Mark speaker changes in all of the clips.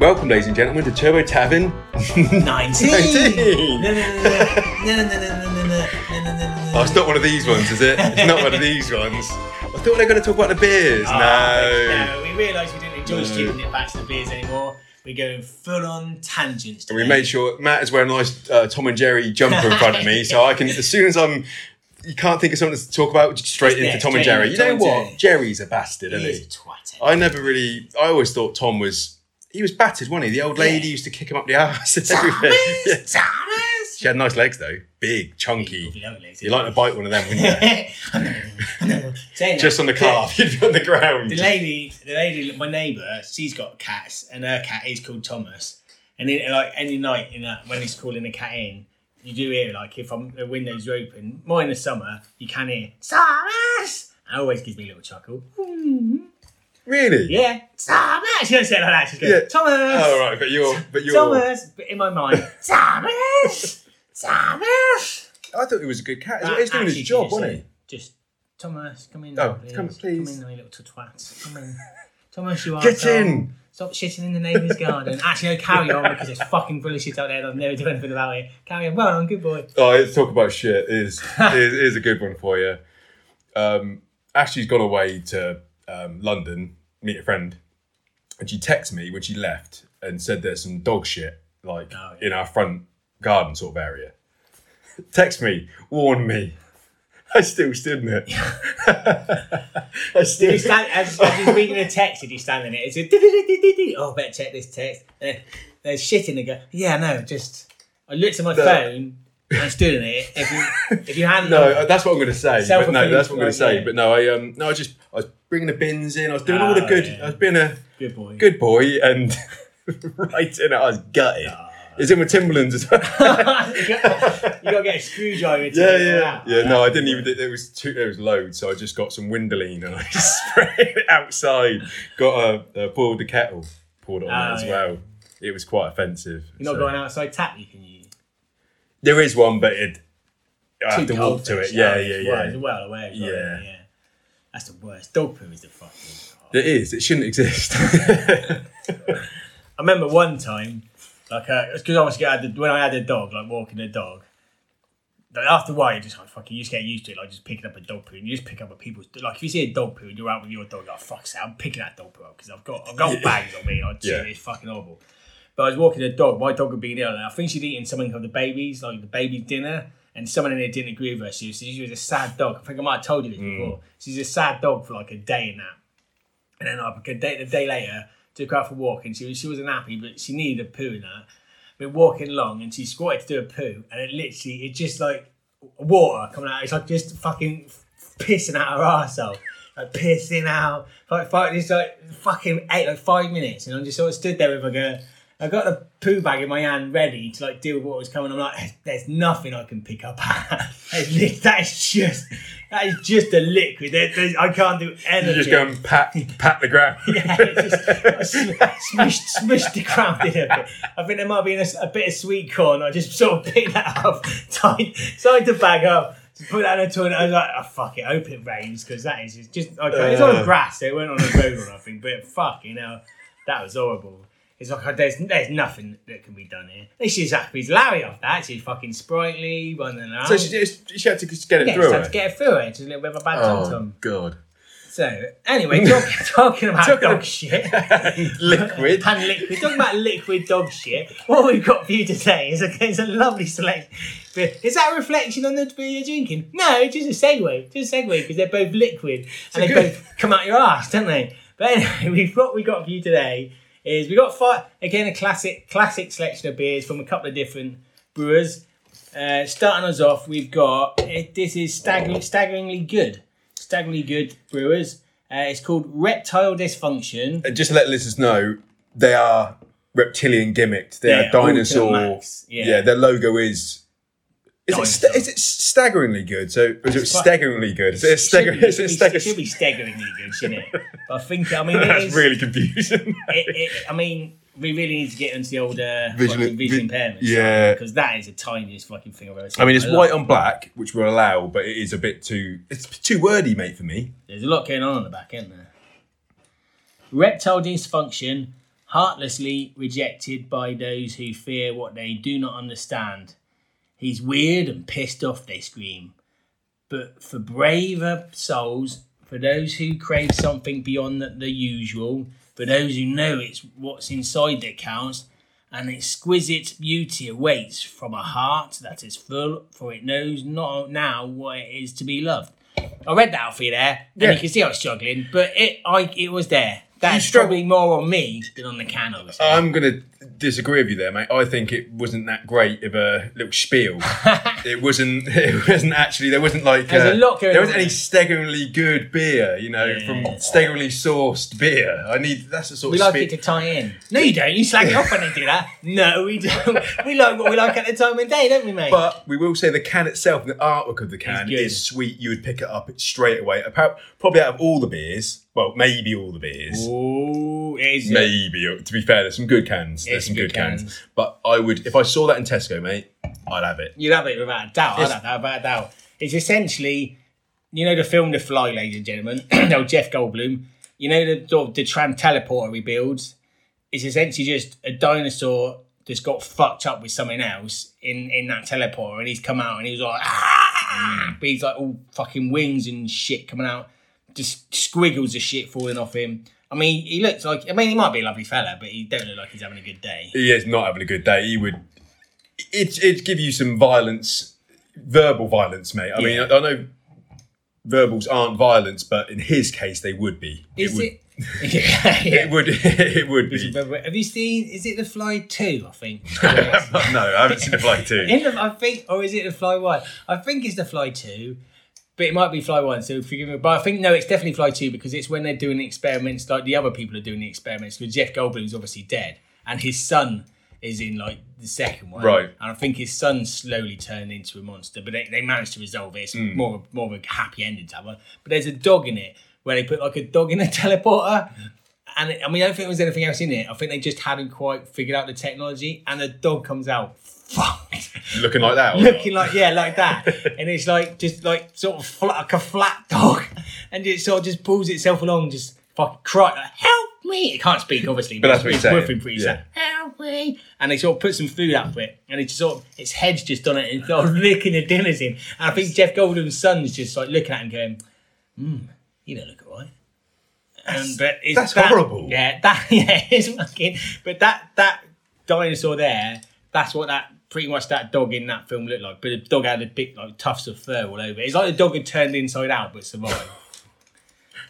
Speaker 1: welcome, ladies and gentlemen, to Turbo Tavern.
Speaker 2: 19.
Speaker 1: 19.
Speaker 2: No, no, no, no, no, no, no, no, no, no, no, no, no,
Speaker 1: Oh, it's not one of these ones, is it? It's not one of these ones. Ah, I thought they were going to talk about the beers.
Speaker 2: Oh,
Speaker 1: no.
Speaker 2: no, we realised we didn't enjoy
Speaker 1: No.
Speaker 2: keeping it back to the beers anymore. We're going full on tangents.
Speaker 1: And we
Speaker 2: today.
Speaker 1: made sure Matt is wearing a nice uh, Tom and Jerry jumper in front of me, so I can, as soon as I'm, you can't think of something to talk about, just straight
Speaker 2: Just
Speaker 1: into
Speaker 2: there,
Speaker 1: Tom and
Speaker 2: straight
Speaker 1: Jerry.
Speaker 2: into
Speaker 1: You know
Speaker 2: Tom and
Speaker 1: what?
Speaker 2: Jerry.
Speaker 1: Jerry's a bastard,
Speaker 2: He
Speaker 1: isn't
Speaker 2: is
Speaker 1: he?
Speaker 2: a twat.
Speaker 1: I never really, I always thought Tom was, he was battered, wasn't he? The old lady
Speaker 2: Yeah.
Speaker 1: used to kick him up the arse and everything. Yeah.
Speaker 2: Thomas! Thomas!
Speaker 1: She had nice legs though, big, chunky. You'd like to bite one of them, wouldn't you?
Speaker 2: bite.
Speaker 1: Just on the calf, you'd be on the ground.
Speaker 2: The lady, the lady, my neighbour, she's got cats, and her cat is called Thomas. And then, like any night, in that, when he's calling a cat in, you do hear like if I'm, the windows are open, more in the summer, you can hear Thomas. That always gives me a little chuckle.
Speaker 1: Mm-hmm. Really?
Speaker 2: Yeah, Thomas. She doesn't say it like that. She's going
Speaker 1: Yeah.
Speaker 2: Thomas.
Speaker 1: Oh right, but you're, but you're.
Speaker 2: Thomas. But in my mind, Thomas. Thomas.
Speaker 1: I thought he was a good cat.
Speaker 2: That
Speaker 1: He's doing his
Speaker 2: actually
Speaker 1: job,
Speaker 2: just
Speaker 1: wasn't
Speaker 2: said,
Speaker 1: he?
Speaker 2: Just Thomas, come in.
Speaker 1: Oh,
Speaker 2: now, please.
Speaker 1: come, please.
Speaker 2: Come in, you little twat. Come in. Thomas, you are.
Speaker 1: Get in.
Speaker 2: Stop shitting in the neighbour's garden. Actually, no, carry on because it's fucking full of shit out there. and I've never done anything about it. Carry on. Well done, good boy.
Speaker 1: Oh, it's talk about shit is is, is a good one for you. Um, Ashley's gone away to um, London meet a friend, and she texted me when she left and said there's some dog shit like
Speaker 2: Oh, yeah.
Speaker 1: in our front garden sort of area. Text me, warn me. I still stood in it. I still.
Speaker 2: You stand, as, as he's reading a text, if you stand in it, it's a dee-dee-dee-dee-dee. oh, I better check this text. And then there's shit in the go. Yeah, no, just I looked at my phone and I stood in it. If you, if you hadn't,
Speaker 1: No, uh, that's what I'm going to say. But no,
Speaker 2: Self-appeal,
Speaker 1: that's what I'm going to say.
Speaker 2: yeah.
Speaker 1: But no, I um, no, I just I was bringing the bins in. I was doing all the
Speaker 2: Oh,
Speaker 1: good.
Speaker 2: yeah.
Speaker 1: I was being a
Speaker 2: good boy.
Speaker 1: good boy and right in it. I was gutted.
Speaker 2: Ah.
Speaker 1: It's in with Timberlands as well.
Speaker 2: you got to get a screwdriver. To
Speaker 1: yeah,
Speaker 2: get it
Speaker 1: yeah,
Speaker 2: out.
Speaker 1: yeah. No, I didn't even. It was two. It was loads, so I just got some windoline and I sprayed it outside. Got a uh, boiled the kettle, poured it on
Speaker 2: Oh,
Speaker 1: it as
Speaker 2: yeah.
Speaker 1: well. It was quite offensive.
Speaker 2: You're
Speaker 1: so-
Speaker 2: not going outside tap. You can use.
Speaker 1: There is one, but it. I have
Speaker 2: Too
Speaker 1: to
Speaker 2: cold
Speaker 1: walk to
Speaker 2: for
Speaker 1: it.
Speaker 2: shit.
Speaker 1: Yeah,
Speaker 2: Oh,
Speaker 1: yeah,
Speaker 2: it's
Speaker 1: yeah.
Speaker 2: Well, it's well away. it's well
Speaker 1: Yeah.
Speaker 2: away, yeah. That's the worst. Dog poo is the fucking.
Speaker 1: It is. It shouldn't exist.
Speaker 2: I remember one time, like, because obviously I had the, when I had a dog, like walking a dog, like after a while, you just like fucking, you just get used to it, like just picking up a dog poo, and you just pick up a people's, like if you see a dog poo and you're out with your dog, you're like fuck, sake, I'm picking that dog poo up because I've got, I've got bags on me, like
Speaker 1: Yeah.
Speaker 2: shit, it's fucking horrible. But I was walking a dog, my dog had been ill, and I think she'd eaten something called the babies, like the baby dinner. And someone in there didn't agree with her. She was, she was a sad dog. I think I might have told you
Speaker 1: Mm.
Speaker 2: this before. She's a sad dog for like a day and that. And then like a day, a day later, took her out for a walk and she was, she wasn't happy, but she needed a poo in her. Been walking along and she squatted to do a poo and it literally, it just like water coming out. It's like just fucking pissing out her arsehole. Like pissing out. Like five, it's like fucking eight, like five minutes. And I just sort of stood there with like a, I got the poo bag in my hand ready to like deal with what was coming. I'm like, there's nothing I can pick up. There's li- that is just, that is just a liquid. There, there's- I can't do anything
Speaker 1: you just go and pat pat the ground.
Speaker 2: yeah, it's just sm- smushed, smushed the ground in a bit. I think there might be a, a bit of sweet corn. I just sort of picked that up, tied, tied the bag up, put that in the toilet. I was like, oh, fuck it, I hope it rains because that is just, just okay. it's
Speaker 1: Uh.
Speaker 2: on grass, it went on a road or nothing, but fuck, you know, that was horrible. It's like, oh, there's, there's nothing that can be done here. At least she's happy to Larry off that. She's fucking sprightly, running around.
Speaker 1: So she, just- she had to just get it
Speaker 2: yeah,
Speaker 1: through.
Speaker 2: just had
Speaker 1: her.
Speaker 2: to get her through it. Just a little bit of a bad
Speaker 1: oh
Speaker 2: tum-tum.
Speaker 1: God.
Speaker 2: So, anyway, talk, talking about
Speaker 1: Talking
Speaker 2: dog
Speaker 1: of-
Speaker 2: shit.
Speaker 1: Liquid.
Speaker 2: And liquid. Talking about liquid dog shit. What we've got for you today is a, is a lovely selection. But is that a reflection on the beer you're drinking? No, it's just a segue. Just a segue because they're both liquid and they
Speaker 1: good-
Speaker 2: both come out your ass, don't they? But anyway, we've, what we got for you today is we got five again a classic classic selection of beers from a couple of different brewers. Uh, starting us off, we've got eh, this is staggering, staggeringly good, staggeringly good brewers. Uh, it's called Reptile Dysfunction.
Speaker 1: and just to let listeners know, they are reptilian gimmicked. They
Speaker 2: Yeah,
Speaker 1: are
Speaker 2: all to the
Speaker 1: dinosaur.
Speaker 2: max, yeah.
Speaker 1: their logo is. Is it, sta-
Speaker 2: Dinosaur.
Speaker 1: is it staggeringly good? So is it
Speaker 2: quite-
Speaker 1: staggeringly good? Is it
Speaker 2: Should
Speaker 1: staggering?
Speaker 2: be-
Speaker 1: Is
Speaker 2: should
Speaker 1: it
Speaker 2: be-
Speaker 1: stagger-
Speaker 2: should be staggeringly good, shouldn't it? I think. I mean, it
Speaker 1: That's
Speaker 2: is,
Speaker 1: really confusing.
Speaker 2: It, it, I mean, we really need to get into the old uh,
Speaker 1: Visual-
Speaker 2: fucking visual
Speaker 1: vi-
Speaker 2: impairment.
Speaker 1: yeah.
Speaker 2: because that is the tiniest fucking thing I've ever seen.
Speaker 1: I mean, it's
Speaker 2: love-
Speaker 1: white on black, which we'll allow, but it is a bit too. It's too wordy, mate, for me.
Speaker 2: There's a lot going on on the back, isn't there? Reptile dysfunction heartlessly rejected by those who fear what they do not understand. He's weird and pissed off, they scream. But for braver souls, for those who crave something beyond the, the usual, for those who know it's what's inside that counts, an exquisite beauty awaits from a heart that is full, for it knows not now what it is to be loved. I read that out for you there, and
Speaker 1: Yeah.
Speaker 2: you can see I was struggling, but it I it was there. That's
Speaker 1: struggle-
Speaker 2: probably more on me than on the can, I would say.
Speaker 1: I'm going to disagree with you there, mate. I think it wasn't that great of a little spiel. it wasn't. It wasn't actually. There wasn't like uh,
Speaker 2: There's a lot going
Speaker 1: there wasn't
Speaker 2: on.
Speaker 1: any staggeringly good beer, you know, from staggeringly sourced beer. I need. That's the sort
Speaker 2: we
Speaker 1: of
Speaker 2: like
Speaker 1: spiel.
Speaker 2: it to tie in. No, you don't. You slack it off when they do that. No, we don't. We like what we like at the time of day, don't we, mate?
Speaker 1: But we will say the can itself, the artwork of the can
Speaker 2: It's good.
Speaker 1: is sweet. You would pick it up straight away. Appa- Probably out of all the beers, well, maybe all the beers.
Speaker 2: oh, it is.
Speaker 1: Maybe uh, to be fair, there's some good cans. There's
Speaker 2: It's
Speaker 1: some good
Speaker 2: good
Speaker 1: cans.
Speaker 2: cans.
Speaker 1: But I would, if I saw that in Tesco, mate, I'd have it.
Speaker 2: You'd have it without a doubt.
Speaker 1: Yes.
Speaker 2: I'd have that without a doubt. It's essentially, you know, the film The Fly, ladies and gentlemen. no, Jeff Goldblum. You know, the the, the tram teleporter he builds. It's essentially just a dinosaur that's got fucked up with something else in in that teleporter, and he's come out and he's like, ah! but he's like all fucking wings and shit coming out, just squiggles of shit falling off him. I mean, he looks like. I mean, he might be a lovely fella, but he don't look like he's having a good day.
Speaker 1: He is not having a good day. He would. It, it'd give you some violence, verbal violence, mate. I mean,
Speaker 2: Yeah.
Speaker 1: I, I know verbals aren't violence, but in his case, they would be.
Speaker 2: Is
Speaker 1: would,
Speaker 2: it? yeah, yeah.
Speaker 1: It would. It would be.
Speaker 2: But wait, Have you seen? Is it the Fly Two? I think.
Speaker 1: no, I haven't seen it like two.
Speaker 2: In the, I think, or is it the Fly One? I think it's the Fly Two, but it might be Fly One. So forgive me, but I think no, it's definitely Fly Two because it's when they're doing the experiments, like the other people are doing the experiments. Because Jeff Goldblum's obviously dead, and his son is in like the second one,
Speaker 1: Right.
Speaker 2: And I think his son slowly turned into a monster, but they, they managed to resolve it. It's more more of a happy ending to that one. But there's a dog in it where they put like a dog in a teleporter. And it- I mean, I don't think there was anything else in it. I think they just hadn't quite figured out the technology, and the dog comes out fucked,
Speaker 1: Looking like that. or not?
Speaker 2: looking like yeah, like that, and it's like just like sort of flat, like a flat dog, and it sort of just pulls itself along, just fucking cry, like, help me! It can't speak obviously, but,
Speaker 1: that's what
Speaker 2: it's
Speaker 1: he's saying.
Speaker 2: whiffing pretty
Speaker 1: Yeah.
Speaker 2: sad. Help me! And they sort of put some food up for it, and it's sort of its head's just on it, and sort of licking the dinners in. And I think Jeff Goldblum's son's just like looking at him, going, "Hmm, you don't look alright." Um, but it's
Speaker 1: that's
Speaker 2: that-
Speaker 1: horrible.
Speaker 2: Yeah, that yeah, it's fucking. But that that dinosaur there, that's what that pretty much that dog in that film looked like. But the dog had a big like tufts of fur all over. it. It's like the dog had turned inside out but survived.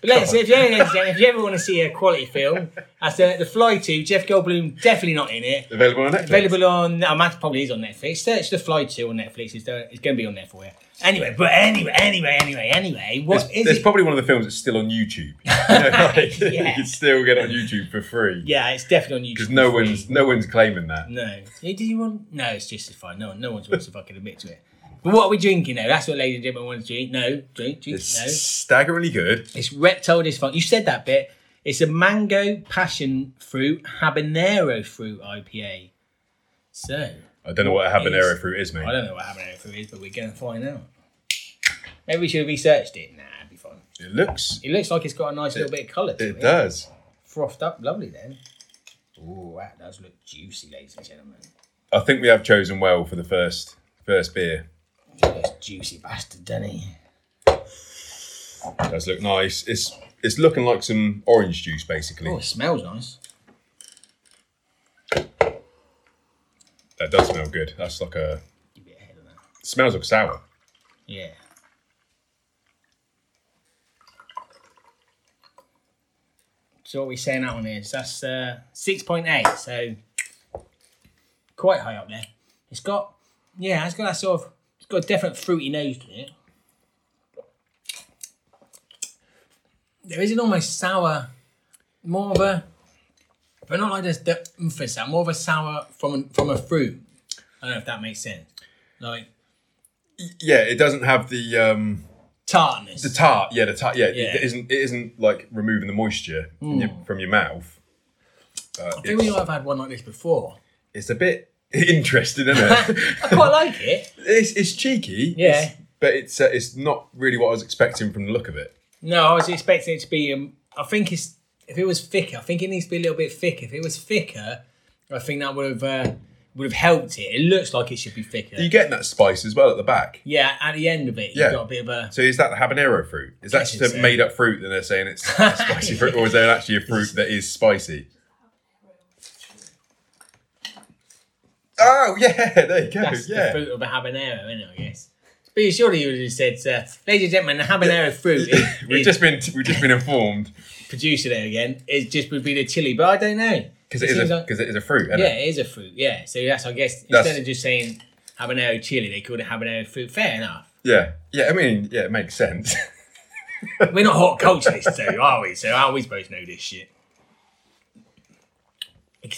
Speaker 2: But let's, if, you, if you ever want to see a quality film, that's uh, The Fly 2. Jeff Goldblum definitely not in it.
Speaker 1: Available on Netflix.
Speaker 2: Available on, oh, Matt probably is on Netflix. Search The Fly 2 on Netflix. It's, there, it's going to be on there for you. Anyway, but anyway, anyway, anyway, anyway, what is
Speaker 1: It's, it's
Speaker 2: it?
Speaker 1: probably one of the films that's still on YouTube. You, know, like, you
Speaker 2: Yeah.
Speaker 1: can still get it on YouTube for free.
Speaker 2: yeah, it's definitely on YouTube.
Speaker 1: Because no one's no one's claiming that.
Speaker 2: No. Hey, Did you want? No, it's just fine. No, no one's wants to fucking admit to it. But what are we drinking though? That's what ladies and gentlemen want to drink. No, drink, drink.
Speaker 1: It's
Speaker 2: no.
Speaker 1: staggeringly good.
Speaker 2: It's reptile dysfunction. You said that bit. It's a mango passion fruit habanero fruit IPA. So
Speaker 1: I don't know what a habanero
Speaker 2: is-
Speaker 1: fruit is, mate.
Speaker 2: I don't know what habanero fruit is, but we're gonna find out. Maybe we should have researched it. Nah, it'd be fine.
Speaker 1: It looks.
Speaker 2: It looks like it's got a nice little bit of colour to
Speaker 1: It does.
Speaker 2: Frothed up, lovely then. Oh, that does look juicy, ladies and gentlemen.
Speaker 1: I think we have chosen well for the first first beer.
Speaker 2: This juicy bastard, Denny.
Speaker 1: It does look nice. It's it's looking like some orange juice basically.
Speaker 2: Oh, it smells nice.
Speaker 1: That does smell good. That's like a
Speaker 2: Give it a head on that.
Speaker 1: smells like sour.
Speaker 2: Yeah. So what we're saying that one is that's uh, six point eight, so quite high up there. It's got yeah, it's got that sort of it's got a different fruity nose to it. There is an almost sour, more of a, but not like this the oomph sour, more of a sour from from a fruit. I don't know if that makes sense. Like
Speaker 1: Yeah, it doesn't have the um
Speaker 2: tartness.
Speaker 1: the tart. Yeah, the tart. Yeah,
Speaker 2: Yeah. Mm.
Speaker 1: it isn't it isn't like removing the moisture from, your, from your mouth. Uh,
Speaker 2: I feel
Speaker 1: it's-
Speaker 2: we might have had one like this before.
Speaker 1: it's a bit interesting, isn't it?
Speaker 2: I quite like it.
Speaker 1: it's, it's cheeky.
Speaker 2: Yeah.
Speaker 1: it's- but it's uh, it's not really what I was expecting from the look of it.
Speaker 2: No, I was expecting it to be. Um, I think it's if it was thicker, I think it needs to be a little bit thicker. If it was thicker, I think that would have uh, would have helped it. It looks like it should be thicker.
Speaker 1: You're getting that spice as well at the back.
Speaker 2: yeah, at the end of it, you've
Speaker 1: Yeah.
Speaker 2: got a bit of a.
Speaker 1: So is that the habanero fruit? Is that
Speaker 2: Guess
Speaker 1: just a
Speaker 2: it's, uh,
Speaker 1: made up fruit and they're saying it's spicy fruit, or is there actually a fruit that is spicy? Oh yeah, there you go.
Speaker 2: That's
Speaker 1: yeah.
Speaker 2: the fruit of a habanero, isn't it? I guess. But you surely you would have said, uh, ladies and gentlemen, the habanero fruit is,
Speaker 1: We've
Speaker 2: is
Speaker 1: just been we've just been informed
Speaker 2: producer there again. It just would be the chili, but I don't know
Speaker 1: because it is
Speaker 2: seems
Speaker 1: a
Speaker 2: like-
Speaker 1: because it is a fruit. Isn't
Speaker 2: yeah,
Speaker 1: it?
Speaker 2: it is a fruit. Yeah, so that's I guess
Speaker 1: That's-
Speaker 2: instead of just saying habanero chili, they called it habanero fruit. Fair enough.
Speaker 1: yeah, yeah. I mean, yeah, it makes sense.
Speaker 2: We're not hot culturists, though, are we? So how are we supposed to know this shit?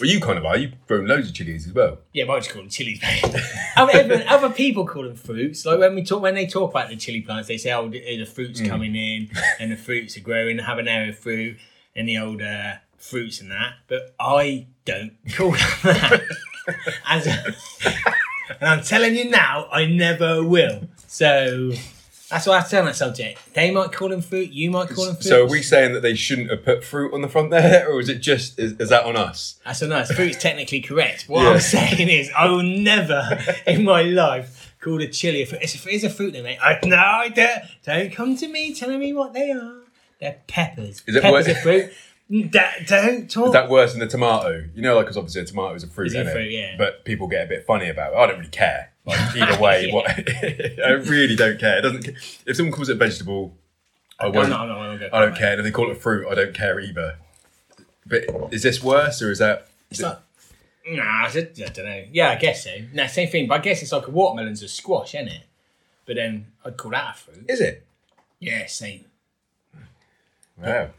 Speaker 1: well, you kind of are. You've grown loads of chilies as well.
Speaker 2: Yeah, but I just call them chilies, mate. other, everyone- other people call them fruits. Like when we talk, when they talk about the chili plants, they say, "Oh, the, the fruits
Speaker 1: Mm.
Speaker 2: coming in, and the fruits are growing, the habanero fruit, and the old uh, fruits and that." But I don't call them that. As a- and I'm telling you now, I never will. So that's why I turn that subject. They might call them fruit. You might call them fruit.
Speaker 1: So are we saying that they shouldn't have put fruit on the front there, or is it just is, is that on us?
Speaker 2: That's so nice. Fruit's technically correct. What
Speaker 1: Yeah.
Speaker 2: I'm saying is, I will never in my life call a chili a fruit. It's a, it's a fruit, though, mate. I, no, I don't. Don't come to me telling me what they are. They're peppers.
Speaker 1: Is it
Speaker 2: peppers
Speaker 1: what-
Speaker 2: a fruit? Da- don't talk.
Speaker 1: Is that worse than the tomato? You know, like because obviously a tomato is a fruit,
Speaker 2: It's a
Speaker 1: isn't
Speaker 2: fruit,
Speaker 1: it?
Speaker 2: yeah.
Speaker 1: But people get a bit funny about it. I don't really care. Like either way,
Speaker 2: Yeah.
Speaker 1: what I really don't care. It doesn't. If someone calls it vegetable, I
Speaker 2: no,
Speaker 1: won't.
Speaker 2: no, no, I won't go for
Speaker 1: I don't
Speaker 2: that,
Speaker 1: care. If they call it fruit, I don't care either. But is this worse or is that?
Speaker 2: It's like, nah, I, said- I don't know. Yeah, I guess so. Nah, same thing. But I guess it's like a watermelon's a squash, isn't it? But then I'd call that a fruit.
Speaker 1: Is it?
Speaker 2: Yeah, same.
Speaker 1: Wow.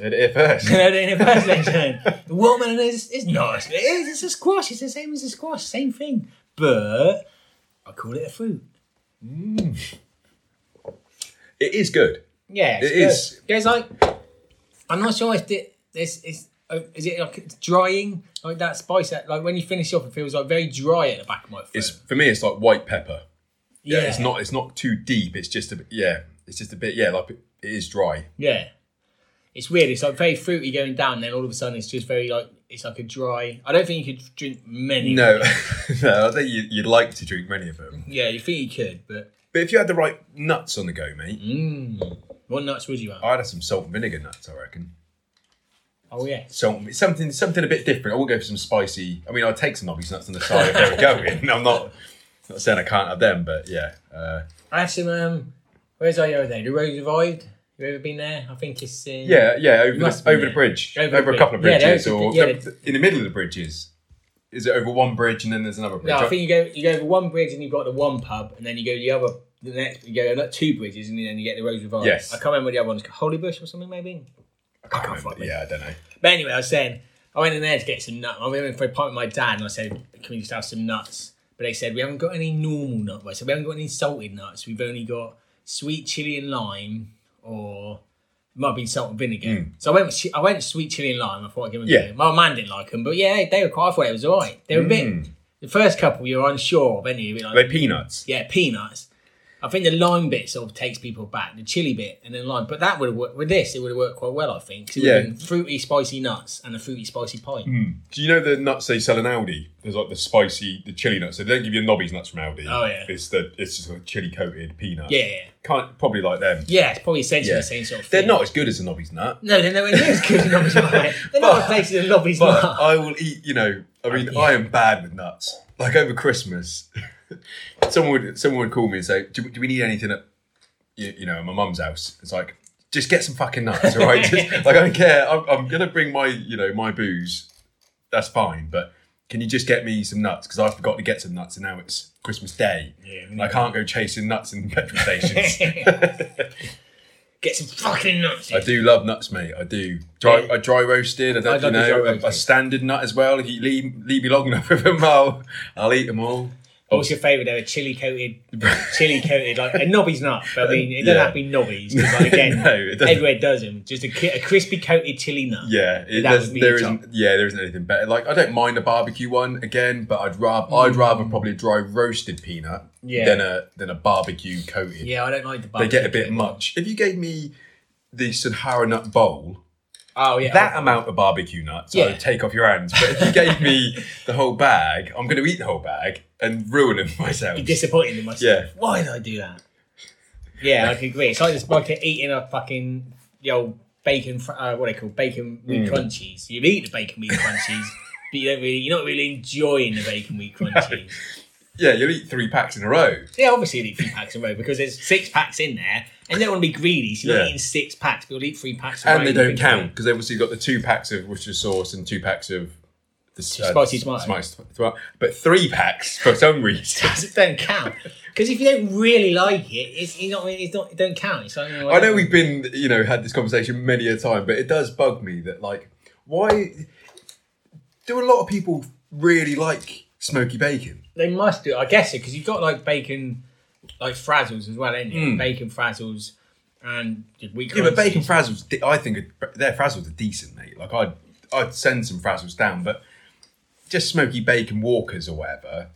Speaker 1: It, it first.
Speaker 2: No, they ain't a first mention. The watermelon is, is nice. It is. It's a squash. It's the same as a squash. Same thing. But I call it a fruit.
Speaker 1: it is good.
Speaker 2: Yeah, it's
Speaker 1: It
Speaker 2: good.
Speaker 1: is.
Speaker 2: Goes like I'm not sure if the, this is. uh, Is it like it's drying like that spice? That, like when you finish off, it feels like very dry at the back of my throat.
Speaker 1: It's for me. It's like white pepper.
Speaker 2: yeah,
Speaker 1: It's not. It's not too deep. It's just a bit. Yeah. It's just a bit. Yeah. Like it is dry.
Speaker 2: Yeah, it's weird. It's like very fruity going down, then all of a sudden it's just very like it's like a dry. I don't think you could drink many.
Speaker 1: No. no. I think you, you'd like to drink many of them.
Speaker 2: Yeah, you think you could, but
Speaker 1: But if you had the right nuts on the go, mate,
Speaker 2: Mm. what nuts would you have?
Speaker 1: I'd have some salt and vinegar nuts. I reckon.
Speaker 2: Oh yes.
Speaker 1: Salt, and- something, something a bit different. I would go for some spicy. I mean, I'd take some obvious nuts on the side if they were going. I'm not. Not saying I can't have them, but yeah. Uh,
Speaker 2: I had some. Um, where's I the other day? The Road Revived. You ever been there? I think it's in.
Speaker 1: Yeah, yeah, over, the,
Speaker 2: must be,
Speaker 1: over the
Speaker 2: yeah.
Speaker 1: bridge,
Speaker 2: Over
Speaker 1: over,
Speaker 2: the
Speaker 1: a couple of
Speaker 2: bridge. Yeah,
Speaker 1: bridges,
Speaker 2: there's a
Speaker 1: or
Speaker 2: bri- yeah,
Speaker 1: the-
Speaker 2: there's-
Speaker 1: in the middle of the bridges. Is it over one bridge and then there's another bridge?
Speaker 2: No, I think you go you go over one bridge and you've got the one pub, and then you go to the other. The next you go not two bridges, and then you get the Road Revived.
Speaker 1: Yes.
Speaker 2: I can't remember the other one's Holy Bush or something maybe.
Speaker 1: I can't
Speaker 2: can't
Speaker 1: remember.
Speaker 2: fuck me.
Speaker 1: yeah, I don't know.
Speaker 2: But anyway, I was saying I went in there to get some nuts. I went in for a pint with my dad, and I said, "Can we just have some nuts?" But they said we haven't got any normal nuts. I said we haven't got any salted nuts. We've only got sweet chili and lime, or it might have been salt and vinegar. So I went. With, chi- I went sweet chili and lime. I thought I'd give them.
Speaker 1: Yeah.
Speaker 2: Yeah. My man didn't like them, but yeah, they were quite. I thought it was alright. They were a bit. The first couple you're unsure of any. You're a bit like,
Speaker 1: Are they peanuts?
Speaker 2: yeah, peanuts. I think the lime bit sort of takes people back, the chili bit, and then lime. But that would have worked with this. It would have worked quite well, I think. 'cause it would
Speaker 1: Yeah.
Speaker 2: have been fruity, spicy nuts and a fruity, spicy pint.
Speaker 1: Do you know the nuts they sell in Aldi? There's like the spicy, the chili nuts. They don't give you Nobby's nuts from Aldi.
Speaker 2: Oh, yeah.
Speaker 1: it's the it's just like chili coated peanuts.
Speaker 2: Yeah, yeah,
Speaker 1: can't probably like them.
Speaker 2: yeah. It's probably essentially
Speaker 1: Yeah.
Speaker 2: the same sort of
Speaker 1: They're
Speaker 2: thing.
Speaker 1: not as good as a Nobby's nut.
Speaker 2: No, they're nowhere near as good as Lobby's Mart. They're not replacing the Lobby's
Speaker 1: But
Speaker 2: Mart.
Speaker 1: I will eat. You know, I mean,
Speaker 2: Yeah.
Speaker 1: I am bad with nuts. Like over Christmas, someone would someone would call me and say, "Do, do we need anything at you, you know at my mum's house?" It's like just get some fucking nuts, all right? just, like I don't care. I'm, I'm gonna bring my you know my booze. That's fine, but can you just get me some nuts? Because I forgot to get some nuts, and now it's Christmas Day.
Speaker 2: Yeah,
Speaker 1: and I can't go chasing nuts in petrol stations.
Speaker 2: Get some fucking nuts.
Speaker 1: I do love nuts, mate. I do. Dry,
Speaker 2: Yeah.
Speaker 1: I dry roasted. I
Speaker 2: I
Speaker 1: don't,
Speaker 2: love
Speaker 1: you
Speaker 2: the
Speaker 1: know,
Speaker 2: dry
Speaker 1: a, a
Speaker 2: roasted.
Speaker 1: standard nut as well. If you leave, leave me long enough with them, I'll, I'll eat them all.
Speaker 2: What's your favourite though? A chili coated, chili coated like a knobby's nut. But I mean, it doesn't
Speaker 1: Yeah.
Speaker 2: have to be knobbies. 'cause, Like, again,
Speaker 1: No, it doesn't.
Speaker 2: everywhere does them. Just a, ki- a crispy coated chili nut.
Speaker 1: Yeah, it,
Speaker 2: That
Speaker 1: there's-
Speaker 2: would be
Speaker 1: there
Speaker 2: your
Speaker 1: isn't. Yeah, there isn't anything better. Like I don't mind a barbecue one again, but I'd rather I'd rather probably a dry roasted peanut
Speaker 2: Mm. Yeah.
Speaker 1: than a than a barbecue coated.
Speaker 2: Yeah, I don't like the.
Speaker 1: they get a
Speaker 2: barbecue
Speaker 1: bit
Speaker 2: coated.
Speaker 1: much. If you gave me the Sahara nut bowl
Speaker 2: Oh yeah.
Speaker 1: that amount of barbecue nuts, I
Speaker 2: Yeah.
Speaker 1: would take off your hands. But if you gave me the whole bag, I'm going to eat the whole bag and ruin it myself.
Speaker 2: be disappointed in myself.
Speaker 1: Yeah.
Speaker 2: Why did I do that? Yeah, I can agree. It's like just like eating a fucking the old bacon. fr- Uh, what are they called? Bacon
Speaker 1: Mm.
Speaker 2: wheat crunchies. You've eaten the bacon wheat crunchies, but you don't really. You're not really enjoying the bacon wheat crunchies.
Speaker 1: yeah, you'll eat three packs in a row.
Speaker 2: Yeah, obviously you'd eat three packs in a row because there's six packs in there, and they don't want to be greedy. So you're
Speaker 1: Yeah.
Speaker 2: not eating six packs, but you'll eat three packs. in a
Speaker 1: And
Speaker 2: row,
Speaker 1: they
Speaker 2: you
Speaker 1: don't
Speaker 2: think,
Speaker 1: count because obviously you've got the two packs of Worcestershire sauce and two packs of the uh,
Speaker 2: Spicy tomato.
Speaker 1: Spicy tomato. But three packs for some reason.
Speaker 2: It don't count because if you don't really like it, it's you're not. It's not. It don't count. It's like, you
Speaker 1: I know we've been, you know, had this conversation many a time, but it does bug me that, like, why do a lot of people really like smoky bacon?
Speaker 2: They must do. I guess it because you've got like bacon, like frazzles as well, ain't you? Bacon frazzles and wheat.
Speaker 1: Hmm. Yeah, but
Speaker 2: crunchies.
Speaker 1: bacon frazzles, de- I think are- their frazzles are decent, mate. Like, I'd, I'd send some frazzles down, but just smoky bacon walkers or whatever.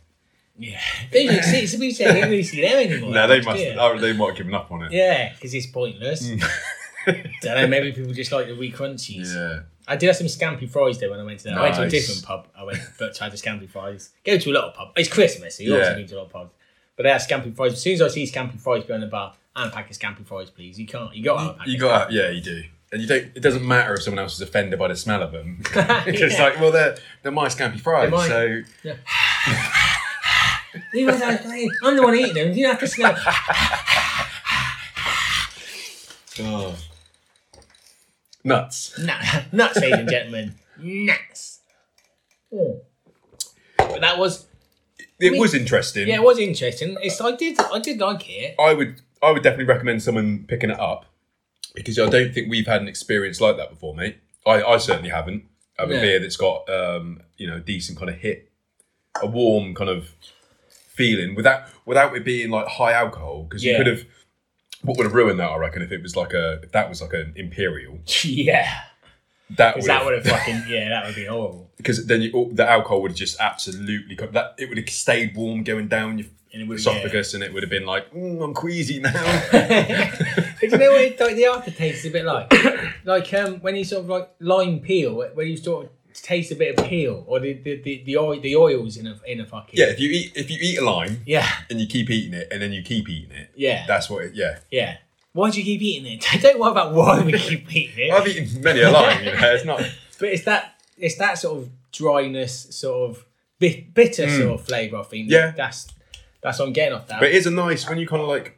Speaker 2: Yeah, they don't see. So we say they don't really see them anymore.
Speaker 1: No, they
Speaker 2: do
Speaker 1: must,
Speaker 2: you?
Speaker 1: oh, they might have Hmm. given up on it.
Speaker 2: Yeah, because it's pointless. don't know. Maybe people just like the wheat crunchies.
Speaker 1: yeah.
Speaker 2: I did have some scampi fries though when I went to that. I went to a
Speaker 1: Nice.
Speaker 2: different pub. I went but tried the scampi fries. Go to a lot of pubs. It's Christmas, so you
Speaker 1: Yeah.
Speaker 2: obviously go to a lot of pubs. But they have scampi fries. As soon as I see scampi fries behind the bar, and a pack of scampi fries, please. You can't. You got to have a pack.
Speaker 1: You got yeah, you do. And you don't. It doesn't matter if someone else is offended by the smell of them. It's
Speaker 2: Yeah.
Speaker 1: like, well, they're they're my scampy fries,
Speaker 2: They're mine.
Speaker 1: so
Speaker 2: Leave us out, please. I'm the one eating them. You don't have to smell.
Speaker 1: oh. nuts.
Speaker 2: Nah, nuts, ladies and gentlemen. Nuts. Oh. But that was
Speaker 1: It
Speaker 2: mean-
Speaker 1: was interesting.
Speaker 2: yeah, it was interesting. It's I did I did like it.
Speaker 1: I would I would definitely recommend someone picking it up because I don't think we've had an experience like that before, mate. I, I certainly haven't. I have a
Speaker 2: No.
Speaker 1: beer that's got um, you know, a decent kind of hit, a warm kind of feeling without without it being like high alcohol because you
Speaker 2: Yeah.
Speaker 1: could have what would have ruined that I reckon if it was like a if that was like an imperial
Speaker 2: Yeah,
Speaker 1: that would
Speaker 2: because that would have fucking yeah, that would be horrible,
Speaker 1: because then you, all- the alcohol would have just absolutely co- that it would have stayed warm going down your
Speaker 2: and it would
Speaker 1: esophagus and it would have been like mm, I'm queasy now
Speaker 2: But you know what it, like, the aftertaste is a bit like? like um, when you sort of like lime peel, when you sort of taste a bit of peel or the the, the, the, oil, the oils in a in a fucking
Speaker 1: yeah if you eat if you eat a lime
Speaker 2: yeah
Speaker 1: and you keep eating it, and then you keep eating it.
Speaker 2: Yeah.
Speaker 1: that's what. It, yeah,
Speaker 2: yeah. Why do you keep eating it? Don't worry about why we keep eating it.
Speaker 1: I've eaten many a lime. You know, it's not.
Speaker 2: But it's that it's that sort of dryness, sort of bit, bitter sort of flavour. I think.
Speaker 1: Hmm. Yeah.
Speaker 2: that's that's what I'm getting off that.
Speaker 1: But it is a nice when you kind of like,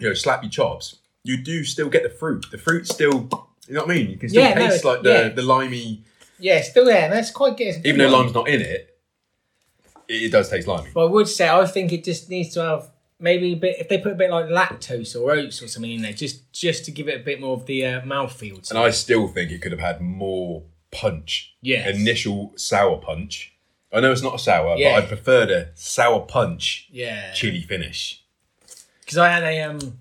Speaker 1: you know, slap your chops. You do still get the fruit. The fruit still. You know what I mean? You can still
Speaker 2: Yeah, no,
Speaker 1: taste
Speaker 2: it's-
Speaker 1: like the
Speaker 2: yeah.
Speaker 1: the limey,
Speaker 2: yeah, it's still there, and that's quite good. It's a good
Speaker 1: even though
Speaker 2: one.
Speaker 1: lime's not in it. It, it does taste limey.
Speaker 2: But I would say I think it just needs to have maybe a bit. If they put a bit like lactose or oats or something in there, just just to give it a bit more of the uh, mouthfeel.
Speaker 1: And
Speaker 2: To it.
Speaker 1: I still think it could have had more punch.
Speaker 2: Yes.
Speaker 1: Initial sour punch. I know it's not a sour,
Speaker 2: Yeah.
Speaker 1: but I prefer the sour punch
Speaker 2: Yeah,
Speaker 1: chili finish.
Speaker 2: because I had a um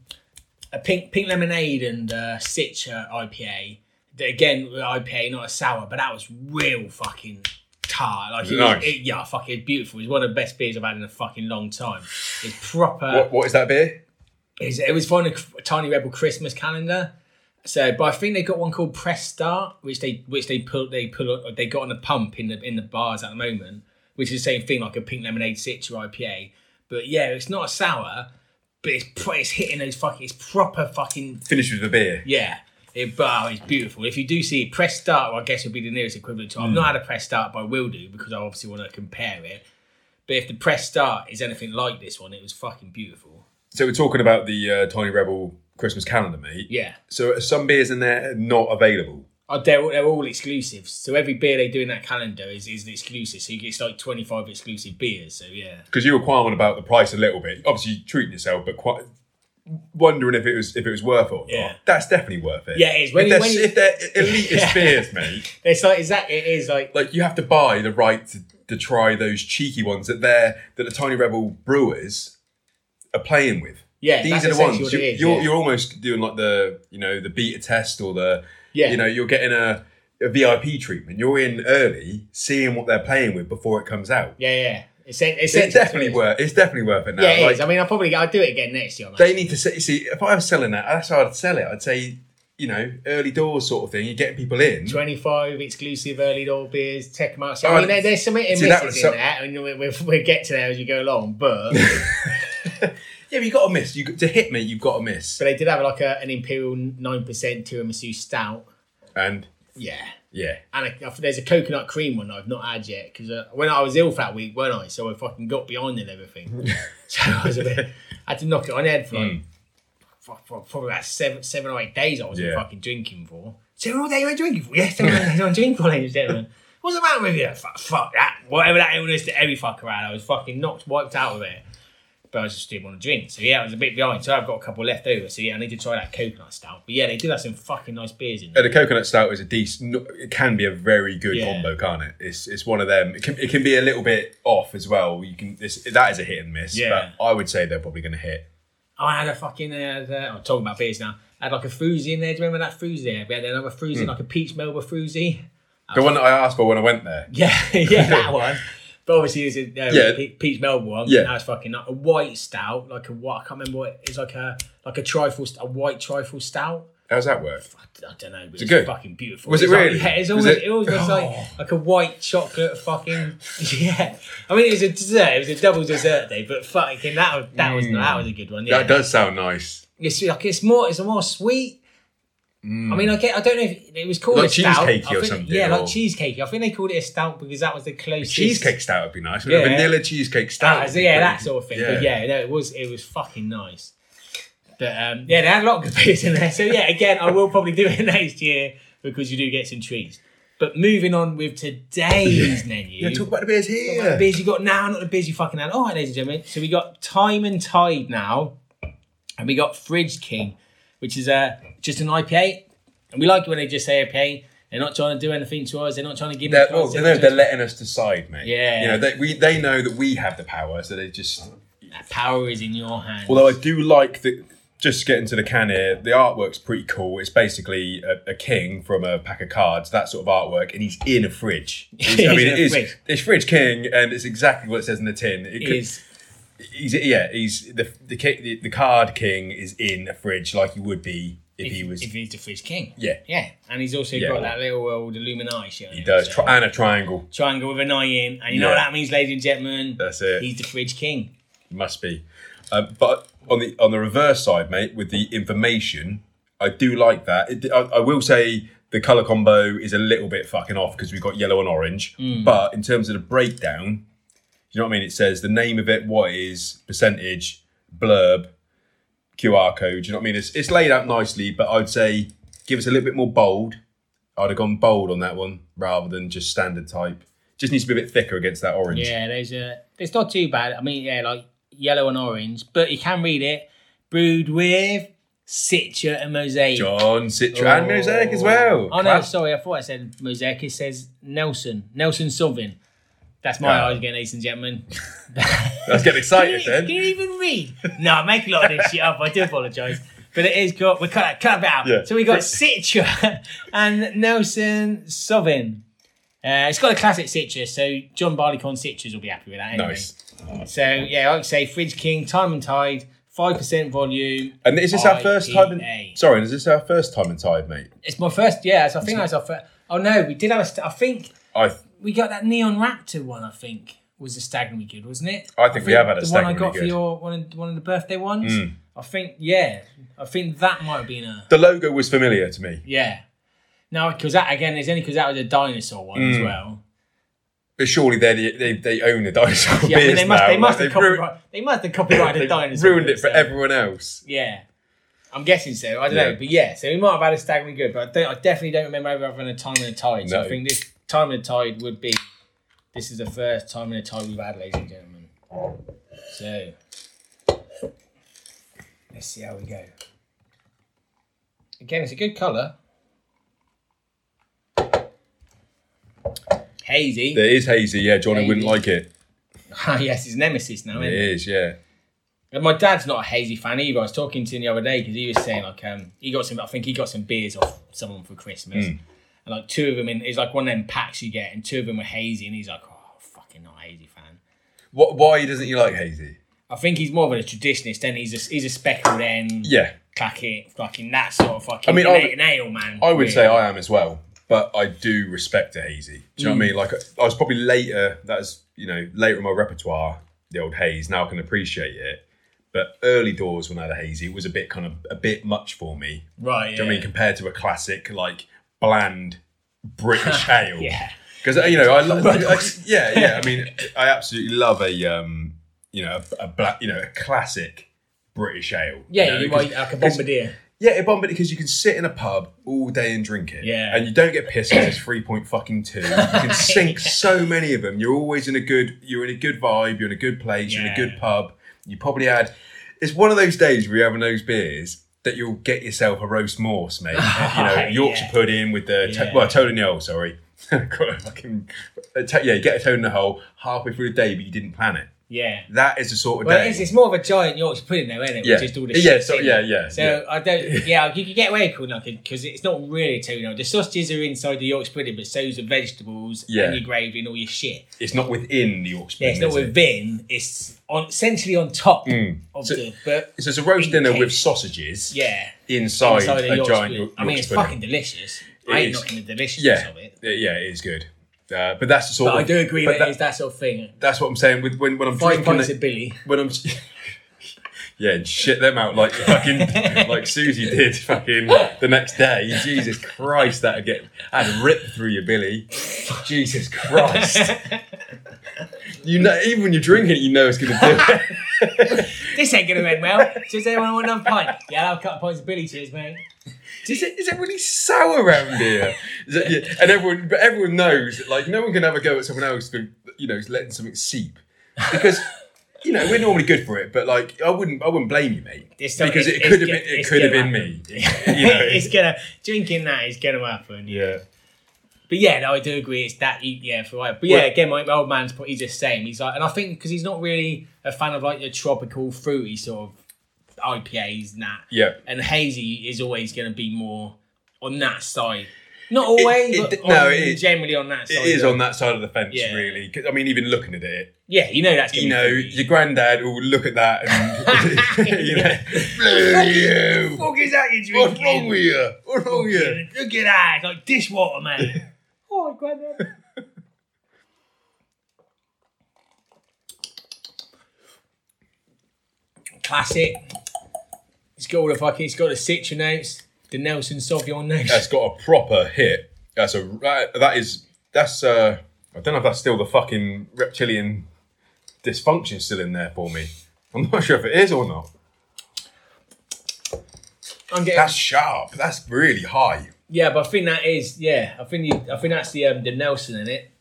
Speaker 2: a pink pink lemonade and uh, Citra IPA. That Again, with IPA, not a sour, but that was real fucking tar. Like it was,
Speaker 1: Nice.
Speaker 2: it, yeah, fucking it was beautiful. It was one of the best beers I've had in a fucking long time. It's proper.
Speaker 1: What, what is that beer?
Speaker 2: It's, it was from a Tiny Rebel Christmas calendar. So, but I think they got one called Press Start, which they which they pull they pull they got on the pump in the in the bars at the moment, which is the same thing like a pink lemonade Citra IPA. But yeah, it's not a sour, but it's pro- it's hitting those fucking it's proper fucking
Speaker 1: Finish with a beer.
Speaker 2: yeah. It, but oh, it's beautiful. If you do see it, press start, well, I guess would be the nearest equivalent to. I've not had a press start, but I will do because I obviously want to compare it. But if the press start is anything like this one, it was fucking beautiful.
Speaker 1: So we're talking about the uh, Tiny Rebel Christmas calendar, mate.
Speaker 2: Yeah.
Speaker 1: So are some beers in there not available.
Speaker 2: Oh, they're, all- they're all exclusives. So every beer they do in that calendar is, is an exclusive. So you get, it's like 25 exclusive beers. So yeah.
Speaker 1: Because you were quarreling about the price a little bit. Obviously you're treating yourself, but quite wondering if it was if it was worth it or
Speaker 2: Yeah.
Speaker 1: not. That's definitely worth it.
Speaker 2: Yeah, it is. When
Speaker 1: if,
Speaker 2: you-
Speaker 1: they're,
Speaker 2: when you-
Speaker 1: if they're elitist beers, mate,
Speaker 2: It's like, is that, it is like,
Speaker 1: like you have to buy the right to, to try those cheeky ones that they're that the Tiny Rebel brewers are playing with.
Speaker 2: Yeah,
Speaker 1: These
Speaker 2: that's
Speaker 1: are the ones
Speaker 2: essentially what
Speaker 1: you,
Speaker 2: it is,
Speaker 1: you're,
Speaker 2: yeah.
Speaker 1: you're almost doing like the you know the beta test or the
Speaker 2: Yeah.
Speaker 1: you know you're getting a, a VIP treatment. You're in early, seeing what they're playing with before it comes out.
Speaker 2: yeah, yeah. It's, it's,
Speaker 1: It's definitely worth. It's definitely worth it now.
Speaker 2: Yeah, it is.
Speaker 1: like,
Speaker 2: I mean, I'll probably, I'll do it again next year. man.
Speaker 1: they need to say, see if I was selling that. That's how I'd sell it. I'd say you know, early doors sort of thing. You're getting people in.
Speaker 2: 25 exclusive early door beers, tech marks.
Speaker 1: Oh,
Speaker 2: I mean, there, there's some
Speaker 1: see, that
Speaker 2: intermissions
Speaker 1: was
Speaker 2: in
Speaker 1: some-
Speaker 2: that, and we'll, we'll, we'll get to there as you go along. But
Speaker 1: Yeah, but you got to miss. You got- to hit me, you've got to miss.
Speaker 2: but they did have like a, an Imperial 9% tiramisu stout.
Speaker 1: And
Speaker 2: Yeah.
Speaker 1: yeah,
Speaker 2: And I, I, think there's a coconut cream one I've not had yet because uh, when I was ill for that week, weren't I? So I fucking got behind and everything. so I was a bit, I had to knock it on the head for like, fu- fu- probably about seven, seven or eight days. I was
Speaker 1: Yeah.
Speaker 2: fucking drinking for seven all day. You were drinking for yes, seven all days. I'm drinking for ladies and gentlemen. What's the matter with you? Fuck, fuck that. Whatever that illness that every fucker had, I was fucking knocked, wiped out of it. But I just didn't want to drink. So yeah, I was a bit behind. So I've got a couple left over. So yeah, I need to try that coconut stout. But yeah, they do have some fucking nice beers in there.
Speaker 1: And a coconut stout is a decent. no- It can be a very good
Speaker 2: Yeah.
Speaker 1: combo, can't it? It's it's one of them. It can it can be a little bit off as well. You can it's, that is a hit and miss.
Speaker 2: Yeah.
Speaker 1: But I would say they're probably going to hit.
Speaker 2: I had a fucking. Uh, the, I'm talking about beers now. I had like a fruzy in there. Do you remember that fruzy there? We had another fruzy,
Speaker 1: Hmm.
Speaker 2: like a peach melba fruzy.
Speaker 1: The one that I asked for when I went there.
Speaker 2: Yeah, yeah, that one. But obviously, there's a uh,
Speaker 1: Yeah.
Speaker 2: pe- peach melba one.
Speaker 1: Yeah.
Speaker 2: that was fucking like a white stout, like a what? I can't remember what it's like a like a trifle, st- a white trifle stout.
Speaker 1: How's that work?
Speaker 2: I, don't know, but it's
Speaker 1: good?
Speaker 2: fucking beautiful.
Speaker 1: Was it
Speaker 2: It's like-
Speaker 1: really?
Speaker 2: yeah, it's
Speaker 1: Was
Speaker 2: always
Speaker 1: it-
Speaker 2: it, always was
Speaker 1: Oh.
Speaker 2: like like a white chocolate fucking yeah. I mean, it was a dessert. It was a double dessert day, but fucking that was that was that was a good one. Yeah,
Speaker 1: Hmm. That does sound nice.
Speaker 2: it's like it's more it's more sweet. I mean, I get. I don't know if it was called
Speaker 1: Hmm. Like
Speaker 2: a stout.
Speaker 1: cheesecakey
Speaker 2: I
Speaker 1: or
Speaker 2: think-
Speaker 1: something,
Speaker 2: Yeah,
Speaker 1: or-
Speaker 2: like cheesecake. I think they called it a stout because that was the closest
Speaker 1: Cheesecake stout would be nice.
Speaker 2: Yeah.
Speaker 1: A vanilla cheesecake stout.
Speaker 2: That
Speaker 1: would
Speaker 2: was-
Speaker 1: be
Speaker 2: yeah,
Speaker 1: pretty-
Speaker 2: that sort of thing. But yeah, no, it was it was fucking nice. But um, yeah, they had a lot of good beers in there. So yeah, again, I will probably do it next year because you do get some treats. But moving on with today's menu.
Speaker 1: Yeah, talk about the beers here.
Speaker 2: Not the beers you got now, not the beers you fucking had. All right, ladies and gentlemen. So we got Time and Tide now, and we got Fridge King, which is uh, just an IPA. And we like it when they just say IPA. They're not trying to do anything to us. They're not trying to give.
Speaker 1: They're,
Speaker 2: us
Speaker 1: well,
Speaker 2: concept
Speaker 1: they're,
Speaker 2: to
Speaker 1: they're
Speaker 2: us.
Speaker 1: letting us decide, mate.
Speaker 2: Yeah.
Speaker 1: You know, they, we, they know that we have the power, so they just
Speaker 2: That power is in your hands.
Speaker 1: Although I do like the just getting to the can here, the artwork's pretty cool. It's basically a, a king from a pack of cards, that sort of artwork, and he's in a fridge. He's- I
Speaker 2: He's
Speaker 1: mean,
Speaker 2: in
Speaker 1: it
Speaker 2: a
Speaker 1: is
Speaker 2: fridge.
Speaker 1: it's fridge king, and it's exactly what it says in the tin. It could-
Speaker 2: is
Speaker 1: he's yeah, he's the the, ki- the the card king is in a fridge, like he would be if, he was.
Speaker 2: if he's the Fridge King.
Speaker 1: yeah,
Speaker 2: Yeah, and he's also
Speaker 1: Yeah.
Speaker 2: got that little old Illuminati shit. on
Speaker 1: he
Speaker 2: him,
Speaker 1: does
Speaker 2: so-
Speaker 1: tri- and a triangle.
Speaker 2: triangle with an eye in, and you know
Speaker 1: Yeah.
Speaker 2: what that means, ladies and gentlemen.
Speaker 1: That's it.
Speaker 2: He's the Fridge King.
Speaker 1: Must be. Um, but on the on the reverse side, mate, with the information, I do like that. It, I, I will say the color combo is a little bit fucking off because we've got yellow and orange. But in terms of the breakdown, you know what I mean? It says the name of it, what it is, percentage, blurb, QR code. You know what I mean? It's it's laid out nicely, but I'd say give us a little bit more bold. I'd have gone bold on that one rather than just standard type. Just needs to be a bit thicker against that orange.
Speaker 2: Yeah, there's a. It's not too bad. I mean, yeah, like yellow and orange, but you can read it. Brewed with citra and mosaic.
Speaker 1: John Citra and Mosaic as well.
Speaker 2: Oh no,
Speaker 1: Class-
Speaker 2: sorry, I thought I said mosaic. It says Nelson. Nelson something. That's my
Speaker 1: Oh.
Speaker 2: eyes again, ladies and gentlemen.
Speaker 1: Let's get excited
Speaker 2: Can
Speaker 1: then.
Speaker 2: you even read? No, I make a lot of this shit up. I do apologise. But it is got we cut that cut that out.
Speaker 1: Yeah.
Speaker 2: So we got Citra and Nelson Sovin. Uh, it's got a classic citrus, so John Barleycorn citrus will be happy with that. Anyway.
Speaker 1: Nice.
Speaker 2: So yeah, I would say Fridge King, Time and Tide, five percent volume.
Speaker 1: And is this our first time? In,
Speaker 2: IPA.
Speaker 1: sorry, is this our first time in Tide, mate?
Speaker 2: It's my first. Yeah, so I think that's our first. Oh no, we did have a. St- I think
Speaker 1: I
Speaker 2: we got that Neon Raptor one. I think was a staggeringly good, wasn't it?
Speaker 1: I think we have had a
Speaker 2: the one I
Speaker 1: staggeringly
Speaker 2: got for
Speaker 1: good. Hmm.
Speaker 2: your one of, one of the birthday ones. I think yeah, I think that might have been a
Speaker 1: the logo was familiar to me.
Speaker 2: yeah. No, because that again is only because that was a dinosaur one
Speaker 1: Hmm.
Speaker 2: as well.
Speaker 1: But surely they they they own the dinosaur
Speaker 2: Yeah, I mean,
Speaker 1: beers
Speaker 2: they must
Speaker 1: now.
Speaker 2: they must
Speaker 1: Like,
Speaker 2: have
Speaker 1: they've ruined-
Speaker 2: copyrighted they must have copyrighted
Speaker 1: they've
Speaker 2: dinosaur.
Speaker 1: ruined it
Speaker 2: ones,
Speaker 1: for
Speaker 2: so-
Speaker 1: everyone else.
Speaker 2: Yeah, I'm guessing so. I don't
Speaker 1: Yeah.
Speaker 2: know, but yeah, so we might have had a staggering good, but I, don't, I definitely don't remember ever having a time and a tide. So
Speaker 1: No.
Speaker 2: I think this time and a tide would be. This is the first time and a tide we've had, ladies and gentlemen. So let's see how we go. Again, it's a good colour. Hazy.
Speaker 1: There is hazy. Yeah, Johnny wouldn't
Speaker 2: Hazy.
Speaker 1: like it.
Speaker 2: Ah, yes, his nemesis now,
Speaker 1: It
Speaker 2: isn't it?
Speaker 1: is. Yeah.
Speaker 2: And my dad's not a hazy fan either. I was talking to him the other day because he was saying like um he got some I think he got some beers off someone for Christmas,
Speaker 1: Mm.
Speaker 2: and like two of them in it's like one of them packs you get, and two of them were hazy, and he's like, oh fucking not a hazy fan.
Speaker 1: What? Why doesn't he like hazy?
Speaker 2: I think he's more of a traditionalist, and he's a he's a speckled end
Speaker 1: Yeah.
Speaker 2: clacking, fucking that sort of fucking.
Speaker 1: I
Speaker 2: I
Speaker 1: mean,
Speaker 2: mean,
Speaker 1: I
Speaker 2: nail,
Speaker 1: would-
Speaker 2: nail man.
Speaker 1: I would
Speaker 2: Yeah.
Speaker 1: say I am as well, but I do respect a hazy. Do you know what I
Speaker 2: Mm.
Speaker 1: mean? Like I was probably later. That's you know later in my repertoire, the old haze. Now I can appreciate it, but early doors when I had a hazy, it was a bit kind of a bit much for me.
Speaker 2: right. Yeah.
Speaker 1: Do you know what I mean? Compared to a classic like bland British ale.
Speaker 2: Yeah.
Speaker 1: Because you know, I, lo- I- I- yeah, yeah. I mean, I absolutely love a um, you know, a, a black, you know, a classic British ale.
Speaker 2: Yeah,
Speaker 1: you
Speaker 2: you
Speaker 1: know, 'cause-
Speaker 2: might like a bombardier.
Speaker 1: yeah, it bombed because you can sit in a pub all day and drink it.
Speaker 2: Yeah.
Speaker 1: And you don't get pissed because it's three point fucking two. You can sink so many of them. You're always in a good you're in a good vibe, you're in a good place, you're in a
Speaker 2: Yeah.
Speaker 1: good pub. You probably had it's one of those days where you're having those beers that you'll get yourself a roast morse, mate. you know, Yorkshire
Speaker 2: Yeah.
Speaker 1: pudding with the to-
Speaker 2: Yeah.
Speaker 1: well, toad in the hole, sorry. Got a fucking a to- yeah, you get a toad in the hole halfway through the day, but you didn't plan it.
Speaker 2: Yeah.
Speaker 1: That is the sort of
Speaker 2: Well,
Speaker 1: day.
Speaker 2: it is, it's more of a giant Yorkshire pudding, though, isn't it?
Speaker 1: Yeah.
Speaker 2: Which is all the
Speaker 1: Yeah,
Speaker 2: shit
Speaker 1: so-
Speaker 2: in
Speaker 1: yeah,
Speaker 2: it.
Speaker 1: yeah,
Speaker 2: So
Speaker 1: yeah.
Speaker 2: I don't. Yeah, you can get away with nothing because it's not really too. You know, the sausages are inside the Yorkshire pudding, but so's the vegetables
Speaker 1: Yeah.
Speaker 2: and your gravy and all your shit.
Speaker 1: It's not within the Yorkshire.
Speaker 2: Yeah, it's
Speaker 1: pudding, is
Speaker 2: not
Speaker 1: it?
Speaker 2: within. It's on essentially on top of
Speaker 1: Mm. So-
Speaker 2: the. But
Speaker 1: So it's a roast dinner with
Speaker 2: Encased.
Speaker 1: sausages.
Speaker 2: yeah,
Speaker 1: inside,
Speaker 2: inside
Speaker 1: Oh, a
Speaker 2: Yorkshire
Speaker 1: giant.
Speaker 2: pudding.
Speaker 1: York-
Speaker 2: I mean, it's
Speaker 1: Yorkshire pudding.
Speaker 2: fucking delicious.
Speaker 1: It
Speaker 2: I ain't
Speaker 1: is.
Speaker 2: knocking the deliciousness
Speaker 1: yeah,
Speaker 2: of it.
Speaker 1: yeah, yeah, it is good. Uh, but that's the sort.
Speaker 2: But I
Speaker 1: of-
Speaker 2: do agree
Speaker 1: but
Speaker 2: that, it is that sort of thing.
Speaker 1: That's what I'm saying. With when when I'm
Speaker 2: Five
Speaker 1: drinking,
Speaker 2: pints
Speaker 1: it,
Speaker 2: of Billy.
Speaker 1: when I'm. Yeah, and shit them out like fucking like Susie did fucking the next day. Jesus Christ, that'd get I'd rip through your billy. Jesus Christ. You know even when you're drinking it, you know it's gonna do it.
Speaker 2: This ain't gonna end well. Does anyone want another pint? Yeah, I'll cut pints of Billy. Cheers, mate.
Speaker 1: Is it, is it really sour around here? Is it, yeah, and everyone, but everyone knows that like no one can have a go at someone else for you know letting something seep because you know we're normally good for it, but like I wouldn't, I wouldn't blame you, mate,
Speaker 2: It's not-
Speaker 1: because it
Speaker 2: it's-
Speaker 1: could have
Speaker 2: it's
Speaker 1: been,
Speaker 2: go-
Speaker 1: it
Speaker 2: it's
Speaker 1: could have
Speaker 2: gonna
Speaker 1: been me. You know,
Speaker 2: it's gonna drinking that is gonna happen.
Speaker 1: yeah,
Speaker 2: But yeah, no, I do agree. It's that yeah, for right. But yeah, again, my, my old man's probably the same. He's like, and I think because he's not really a fan of like the tropical fruity sort of IPAs and that.
Speaker 1: yeah.
Speaker 2: And hazy is always going to be more on that side. Not always,
Speaker 1: it-
Speaker 2: but
Speaker 1: no,
Speaker 2: on-
Speaker 1: it is-
Speaker 2: generally on that side.
Speaker 1: It is on that side of the fence,
Speaker 2: Yeah.
Speaker 1: really. 'Cause, I mean, even looking at it,
Speaker 2: Yeah, you know that's gonna
Speaker 1: you
Speaker 2: be
Speaker 1: know,
Speaker 2: fruity.
Speaker 1: your granddad will look at that and you know, "Bloody you.
Speaker 2: What the fuck is that you drinking?
Speaker 1: What's wrong with you? What's wrong with you?
Speaker 2: Look at that, it's like dishwater, mate. oh, granddad. Classic. It's got all the fucking, it's got the citronates, the Nelson Sauvignon notes.
Speaker 1: that's got a proper hit. That's a that, that is that's uh I don't know if that's still the fucking reptilian dysfunction still in there for me. I'm not sure if it is or not.
Speaker 2: I'm getting,
Speaker 1: That's sharp. That's really high.
Speaker 2: yeah, but I think that is, yeah, I think you, I think that's the um, the Nelson in it.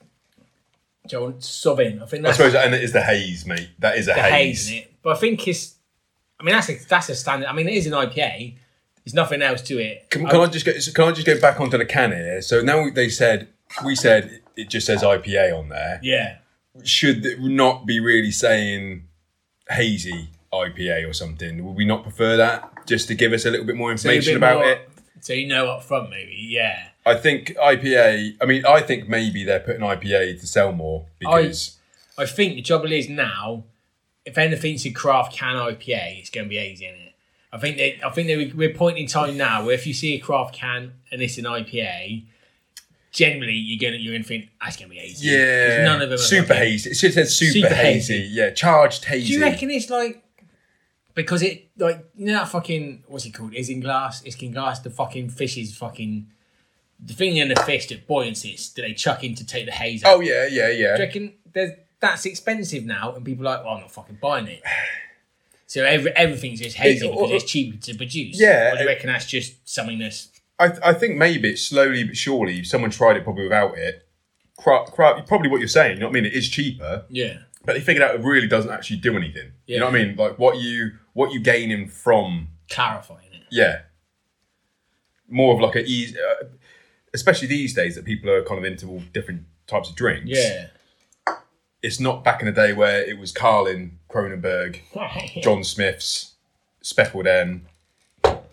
Speaker 2: John Sauvignon. I think
Speaker 1: I
Speaker 2: that's
Speaker 1: suppose, and it is the haze, mate. That is a
Speaker 2: the
Speaker 1: haze.
Speaker 2: haze in it. But I think it's, I mean, that's a, that's a standard. I mean, it is an IPA. There's nothing else to it.
Speaker 1: Can, can I just go, can I just go back onto the can here? So now they said we said it just says IPA on there.
Speaker 2: Yeah.
Speaker 1: Should it not be really saying hazy IPA or something? Would we not prefer that just to give us a little bit more information
Speaker 2: bit
Speaker 1: about
Speaker 2: more-
Speaker 1: it?
Speaker 2: So you know up front, maybe. Yeah.
Speaker 1: I think IPA. I mean, I think maybe they're putting IPA to sell more because
Speaker 2: I think the trouble is now, if anything's a craft can IPA, it's going to be easy, isn't it? I think they, I think they, we're pointing in time now where if you see a craft can and it's an IPA, generally you're gonna you're gonna think that's gonna be easy. 'Cause
Speaker 1: yeah,
Speaker 2: none of them are
Speaker 1: super
Speaker 2: fucking-
Speaker 1: hazy. It should have said super,
Speaker 2: Super
Speaker 1: hazy. Yeah, charged hazy.
Speaker 2: Do you reckon it's like because it like you know that fucking what's it called? Isinglass, Isinglass, the fucking fish's fucking the thing in the fish that buoyancies that they chuck in to take the haze out.
Speaker 1: Oh yeah, yeah,
Speaker 2: Do
Speaker 1: yeah.
Speaker 2: you reckon there's, that's expensive now, and people are like, well, I'm not fucking buying it. So every, everything's just hazy
Speaker 1: It-
Speaker 2: because it's cheaper to produce.
Speaker 1: Yeah.
Speaker 2: Or do you reckon that's just something that's
Speaker 1: I, th- I think maybe it's slowly but surely. Someone tried it probably without it. Cra- cra- probably what you're saying. You know what I mean? It is cheaper,
Speaker 2: yeah
Speaker 1: but they figured out it really doesn't actually do anything. You know what I mean? Like what you what you gaining from
Speaker 2: clarifying it?
Speaker 1: Yeah. More of like a easy, uh, especially these days that people are kind of into all different types of drinks. It's not back in the day where it was Carlin, Cronenberg, John Smith's, Speckled N.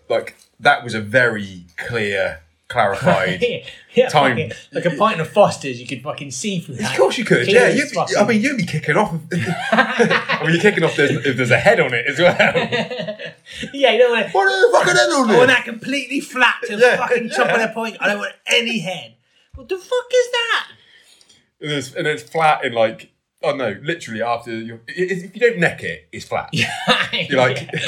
Speaker 1: Like that was a very clear clarified.
Speaker 2: yeah,
Speaker 1: Time.
Speaker 2: fucking- like a pint of Foster's, you could fucking see through that.
Speaker 1: Of course you could.
Speaker 2: Jesus
Speaker 1: Yeah, you'd be,
Speaker 2: fucking-
Speaker 1: I mean, you'd be kicking off. I mean, you're kicking off there's, if there's a head on it as well.
Speaker 2: yeah, you don't want to.
Speaker 1: what are you fucking head on
Speaker 2: I want
Speaker 1: it?
Speaker 2: that completely flat to the
Speaker 1: Yeah,
Speaker 2: fucking top of
Speaker 1: yeah.
Speaker 2: the point. I don't want any head. What the fuck is that?
Speaker 1: And it's, and it's flat in like, oh no, literally after you If you don't neck it, it's flat. You're like,
Speaker 2: Yeah.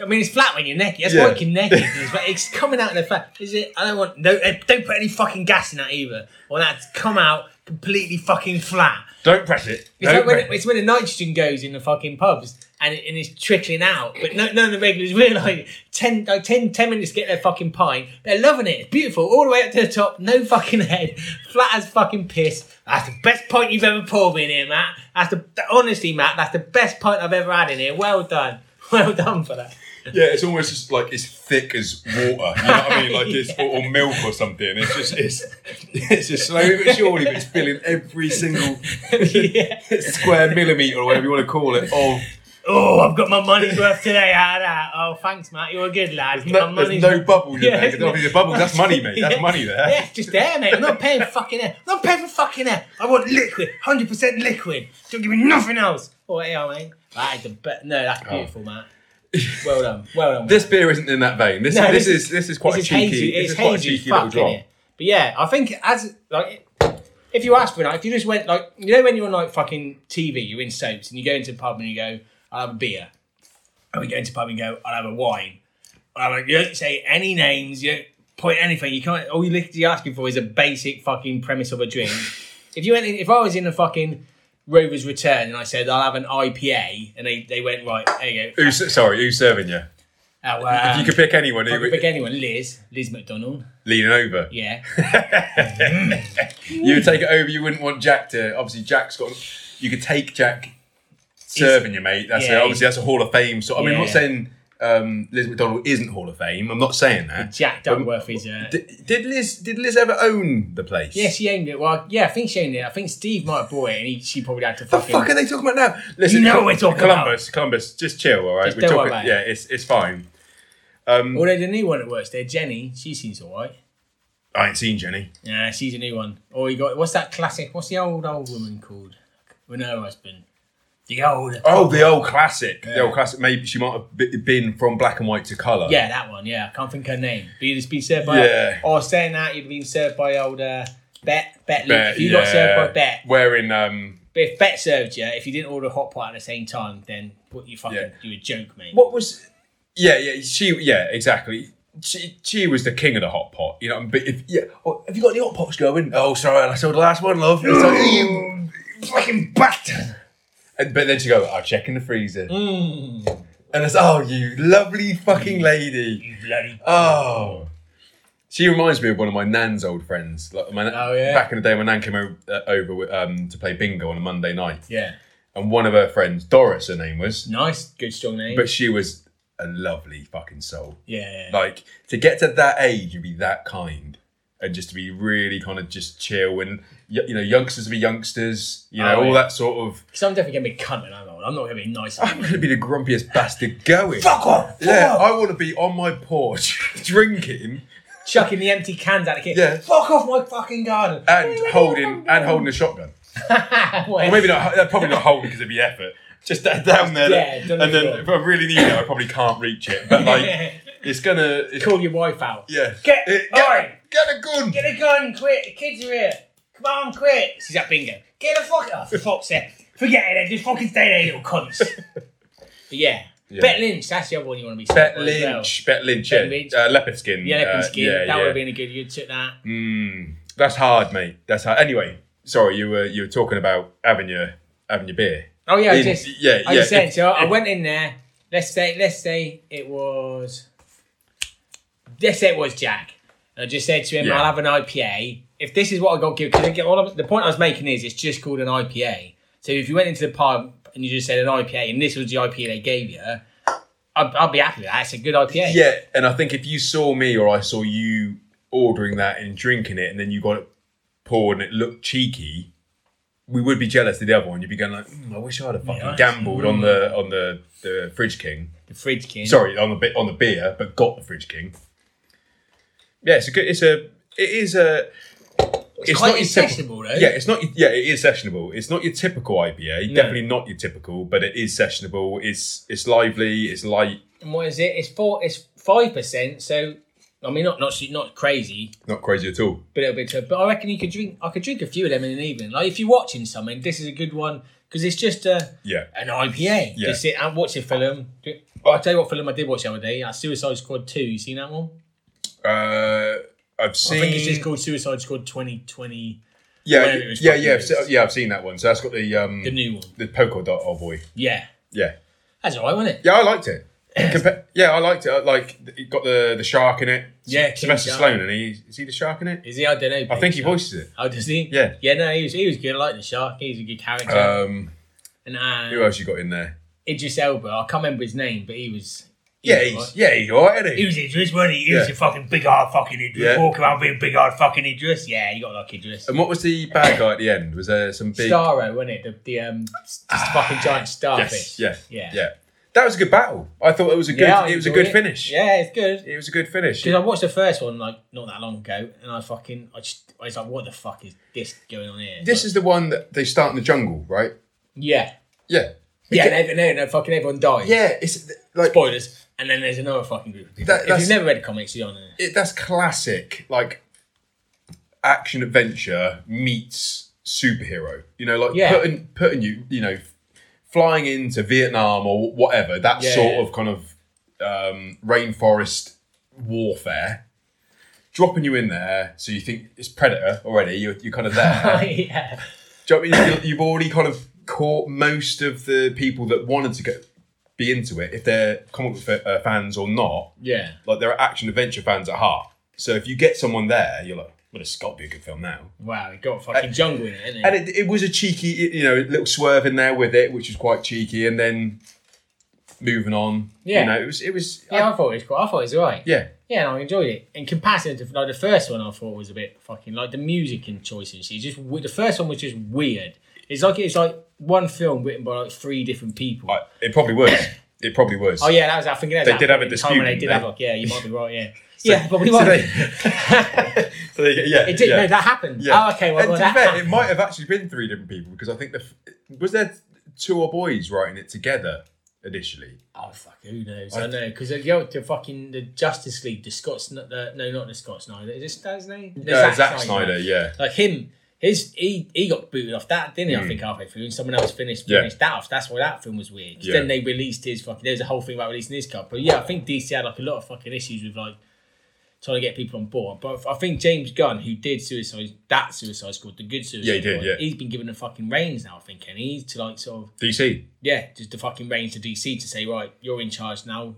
Speaker 2: I mean, it's flat when you neck it. That's
Speaker 1: Yeah.
Speaker 2: why you can neck it. It's, like- it's coming out in the flat. Is it? I don't want no. eh, Don't put any fucking gas in that either. Or that's come out completely fucking flat.
Speaker 1: don't press it.
Speaker 2: It's
Speaker 1: Don't
Speaker 2: like when,
Speaker 1: press it.
Speaker 2: it's when the nitrogen goes in the fucking pubs and, it, and it's trickling out, but no, none of the regulars realise. 10, like 10, 10 minutes to get their fucking pint. They're loving it. It's beautiful. All the way up to the top. No fucking head. Flat as fucking piss. That's the best pint you've ever poured me in here, Matt. That's the, honestly, Matt, that's the best pint I've ever had in here. Well done. Well done for that.
Speaker 1: Yeah, it's almost just like it's thick as water. You know what I mean? Like it's or, or milk or something. It's just it's it's just slowly but surely, but it's filling every single
Speaker 2: yeah.
Speaker 1: square millimeter or whatever you want to call it of
Speaker 2: Oh, I've got my money's worth today out of that. Oh, thanks, Matt. You're a good lad. Get
Speaker 1: No,
Speaker 2: my
Speaker 1: there's
Speaker 2: money's
Speaker 1: no bubbles in
Speaker 2: Yeah,
Speaker 1: there.
Speaker 2: isn't it?
Speaker 1: There's no bubbles. That's money, mate. That's money there.
Speaker 2: Yeah, just air, mate. I'm not paying for fucking air. I'm not paying for fucking air. I want liquid, hundred percent liquid. Don't give me nothing else. Oh, yeah, mate. That is the best. No, that's beautiful, Matt. Well done. Well done.
Speaker 1: Oh. This beer isn't in that vein. This,
Speaker 2: No,
Speaker 1: this,
Speaker 2: this-
Speaker 1: is this is quite
Speaker 2: This is
Speaker 1: a cheeky.
Speaker 2: hazy.
Speaker 1: this
Speaker 2: It's
Speaker 1: is quite a
Speaker 2: hazy
Speaker 1: cheeky
Speaker 2: as fuck,
Speaker 1: little drop.
Speaker 2: innit? But yeah, I think as like if you ask for it, if you just went like you know when you're on like fucking TV, you're in soaps and you go into a pub and you go, I'll have a beer. And we go into a pub and go, I'll have a wine. I'll have a, you don't say any names, you don't point anything, you can't all you're literally asking for is a basic fucking premise of a drink. if you went in, if I was in a fucking Rover's return and I said I'll have an IPA and they, they went, Right, there you go.
Speaker 1: Who's sorry? Who's serving you?
Speaker 2: Oh, uh,
Speaker 1: If you could pick anyone,
Speaker 2: I
Speaker 1: who
Speaker 2: could
Speaker 1: would
Speaker 2: pick anyone, Liz, Liz McDonald.
Speaker 1: leaning over?
Speaker 2: Yeah.
Speaker 1: You would take it over. You wouldn't want Jack to. Obviously, Jack's got. You could take Jack serving you, mate. That's
Speaker 2: Yeah,
Speaker 1: it. obviously that's a Hall of Fame. So I mean, I'm not
Speaker 2: Yeah.
Speaker 1: saying um, Liz McDonald isn't Hall of Fame. I'm not saying that.
Speaker 2: Jack Duckworth is uh,
Speaker 1: Did, did Liz? Did Liz ever own the place?
Speaker 2: yeah, she owned it. Well, yeah, I think she owned it. I think Steve might have bought it, and he, she probably had to
Speaker 1: The
Speaker 2: fucking.
Speaker 1: fuck are they talking about now? Listen,
Speaker 2: You know
Speaker 1: Col-
Speaker 2: we're talking
Speaker 1: Columbus, Columbus, just chill, all right?
Speaker 2: Just
Speaker 1: we're
Speaker 2: don't worry
Speaker 1: talking,
Speaker 2: about it.
Speaker 1: yeah, it's it's fine.
Speaker 2: Although the new one that works there, Jenny, she seems alright.
Speaker 1: I ain't seen Jenny.
Speaker 2: Yeah, she's a new one. Or you got what's that classic? What's the old old woman called? With her husband, the old.
Speaker 1: Oh, the old classic. The old classic. Maybe she might have b- been from black and white to colour.
Speaker 2: Yeah, that one. Yeah, I can't think her name. But you'd just been served by.
Speaker 1: Yeah.
Speaker 2: Or saying that you'd been served by old uh, Bet. Bet.
Speaker 1: Bet,
Speaker 2: if you got
Speaker 1: yeah.
Speaker 2: served by Bet,
Speaker 1: Wearing, um,
Speaker 2: but if Bet served you, if you didn't order a hot pot at the same time, then what you fucking
Speaker 1: Yeah.
Speaker 2: you a joke, mate.
Speaker 1: what was. Yeah, yeah, she, yeah, exactly. She, she was the king of the hot pot, you know. But if, yeah, oh, have you got any hot pots going? Oh, sorry, I sold the last one, love. It's like, you fucking bastard. And, but then she go, I'll check in the freezer. Mm. And it's, oh, you lovely fucking lady.
Speaker 2: You bloody.
Speaker 1: Oh. She reminds me of one of my nan's old friends. Like my,
Speaker 2: Oh, yeah.
Speaker 1: Back in the day, my nan came over, uh, over with, um, to play bingo on a Monday night.
Speaker 2: Yeah.
Speaker 1: And one of her friends, Doris, her name was,
Speaker 2: Nice, good strong name.
Speaker 1: but she was a lovely fucking soul.
Speaker 2: yeah.
Speaker 1: Like, to get to that age and be that kind and just to be really kind of just chill and, y- you know, youngsters be youngsters, you know,
Speaker 2: Oh,
Speaker 1: all
Speaker 2: yeah.
Speaker 1: that sort of.
Speaker 2: Because I'm definitely going to be cunt when I'm old. I'm not going to be nice.
Speaker 1: I'm going to be the grumpiest bastard going.
Speaker 2: Fuck off!
Speaker 1: Yeah, I want to be on my porch drinking
Speaker 2: Chucking the empty cans out of the kitchen.
Speaker 1: Yeah.
Speaker 2: Fuck off my fucking garden.
Speaker 1: and holding and holding a shotgun. Or maybe not. They're probably not holding because it'd be effort. Just da- down there,
Speaker 2: Yeah,
Speaker 1: and
Speaker 2: don't
Speaker 1: then
Speaker 2: know.
Speaker 1: if I really need it, I probably can't reach it. But like, it's gonna. It's,
Speaker 2: Call your wife out.
Speaker 1: Yeah.
Speaker 2: Get-
Speaker 1: It-
Speaker 2: Oi!
Speaker 1: Get a gun.
Speaker 2: Get a gun, quick. The kids are here. Come on, quick. She's at bingo. Get the fuck off. Fuck's there. Forget it then. Just fucking stay there, you little cunts. but yeah. Bet Lynch. That's the other one you want to be.
Speaker 1: Bet
Speaker 2: served by as well.
Speaker 1: Lynch. Bet Lynch.
Speaker 2: Bet
Speaker 1: yeah.
Speaker 2: Lynch.
Speaker 1: Uh, leopard skin.
Speaker 2: Yeah,
Speaker 1: uh,
Speaker 2: Leopard Skin.
Speaker 1: yeah,
Speaker 2: that would
Speaker 1: yeah.
Speaker 2: have been a good. You took that.
Speaker 1: That's hard, mate. That's hard. Anyway, sorry. You were you were talking about having your having your beer.
Speaker 2: Oh yeah, I
Speaker 1: In-
Speaker 2: just
Speaker 1: yeah,
Speaker 2: I
Speaker 1: yeah,
Speaker 2: just said
Speaker 1: if-
Speaker 2: so. I
Speaker 1: if-
Speaker 2: went in there. Let's say let's say it was. Let's say it was Jack. I just said to him,
Speaker 1: Yeah.
Speaker 2: "I'll have an IPA." If this is what I got given, because all of, the point I was making is it's just called an IPA. So if you went into the pub and you just said an IPA, and this was the IPA they gave you, I'd, I'd be happy with that. It's a good IPA.
Speaker 1: Yeah, and I think if you saw me or I saw you ordering that and drinking it, and then you got it poured and it looked cheeky, we would be jealous of the other one. You'd be going like, mm, "I wish I'd have fucking
Speaker 2: Yeah.
Speaker 1: gambled on the on the the fridge king."
Speaker 2: The fridge king.
Speaker 1: Sorry, on the bit on the beer, but got the fridge king. yeah, it's a good. It's a. It is a. It's,
Speaker 2: quite
Speaker 1: your typ-
Speaker 2: accessible, though.
Speaker 1: yeah, it's not. Yeah, it is sessionable. It's not your typical IPA. Definitely not your typical, but it is sessionable. It's it's lively. It's light.
Speaker 2: And what is it? It's four. It's five percent. So, I mean, not not not crazy,
Speaker 1: Not crazy at all.
Speaker 2: but a little bit. Too, but I reckon you could drink. I could drink a few of them in an evening. Like if you're watching something, this is a good one because it's just a
Speaker 1: Yeah.
Speaker 2: an IPA.
Speaker 1: Yeah.
Speaker 2: Just sit and watch a film. Do- I'll tell you what film I did watch the other day. Uh, Suicide Squad Two. You seen that one?
Speaker 1: Uh, I've
Speaker 2: I
Speaker 1: seen.
Speaker 2: think it's just called Suicide Squad 2020,
Speaker 1: yeah,
Speaker 2: where it was
Speaker 1: yeah, yeah, I've se-
Speaker 2: popular.
Speaker 1: yeah. I've seen that one. So that's got the um
Speaker 2: the new one.
Speaker 1: the polka dot. Oh boy.
Speaker 2: Yeah,
Speaker 1: Yeah.
Speaker 2: that's alright, wasn't it?
Speaker 1: Yeah, I liked it. Compa- yeah, I liked it. I- Like it got the the shark in it.
Speaker 2: Yeah, King
Speaker 1: Sylvester
Speaker 2: Shark.
Speaker 1: Sloan, and he is he the shark in it?
Speaker 2: Is he? I don't know.
Speaker 1: I think he voices it.
Speaker 2: Oh, does he?
Speaker 1: Yeah.
Speaker 2: Yeah, no, he was, he was good. I like the shark. He was a good character.
Speaker 1: Um,
Speaker 2: and uh,
Speaker 1: who else you got in there?
Speaker 2: Idris Elba. I can't remember his name, but he was. he
Speaker 1: Yeah,
Speaker 2: was
Speaker 1: he's,
Speaker 2: alright.
Speaker 1: yeah, he's all right, isn't
Speaker 2: He
Speaker 1: he?
Speaker 2: was Idris, wasn't he? He was
Speaker 1: Yeah.
Speaker 2: a fucking big hard fucking Idris.
Speaker 1: Yeah.
Speaker 2: Walk around being big hard fucking Idris. Yeah, you got like Idris.
Speaker 1: And what was the bad guy at the end? Was there some big? Ah,
Speaker 2: Starro, wasn't it? The, the um, just fucking giant starfish.
Speaker 1: yes, yeah,
Speaker 2: Yeah.
Speaker 1: yeah, That was a good battle. I thought it was a good.
Speaker 2: Yeah, I
Speaker 1: it was a
Speaker 2: enjoyed
Speaker 1: good finish.
Speaker 2: Yeah, it's good.
Speaker 1: It was a good finish.
Speaker 2: Because I watched the first one like not that long ago, and I fucking I just I was like, what the fuck is this going on here?
Speaker 1: This is the one that they start in the jungle, right?
Speaker 2: yeah,
Speaker 1: Yeah,
Speaker 2: yeah, and, every, and, and fucking everyone dies.
Speaker 1: yeah. It's like
Speaker 2: spoilers. And then there's another fucking group of people.
Speaker 1: That-
Speaker 2: if
Speaker 1: that's-
Speaker 2: you've never read comics, you're on it.
Speaker 1: it, that's classic like action adventure meets superhero. You know, like
Speaker 2: Yeah.
Speaker 1: putting putting you you know flying into Vietnam or whatever that
Speaker 2: Yeah,
Speaker 1: sort
Speaker 2: yeah.
Speaker 1: of kind of um, rainforest warfare. Dropping you in there, so you think it's Predator already. You're, you're kind of there.
Speaker 2: yeah.
Speaker 1: Do you know what I mean? You- You've already kind of caught most of the people that wanted to go be into it, if they're comic book fa- uh, fans or not
Speaker 2: Yeah.
Speaker 1: like there are action adventure fans at heart. So if you get someone there, you're like, well, it's got to be a good film now.
Speaker 2: Wow, it got fucking jungle in it, isn't it?
Speaker 1: Uh, And it, it was a cheeky, y- you know, little swerve in there with it, which was quite cheeky. And then moving on,
Speaker 2: Yeah.
Speaker 1: you know, it was, it was, I-
Speaker 2: yeah, I, thought it was cool. I thought it was alright.
Speaker 1: yeah,
Speaker 2: Yeah, and I enjoyed it. In comparison to like the first one, I thought was a bit fucking like the music and choices. It's just we- the first one was just weird. It's like it's like one film written by like three different people.
Speaker 1: I- it probably was. It probably was.
Speaker 2: Oh yeah, that was. I think that was
Speaker 1: They
Speaker 2: that
Speaker 1: did have
Speaker 2: point
Speaker 1: a
Speaker 2: in time when
Speaker 1: dispute,
Speaker 2: They
Speaker 1: didn't
Speaker 2: did
Speaker 1: they?
Speaker 2: have like yeah, you might be right. Yeah, yeah, but we
Speaker 1: So
Speaker 2: won't.
Speaker 1: they- so they- yeah,
Speaker 2: it did.
Speaker 1: yeah.
Speaker 2: No, that happened.
Speaker 1: Yeah.
Speaker 2: Oh, okay. Well,
Speaker 1: and
Speaker 2: well,
Speaker 1: to be
Speaker 2: that
Speaker 1: fair, it
Speaker 2: happened.
Speaker 1: might have actually been three different people because I think the f- was there two or boys writing it together initially.
Speaker 2: Oh fuck, who knows? I, know because you know, the fucking the Justice League, the Scott, Sn- uh, no, not the Scott Snyder. Is it his name? The
Speaker 1: Yeah, Zack, Snyder, yeah, Hmm.
Speaker 2: like him his he he got booted off that didn't he I think halfway through and someone else finished
Speaker 1: Yeah.
Speaker 2: finished that off that's why that film was weird 'Cause
Speaker 1: Yeah.
Speaker 2: then they released his fucking there was a whole thing about releasing his cut but yeah I think DC had like a lot of fucking issues with like trying to get people on board but I think James Gunn who did Suicide that Suicide Squad the good Suicide
Speaker 1: Yeah, he did,
Speaker 2: Squad,
Speaker 1: yeah.
Speaker 2: he's been given the fucking reins now I think and he's to like sort of
Speaker 1: DC,
Speaker 2: yeah just the fucking reins to DC to say right you're in charge now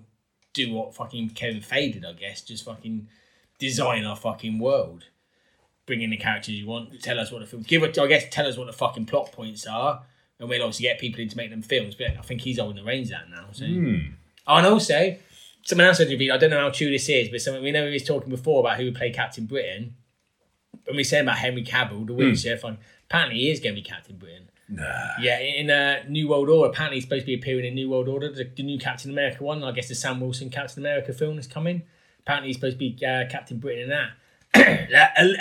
Speaker 2: do what fucking Kevin Feige did I guess just fucking design our fucking world. Bring in the characters you want. Tell us what the film. Give it. I guess tell us what the fucking plot points are, and we'll obviously get people in to make them films. But I think he's holding the reins of that now. So. Oh, and also, someone else had reviewed. I don't know how true this is, but something we know we was talking before about who would play Captain Britain, and we said about Henry Cavill, the Witcher. Mm. Apparently, he is going to be Captain Britain.
Speaker 1: nah.
Speaker 2: Yeah, in uh, New World Order. Apparently, he's supposed to be appearing in New World Order, the, the new Captain America one. I guess the Sam Wilson Captain America film is coming. Apparently, he's supposed to be uh, Captain Britain in that. Uh,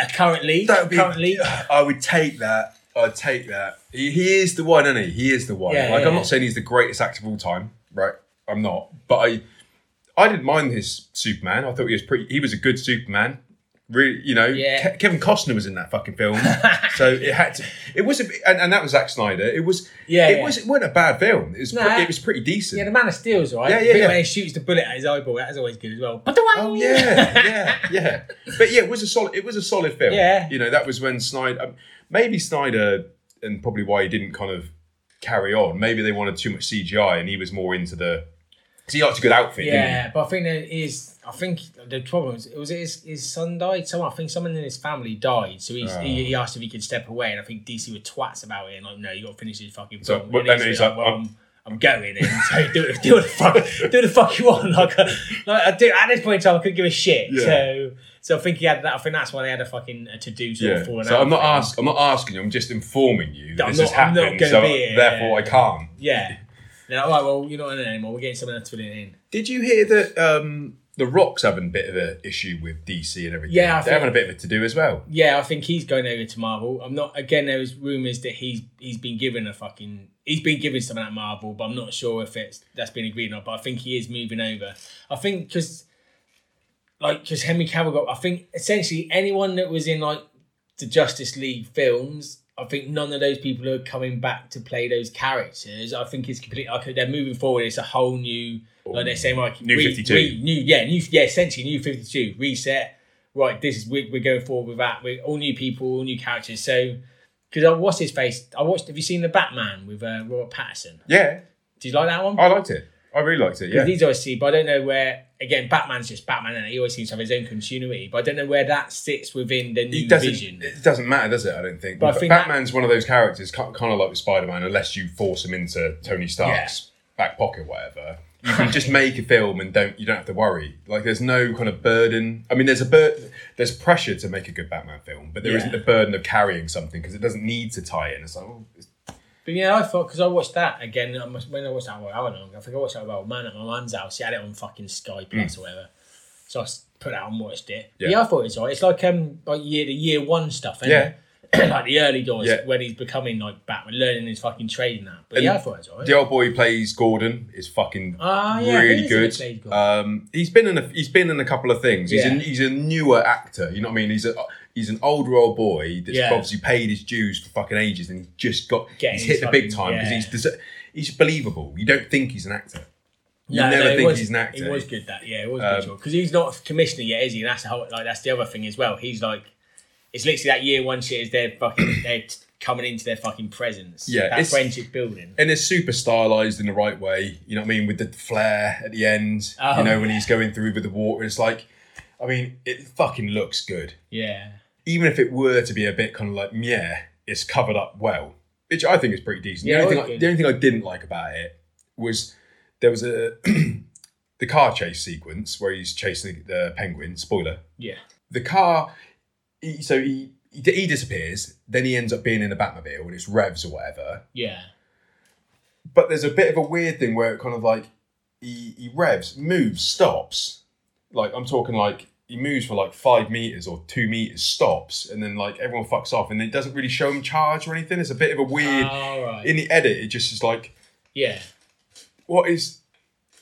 Speaker 2: uh, currently,
Speaker 1: That would be.
Speaker 2: currently,
Speaker 1: I would take that. I'd take that. He, he is the one, isn't he? He is the one.
Speaker 2: Yeah,
Speaker 1: like
Speaker 2: yeah,
Speaker 1: I'm
Speaker 2: yeah.
Speaker 1: not saying he's the greatest actor of all time, right? I'm not, but I, I didn't mind his Superman. I thought he was pretty. He was a good Superman. Really, you know,
Speaker 2: Yeah.
Speaker 1: Ke- Kevin Costner was in that fucking film, so it had to. It was a, bit- and, and that was Zack Snyder. It was,
Speaker 2: Yeah,
Speaker 1: it
Speaker 2: yeah.
Speaker 1: was. It wasn't a bad film. It was,
Speaker 2: Nah.
Speaker 1: pre- it was pretty decent.
Speaker 2: yeah, the Man of Steel's right.
Speaker 1: Yeah, yeah,
Speaker 2: The bit
Speaker 1: yeah.
Speaker 2: Where he shoots the bullet at his eyeball, that's always good as well. But the one,
Speaker 1: Oh yeah, yeah, yeah. But yeah, it was a solid. It was a solid film.
Speaker 2: Yeah.
Speaker 1: you know that was when Snyder. um, Maybe Snyder, and probably why he didn't kind of carry on. Maybe they wanted too much CGI, and he was more into the. 'cause he liked a good outfit.
Speaker 2: yeah. But I think there is. I think the problem is, was it his, his son died? Someone, I think someone in his family died. So he's, he,
Speaker 1: Oh.
Speaker 2: he asked if he could step away, and I think DC were twats about it. And like, no, you got to finish this fucking
Speaker 1: So,
Speaker 2: film.
Speaker 1: but
Speaker 2: And
Speaker 1: then he's like, "Oh."
Speaker 2: well, I'm, I'm going in. So do it, do the fuck, do the fuck you want. Like, uh, like I do at this point in time, I couldn't give a shit.
Speaker 1: Yeah.
Speaker 2: So, so I think he had that. I think that's why they had a fucking to do sort
Speaker 1: didn't he?
Speaker 2: of falling
Speaker 1: So
Speaker 2: out.
Speaker 1: I'm not
Speaker 2: thing.
Speaker 1: ask. I'm not asking you. I'm just informing you that
Speaker 2: I'm
Speaker 1: this
Speaker 2: not-
Speaker 1: has
Speaker 2: I'm not
Speaker 1: happened.
Speaker 2: gonna
Speaker 1: so
Speaker 2: be here.
Speaker 1: therefore, I can't.
Speaker 2: Yeah. They're like, all right, well, you're not in it anymore. We're getting someone else to fill it in.
Speaker 1: Did you hear that um, The Rock's having a bit of an issue with DC and everything.
Speaker 2: Yeah, I
Speaker 1: they're
Speaker 2: think-
Speaker 1: having a bit of a to do as well.
Speaker 2: Yeah, I think he's going over to Marvel. I'm not. Again, there was rumors that he's he's been given a fucking he's been given something at Marvel, but I'm not sure if it's that's been agreed or not. But I think he is moving over. I think because like because Henry Cavill got. I think essentially anyone that was in like the Justice League films. I think none of those people are coming back to play those characters. I think it's completely like they're moving forward. It's a whole new like they're saying like
Speaker 1: New
Speaker 2: we-
Speaker 1: 52.
Speaker 2: we- new yeah new yeah essentially new fifty two reset. Right, this is we're, we're going forward with that. We're all new people, all new characters. So because I watched his face. I watched. Have you seen the Batman with uh, Robert Patterson?
Speaker 1: Yeah,
Speaker 2: Did you like that one?
Speaker 1: I liked it. I really liked it. Yeah,
Speaker 2: These always see, but I don't know where. Again, Batman's just Batman, and he always seems to have his own continuity. But I don't know where that sits within the new
Speaker 1: it doesn't.
Speaker 2: vision.
Speaker 1: It doesn't matter, does it? I don't think.
Speaker 2: But I
Speaker 1: But
Speaker 2: think that-
Speaker 1: Batman's one of those characters, kind of like Spider Man, unless you force him into Tony Stark's back pocket, whatever. You can just make a film and don't. You don't have to worry. Like there's no kind of burden. I mean, there's a bur- There's pressure to make a good Batman film, but there
Speaker 2: Yeah.
Speaker 1: not the burden of carrying something because it doesn't need to tie in. It's like, well, it's-
Speaker 2: But yeah, I thought because I watched that again. I must, when I watched that, well, how long? I think I watched that about man at my man's house. He had it on fucking Sky Plus or whatever. So I s- put that on, watched it. Yeah,
Speaker 1: Mm. Yeah.
Speaker 2: I thought it was alright. It's like um, like year the year one stuff. is
Speaker 1: Yeah.
Speaker 2: like the early doors
Speaker 1: Yeah.
Speaker 2: when he's becoming like Batman, learning his fucking trade and that. But yeah, I thought it was alright.
Speaker 1: the old boy who plays Gordon is fucking
Speaker 2: Ah, yeah, he
Speaker 1: really
Speaker 2: is a good
Speaker 1: good.
Speaker 2: played Gordon.
Speaker 1: Um, he's been in a he's been in a couple of things. He's
Speaker 2: Yeah.
Speaker 1: a, he's a newer actor. You know what I mean? He's a he's an older old boy that's
Speaker 2: Yeah.
Speaker 1: obviously paid his dues for fucking ages, and he's just got
Speaker 2: Getting
Speaker 1: he's hit
Speaker 2: his
Speaker 1: the big
Speaker 2: fucking-
Speaker 1: time because
Speaker 2: yeah.
Speaker 1: he's deser- he's believable. You don't think he's an actor. You
Speaker 2: No,
Speaker 1: never
Speaker 2: no, it
Speaker 1: think
Speaker 2: was-
Speaker 1: he's an actor. Um,
Speaker 2: It was good that, yeah, it was good because he's not a commissioner yet, is he? And that's the whole, like that's the other thing as well. He's like, it's literally that year one shit is their fucking they're t- coming into their fucking presence.
Speaker 1: Yeah,
Speaker 2: that
Speaker 1: it's-
Speaker 2: friendship building.
Speaker 1: and it's super stylized in the right way. You know what I mean? With the flare at the end,
Speaker 2: Oh,
Speaker 1: you know when he's going through with the water, it's like, I mean, it fucking looks good.
Speaker 2: Yeah,
Speaker 1: even if it were to be a bit kind of like yeah, it's covered up well, which I think is pretty decent.
Speaker 2: Yeah,
Speaker 1: the,
Speaker 2: I
Speaker 1: only
Speaker 2: like
Speaker 1: thing I,
Speaker 2: it.
Speaker 1: the only thing I didn't like about it was there was a the car chase sequence where he's chasing the, the penguin. Spoiler:
Speaker 2: yeah,
Speaker 1: the car. He, so he, he he disappears. Then he ends up being in a Batmobile and it's revs or whatever.
Speaker 2: yeah,
Speaker 1: But there's a bit of a weird thing where it kind of like he, he revs, moves, stops. Like I'm talking like he moves for like five meters or two meters, stops, and then like everyone fucks off, and it doesn't really show him charge or anything. It's a bit of a weird.
Speaker 2: all right,
Speaker 1: in the edit, it just is like
Speaker 2: yeah,
Speaker 1: what is.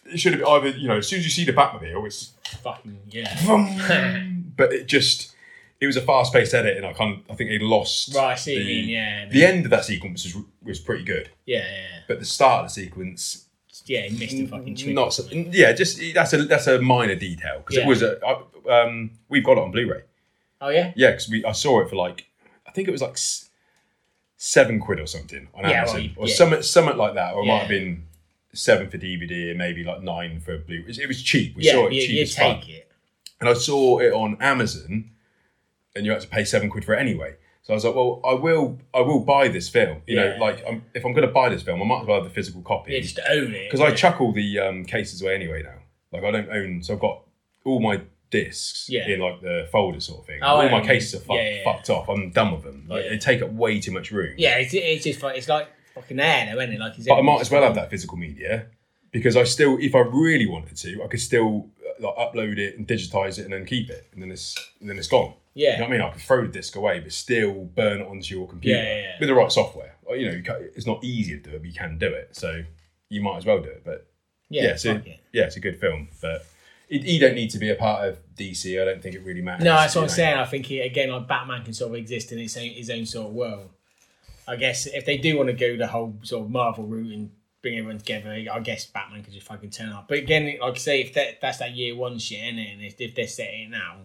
Speaker 1: It should have been either you know as soon as you see the Batmobile, it's
Speaker 2: fucking yeah.
Speaker 1: vroom, but it just it was a fast paced edit, and I kind of I think they lost.
Speaker 2: Right, I see
Speaker 1: the,
Speaker 2: what you mean. Yeah,
Speaker 1: The end of that sequence was was pretty good,
Speaker 2: yeah, yeah,
Speaker 1: but the start of the sequence
Speaker 2: yeah. He missed the fucking trick.
Speaker 1: Not so, yeah, just that's a that's a minor detail because
Speaker 2: Yeah.
Speaker 1: it was a I- um we've got it on Blu-ray.
Speaker 2: oh yeah,
Speaker 1: Yeah, because we I saw it for like I think it was like s- seven quid or something on
Speaker 2: Yeah,
Speaker 1: Amazon
Speaker 2: well, you-
Speaker 1: or
Speaker 2: yeah.
Speaker 1: something something like that, or it
Speaker 2: Yeah.
Speaker 1: might have been seven for DVD and maybe like nine for Blu. It was cheap. We
Speaker 2: yeah.
Speaker 1: saw it
Speaker 2: you,
Speaker 1: cheap
Speaker 2: you
Speaker 1: as fuck.
Speaker 2: take it.
Speaker 1: And I saw it on Amazon, and you had to pay seven quid for it anyway. So I was like, well, I will I will buy this film. You
Speaker 2: Yeah.
Speaker 1: know, like i if I'm going to buy this film, I might as well have the physical copy
Speaker 2: Yeah, just own it.
Speaker 1: because I chuck all the um, cases away anyway now. Like I don't own, so I've got all my discs
Speaker 2: Yeah.
Speaker 1: in like the folder sort of thing.
Speaker 2: Oh, I
Speaker 1: all
Speaker 2: know
Speaker 1: my
Speaker 2: what you mean.
Speaker 1: cases are fuck,
Speaker 2: Yeah, yeah, yeah.
Speaker 1: fucked off. I'm done with them. Like
Speaker 2: Yeah.
Speaker 1: they take up way too much room.
Speaker 2: yeah, it's, it's just like it's like fucking air, though, isn't it? Like,
Speaker 1: but I might as well have that physical media because I still, if I really wanted to, I could still uh, like upload it and digitize it and then keep it, and then it's and then it's gone.
Speaker 2: Yeah.
Speaker 1: You know what I mean? I could throw the disc away, but still burn it onto your computer
Speaker 2: Yeah, yeah, yeah.
Speaker 1: with the right software. Like, you know, you can it's not easy to do it, but you can do it. So you might as well do it. But
Speaker 2: Yeah,
Speaker 1: yeah, so,
Speaker 2: fuck it.
Speaker 1: yeah, it's a good film, but it, you don't need to be a part of DC. I don't think it really matters.
Speaker 2: No, that's what I'm
Speaker 1: you know.
Speaker 2: saying. I think he, again, like Batman can sort of exist in his own, his own sort of world. I guess if they do want to go the whole sort of Marvel route and bring everyone together, I guess Batman could just fucking turn up. But again, like I say, if that that's that year one shit, innit? And if, if they're setting it now,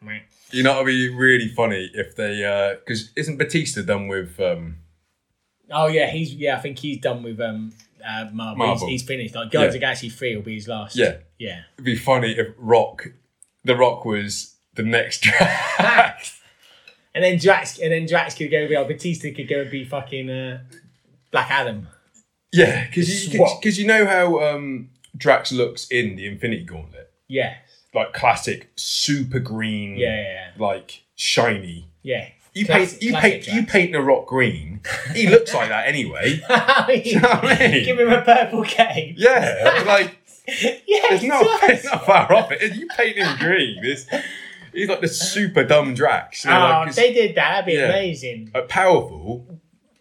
Speaker 2: meh.
Speaker 1: You know, it'd be really funny if they because isn't Batista done with? Um,
Speaker 2: oh yeah, he's yeah, I think he's done with um uh, Marvel.
Speaker 1: Marvel.
Speaker 2: He's, he's finished. Like Guardians
Speaker 1: Yeah.
Speaker 2: of the Galaxy three will be his last.
Speaker 1: Yeah.
Speaker 2: yeah.
Speaker 1: it'd be funny if Rock, the Rock was the next track.
Speaker 2: And then Drax, and then Drax could go and be like Batista could go and be fucking uh, Black Adam.
Speaker 1: yeah, because you
Speaker 2: Swap.
Speaker 1: because you know how um, Drax looks in the Infinity Gauntlet,
Speaker 2: Yeah,
Speaker 1: like classic super green,
Speaker 2: yeah, yeah,
Speaker 1: like shiny.
Speaker 2: yeah.
Speaker 1: You
Speaker 2: Class-
Speaker 1: paint, you
Speaker 2: classic
Speaker 1: paint,
Speaker 2: Drax.
Speaker 1: you paint the Rock green. He looks like that anyway. You know what I mean?
Speaker 2: Give him a purple cape.
Speaker 1: Yeah, like It's not, it's not far off. It. You paint him green. It's, he's like the super dumb Drax. You know,
Speaker 2: Oh,
Speaker 1: like,
Speaker 2: if
Speaker 1: it's-
Speaker 2: they did that, that'd be
Speaker 1: yeah.
Speaker 2: amazing.
Speaker 1: like, powerful.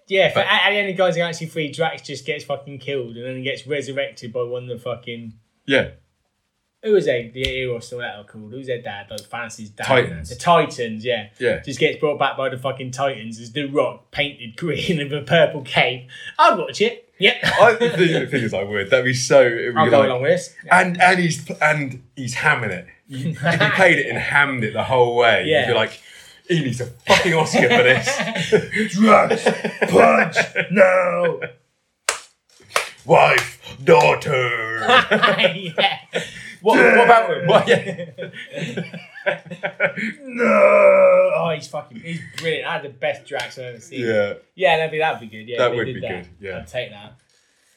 Speaker 2: Yeah, if and the only guys who can actually free Drax just gets fucking killed and then he gets resurrected by one of the fucking
Speaker 1: Yeah.
Speaker 2: who was they? The Eros or whatever called. Who's their dad? Like Fancy's dad.
Speaker 1: Titans.
Speaker 2: The Titans, yeah.
Speaker 1: Yeah.
Speaker 2: Just gets brought back by the fucking Titans as the rock painted green with a purple cape. I'd watch it. Yep.
Speaker 1: I think the thing is, I would. That'd be so. It'd be
Speaker 2: I'll go
Speaker 1: like-
Speaker 2: along with this.
Speaker 1: and and he's and he's hamming it. You- if he played it and hammed it the whole way,
Speaker 2: Yeah.
Speaker 1: you'd be like, he needs a fucking Oscar for this. Drugs, punch, no, wife, daughter.
Speaker 2: yeah.
Speaker 1: What, what about what, yeah. no?
Speaker 2: Oh, he's fucking, he's brilliant. I had the best Drax I've ever seen.
Speaker 1: Yeah.
Speaker 2: Yeah, that'd be, that'd be good. Yeah,
Speaker 1: That
Speaker 2: if they
Speaker 1: would
Speaker 2: did
Speaker 1: be good, yeah.
Speaker 2: I'd take that.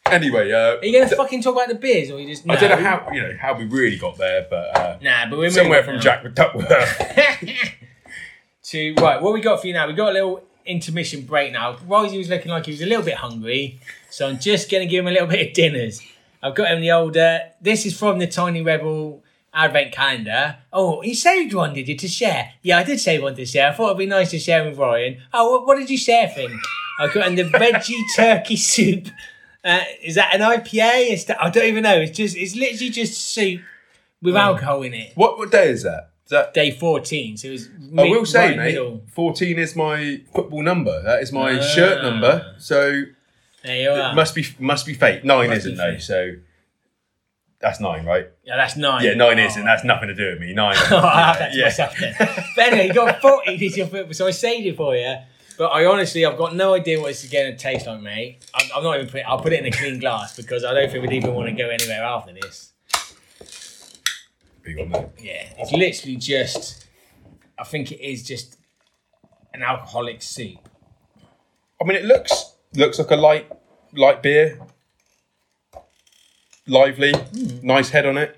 Speaker 1: Anyway, uh,
Speaker 2: Are you going to fucking talk about the beers or you just.
Speaker 1: I don't know
Speaker 2: No.
Speaker 1: how you know how we really got there, but uh,
Speaker 2: Nah, but we're
Speaker 1: somewhere from
Speaker 2: moving now.
Speaker 1: Jack Tuckworth.
Speaker 2: to right, what we got for you now? We got a little intermission break now. Rosie was looking like he was a little bit hungry, so I'm just going to give him a little bit of dinners. I've got him the older. This is from the Tiny Rebel Advent Calendar. Oh, you saved one, did you, to share? Yeah, I did save one to share. I thought it'd be nice to share with Ryan. Oh, what, what did you share, Finn? I've got him the veggie turkey soup. Uh, is that an IPA? It's the, I don't even know. It's just it's literally just soup with alcohol in it.
Speaker 1: what what day is that? Is that
Speaker 2: Day 14, so it was.
Speaker 1: I
Speaker 2: mid-
Speaker 1: will say,
Speaker 2: right
Speaker 1: mate,
Speaker 2: middle.
Speaker 1: 14 is my football number. That is my
Speaker 2: Ah.
Speaker 1: shirt number. So
Speaker 2: There you are.
Speaker 1: must be must be fake. Nine
Speaker 2: Must be
Speaker 1: isn't though.
Speaker 2: fake.
Speaker 1: So that's nine, right?
Speaker 2: Yeah, that's nine.
Speaker 1: Yeah, nine
Speaker 2: Oh.
Speaker 1: isn't. That's nothing to do with me. Nine.
Speaker 2: Oh, I'll have that to
Speaker 1: Yeah.
Speaker 2: myself then. But anyway, you got 40 this your football, so I saved it for you. But I honestly, I've got no idea what this is going to taste like, mate. I'm, I'm not even putting I'll put it in a clean glass because I don't think we'd even want to go anywhere after this.
Speaker 1: Big one there.
Speaker 2: Yeah, it's literally just, I think it is just an alcoholic soup.
Speaker 1: I mean, it looks looks like a light light beer. Lively,
Speaker 2: Hmm.
Speaker 1: nice head on it.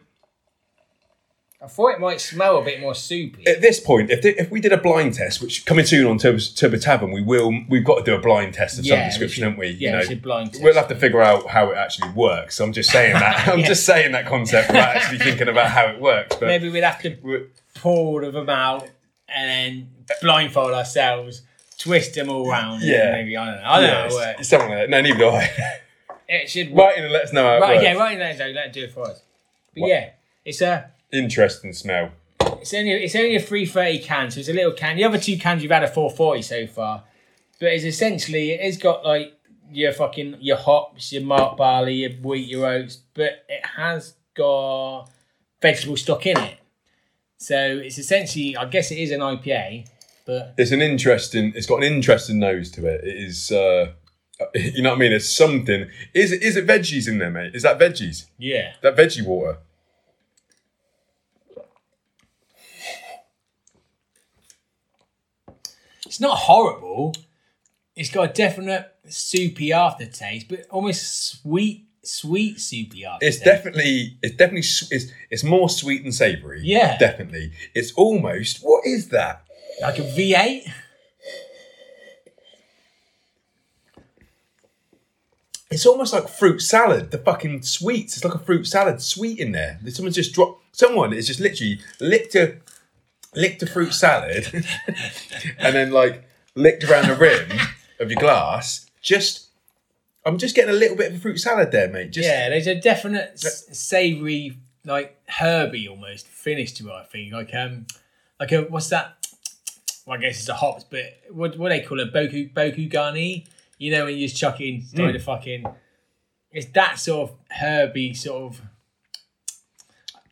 Speaker 2: I thought it might smell a bit more soupy.
Speaker 1: At this point, if, the, if we did a blind test, which coming soon on Turbo, Turbo Tavern, we will we've got to do a blind test of
Speaker 2: Yeah,
Speaker 1: some
Speaker 2: we
Speaker 1: description,
Speaker 2: should-
Speaker 1: haven't we?
Speaker 2: yeah, we should blind test
Speaker 1: We'll have to figure out how it actually works. I'm just saying that. I'm just saying that concept without actually thinking about how it works. But
Speaker 2: Maybe we'd have to
Speaker 1: we-
Speaker 2: pour all of them out and then blindfold ourselves, twist them all round.
Speaker 1: Yeah.
Speaker 2: Maybe, I don't know. I don't
Speaker 1: yeah,
Speaker 2: know how it works.
Speaker 1: it's- something like that. No, neither do I.
Speaker 2: It should work.
Speaker 1: Write in and let us know how it
Speaker 2: Right,
Speaker 1: works.
Speaker 2: yeah, right in there, Joe. Let it do it for us. But yeah, it's a
Speaker 1: Interesting smell.
Speaker 2: it's only it's only a three thirty can, so it's a little can. The other two cans you've had a four forty so far, but it's essentially it has got like your fucking your hops, your malt barley, your wheat, your oats, but it has got vegetable stock in it. So it's essentially, I guess it is an IPA, but
Speaker 1: It's an interesting. It's got an interesting nose to it. It is. Uh, you know what I mean? It's something. Is it? Is it veggies in there, mate? Is that veggies?
Speaker 2: yeah.
Speaker 1: That veggie water.
Speaker 2: It's not horrible. It's got a definite soupy aftertaste, but almost sweet, sweet soupy aftertaste.
Speaker 1: It's definitely. It's definitely. s- It's. It's more sweet and savoury.
Speaker 2: Yeah.
Speaker 1: Definitely. It's almost. What is that?
Speaker 2: like a V8.
Speaker 1: It's almost like fruit salad. The fucking sweets. It's like a fruit salad sweet in there. Someone's just dropped. Someone is just literally licked a licked a fruit salad, and then like licked around the rim of your glass. Just, I'm just getting a little bit of a fruit salad there, mate. Just
Speaker 2: Yeah, there's a definite s- savoury, like herby almost finish to it. I think like um, like a what's that? Well, I guess it's a hops, but what what they call it, boku boku gani. You know when you just chuck it in mm. the fucking. It's that sort of herby sort of.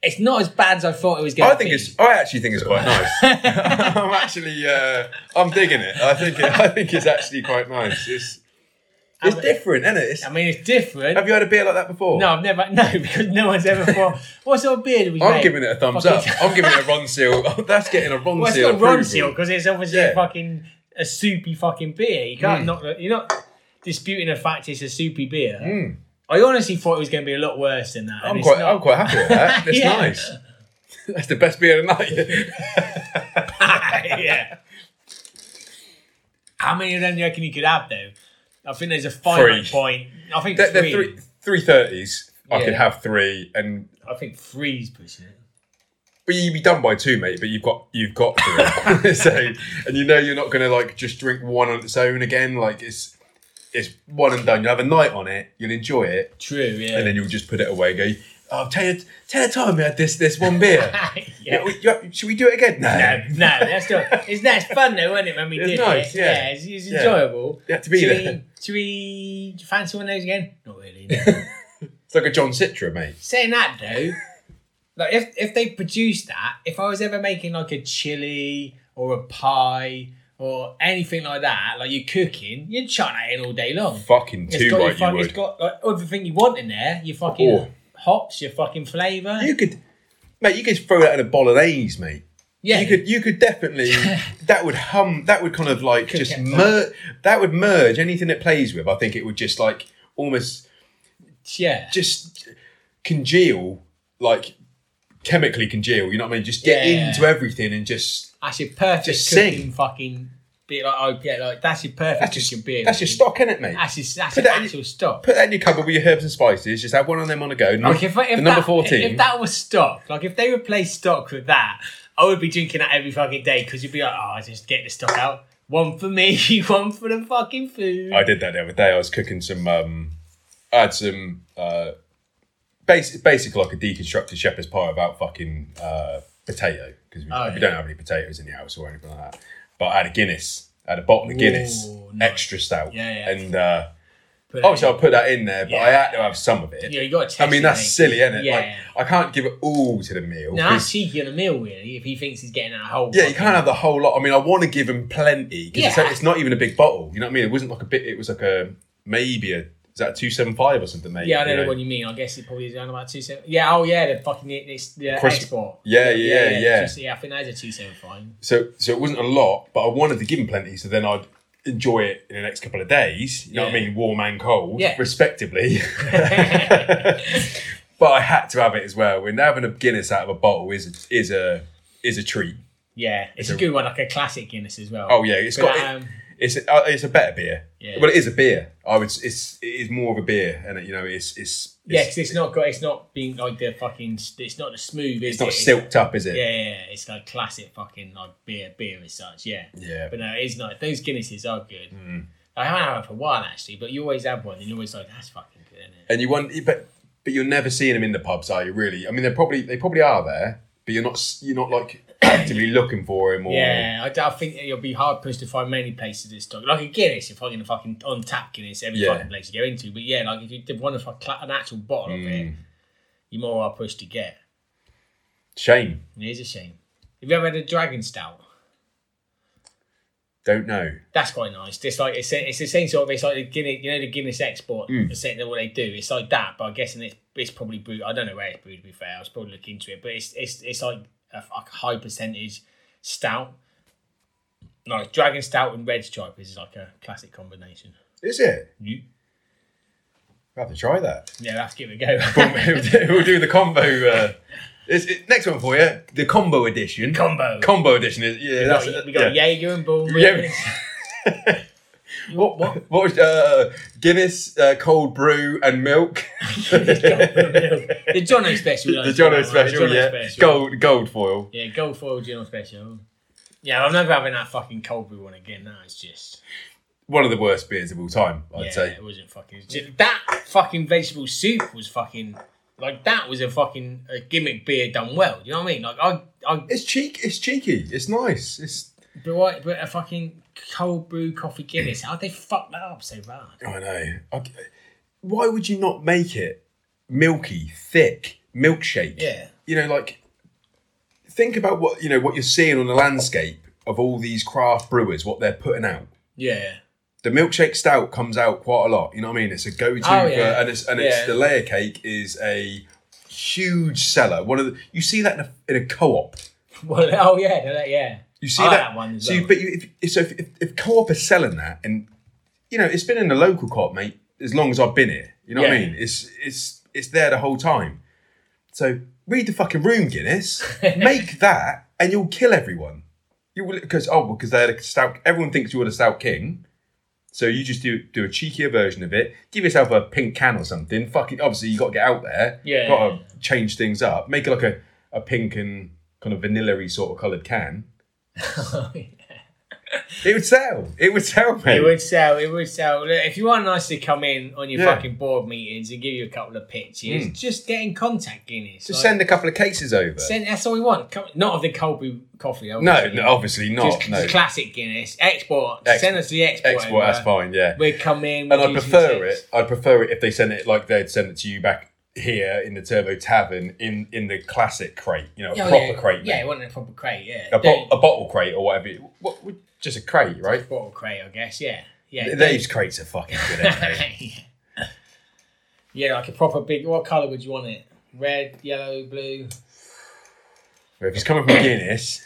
Speaker 2: It's not as bad as I thought it was going
Speaker 1: I
Speaker 2: to
Speaker 1: think it's. I actually think it's quite nice. I'm actually. Uh, I'm digging it. I think. It, I think it's actually quite nice. It's. It's
Speaker 2: Have-
Speaker 1: different, isn't it? It's,
Speaker 2: I mean, it's different.
Speaker 1: have you had a beer like that before?
Speaker 2: no, I've never. No, because no one's ever thought. What sort of beer do we
Speaker 1: I'm
Speaker 2: make?
Speaker 1: giving it a thumbs up.
Speaker 2: Fucking-
Speaker 1: I'm giving it a Ron Seal. That's getting a Ron
Speaker 2: Well, it's
Speaker 1: Seal.
Speaker 2: not Ron
Speaker 1: approval.
Speaker 2: Seal because it's obviously
Speaker 1: Yeah. Mm.
Speaker 2: a fucking a soupy fucking beer. You can't not you're not disputing the fact it's a soupy beer. I honestly thought it was going to be a lot worse than that. and
Speaker 1: Mm. I'm
Speaker 2: it's
Speaker 1: quite,
Speaker 2: not.
Speaker 1: I'm quite happy with that. That's
Speaker 2: Yeah.
Speaker 1: nice. That's the best beer of the night.
Speaker 2: yeah. How many of them do you reckon you could have though? I think there's a
Speaker 1: Three.
Speaker 2: finite point. I think
Speaker 1: They're, they're
Speaker 2: three.
Speaker 1: three three thirties. I could
Speaker 2: Yeah.
Speaker 1: have three, and
Speaker 2: I think three's pushing it.
Speaker 1: but you'd be done by two, mate. But you've got you've got three, so and you know you're not gonna like just drink one on its own again. Like it's it's one and done. You'll have a night on it, you'll enjoy it,
Speaker 2: True, yeah.
Speaker 1: and then you'll just put it away. and Go, oh, I'll tell you, tell the time we had this this one beer.
Speaker 2: yeah.
Speaker 1: You- you- should we do it again? No,
Speaker 2: No, no, that's not. It's that's fun though, wasn't it? When we
Speaker 1: It's
Speaker 2: did
Speaker 1: nice,
Speaker 2: it,
Speaker 1: yeah.
Speaker 2: it's, it's
Speaker 1: Yeah.
Speaker 2: enjoyable.
Speaker 1: You had to be
Speaker 2: do
Speaker 1: there.
Speaker 2: We, do we do you fancy one of those again? Not really. no.
Speaker 1: It's like a John Citra, mate.
Speaker 2: Saying that though, like if if they produced that, if I was ever making like a chili or a pie or anything like that, like you're cooking, you're chucking that in all day long.
Speaker 1: Fucking
Speaker 2: It's
Speaker 1: too
Speaker 2: got, your
Speaker 1: right, you
Speaker 2: fuck-
Speaker 1: would.
Speaker 2: it's got like, everything you want in there. Your fucking
Speaker 1: Oh.
Speaker 2: hops, your fucking flavour.
Speaker 1: You could, mate. You could throw that in a bolognese, mate.
Speaker 2: yeah,
Speaker 1: You could, you could definitely. that would hum. That would kind of like just
Speaker 2: it.
Speaker 1: mer- That would merge anything it plays with. I think it would just like almost
Speaker 2: yeah.
Speaker 1: just congeal, like chemically congeal. You know what I mean? Just get
Speaker 2: Yeah.
Speaker 1: into everything and just
Speaker 2: That's your perfect
Speaker 1: Just
Speaker 2: cooking
Speaker 1: sing.
Speaker 2: fucking beer. Like, oh, yeah, like that's your perfect
Speaker 1: that's
Speaker 2: cooking
Speaker 1: just
Speaker 2: beer.
Speaker 1: that's your
Speaker 2: mate.
Speaker 1: stock in it, mate.
Speaker 2: That's your, that's
Speaker 1: Put
Speaker 2: your
Speaker 1: that in-
Speaker 2: actual stock.
Speaker 1: Put that in your cupboard with your herbs and spices. Just have one of them on a go.
Speaker 2: Like if, if
Speaker 1: the number
Speaker 2: that,
Speaker 1: fourteen.
Speaker 2: If that was stock, like if they replaced stock with that, I would be drinking that every fucking day because you'd be like, oh, I just get the stock out. One for me, one for the fucking food.
Speaker 1: I did that the other day. I was cooking some. Um, I had some uh, basic, basic like a deconstructed shepherd's pie without fucking uh, potato because we,
Speaker 2: Oh,
Speaker 1: we
Speaker 2: yeah.
Speaker 1: don't have any potatoes in the house or anything like that. But I had a Guinness. I had a bottle of Guinness,
Speaker 2: Ooh,
Speaker 1: extra stout.
Speaker 2: Yeah, yeah.
Speaker 1: And uh,
Speaker 2: But,
Speaker 1: obviously, I put that in there, but I
Speaker 2: Yeah.
Speaker 1: had to have some of it.
Speaker 2: yeah, you got to.
Speaker 1: I mean, that's silly, isn't it?
Speaker 2: Yeah.
Speaker 1: Like, I can't give it all to the meal.
Speaker 2: Now that's
Speaker 1: 'cause-
Speaker 2: cheeky in a meal, really. If he thinks he's getting a whole.
Speaker 1: yeah, you
Speaker 2: fucking-
Speaker 1: can't have the whole lot. I mean, I want to give him plenty because it's,
Speaker 2: um, Yeah.
Speaker 1: it's not even a big bottle. You know what I mean? It wasn't like a bit. It was like a maybe a is that two seven five or something? Maybe.
Speaker 2: Yeah, I know
Speaker 1: you
Speaker 2: the one you mean. I guess it probably is around about two seven. Yeah, oh yeah, the fucking it's the
Speaker 1: Crisp.
Speaker 2: export.
Speaker 1: Yeah, yeah, yeah, yeah.
Speaker 2: Just- I think that is a two seven five.
Speaker 1: So so it wasn't a lot, but I wanted to give him plenty, so then I'd enjoy it in the next couple of days. You know what I
Speaker 2: Yeah.
Speaker 1: mean? Warm and cold,
Speaker 2: Yeah.
Speaker 1: respectively. but I had to have it as well. And having a Guinness out of a bottle is is a is a treat.
Speaker 2: Yeah, it's,
Speaker 1: It's
Speaker 2: a,
Speaker 1: a-
Speaker 2: good one, like a classic Guinness as well.
Speaker 1: Oh yeah, it's
Speaker 2: But,
Speaker 1: got.
Speaker 2: um,
Speaker 1: it's a, uh, it's a better beer.
Speaker 2: Yeah.
Speaker 1: Well, it is a beer. I would. s- It's it is more of a beer, and you know, it's it's,
Speaker 2: yeah,
Speaker 1: it's
Speaker 2: because it's not got, it's not being like the fucking, it's not the smooth. Is
Speaker 1: It's not
Speaker 2: it?
Speaker 1: silked up, is it?
Speaker 2: Yeah, yeah, yeah, it's like classic fucking like beer, beer as such. Yeah,
Speaker 1: Yeah. Mm.
Speaker 2: But no, it's not. Those Guinnesses are good. I haven't had one for a while actually, but you always have one, and you're always like, that's fucking good, isn't it?
Speaker 1: And you want, but but you're never seeing them in the pubs, are you? Really? I mean, they probably they probably are there, but you're not s- you're not like actively looking for him or
Speaker 2: Yeah, I, d- I think you'll be hard pushed to find many places this stock. Like a Guinness, you're fucking fucking on tap Guinness every
Speaker 1: Yeah.
Speaker 2: fucking place you go into. But yeah, like if you did want to fuck cla- an actual bottle of
Speaker 1: Mm.
Speaker 2: it, you're more hard pushed to get.
Speaker 1: shame.
Speaker 2: And it is a shame. Have you ever had a dragon stout?
Speaker 1: Don't know.
Speaker 2: That's quite nice. It's like it's, it's the same sort of. It's like the Guinness, you know, the Guinness export.
Speaker 1: Mm.
Speaker 2: The same what they do. It's like that, but I'm guessing it's it's probably brewed. I don't know where it's brewed. To be fair, I was probably looking into it, but it's it's it's like a, f- like a high percentage stout. Like dragon stout and red stripe is like a classic combination.
Speaker 1: Is it?
Speaker 2: You-
Speaker 1: I have to try that.
Speaker 2: Yeah, we'll have to give it a
Speaker 1: Boom,
Speaker 2: go.
Speaker 1: we'll do- we'll do the combo. Uh, it's, it, next one for you, the combo edition.
Speaker 2: Combo.
Speaker 1: Combo edition is yeah.
Speaker 2: we
Speaker 1: that's,
Speaker 2: got, we got
Speaker 1: yeah.
Speaker 2: Jaeger and Bull.
Speaker 1: Yeah. what what what was uh, Guinness, uh, cold brew, and milk?
Speaker 2: the Jono special.
Speaker 1: The Jono special, yeah. Gold gold foil.
Speaker 2: Yeah, gold foil Jono special. Yeah, I'm never having that fucking cold brew one again. That is just
Speaker 1: One of the worst beers of all time, I'd
Speaker 2: yeah,
Speaker 1: say.
Speaker 2: it wasn't fucking. just- that fucking vegetable soup was fucking like that was a fucking a gimmick beer done well. You know what I mean? Like I, I
Speaker 1: It's cheek. It's cheeky. It's nice. It's
Speaker 2: but what, but a fucking cold brew coffee Guinness. How would they fuck that up so bad?
Speaker 1: I know. I- why would you not make it milky, thick milkshake?
Speaker 2: Yeah.
Speaker 1: You know, like think about what you know what you're seeing on the landscape of all these craft brewers, what they're putting out.
Speaker 2: Yeah.
Speaker 1: The milkshake stout comes out quite a lot. You know what I mean? It's a go-to,
Speaker 2: Oh, yeah.
Speaker 1: for, and it's and it's
Speaker 2: Yeah.
Speaker 1: the layer cake is a huge seller. One of the you see that in a, in a co-op.
Speaker 2: Well, oh yeah, no, that- yeah.
Speaker 1: You see
Speaker 2: I like
Speaker 1: that,
Speaker 2: that one as
Speaker 1: so, you-
Speaker 2: well.
Speaker 1: but you, if- if, so if, if, if co-op is selling that, and you know, it's been in the local co-op, mate, as long as I've been here. You know what I
Speaker 2: Yeah.
Speaker 1: mean? It's it's it's there the whole time. So read the fucking room, Guinness. Make that, and you'll kill everyone. You will because oh because they had a stout. Everyone thinks you're the stout king, So you just do do a cheekier version of it. Give yourself a pink can or something. Fucking obviously you got to get out there.
Speaker 2: Yeah.
Speaker 1: Got to change things up. Make it like a, a pink and kind of vanilla-y sort of coloured can. It would sell. It would sell, mate.
Speaker 2: It would sell. It would sell. Look, if you want us to come in on your
Speaker 1: Yeah.
Speaker 2: fucking board meetings and give you a couple of pitches, just get in contact, Guinness.
Speaker 1: Just
Speaker 2: Like,
Speaker 1: send a couple of cases over.
Speaker 2: send- That's all we want. Come, not of the cold brew coffee.
Speaker 1: no,
Speaker 2: obviously.
Speaker 1: no, obviously not.
Speaker 2: Just,
Speaker 1: no.
Speaker 2: just classic Guinness. Export.
Speaker 1: Ex-
Speaker 2: send us the export.
Speaker 1: Export, that's fine, yeah.
Speaker 2: We come in.
Speaker 1: And
Speaker 2: we'll
Speaker 1: I
Speaker 2: do some
Speaker 1: prefer
Speaker 2: tips.
Speaker 1: it. I prefer it if they send it like they'd send it to you back here in the Turbo Tavern in in the classic crate, you know, a
Speaker 2: Oh,
Speaker 1: proper
Speaker 2: yeah.
Speaker 1: crate,
Speaker 2: Yeah,
Speaker 1: mate.
Speaker 2: it wasn't a proper crate. Yeah,
Speaker 1: a, bo-
Speaker 2: Don't-
Speaker 1: a bottle crate or whatever. it- What, what- just a crate, right?
Speaker 2: bottle crate, I guess. Yeah, yeah. don't-
Speaker 1: These crates are fucking good. aren't they?
Speaker 2: yeah, like a proper big. What color would you want it? Red, yellow, blue.
Speaker 1: if it's coming from Guinness,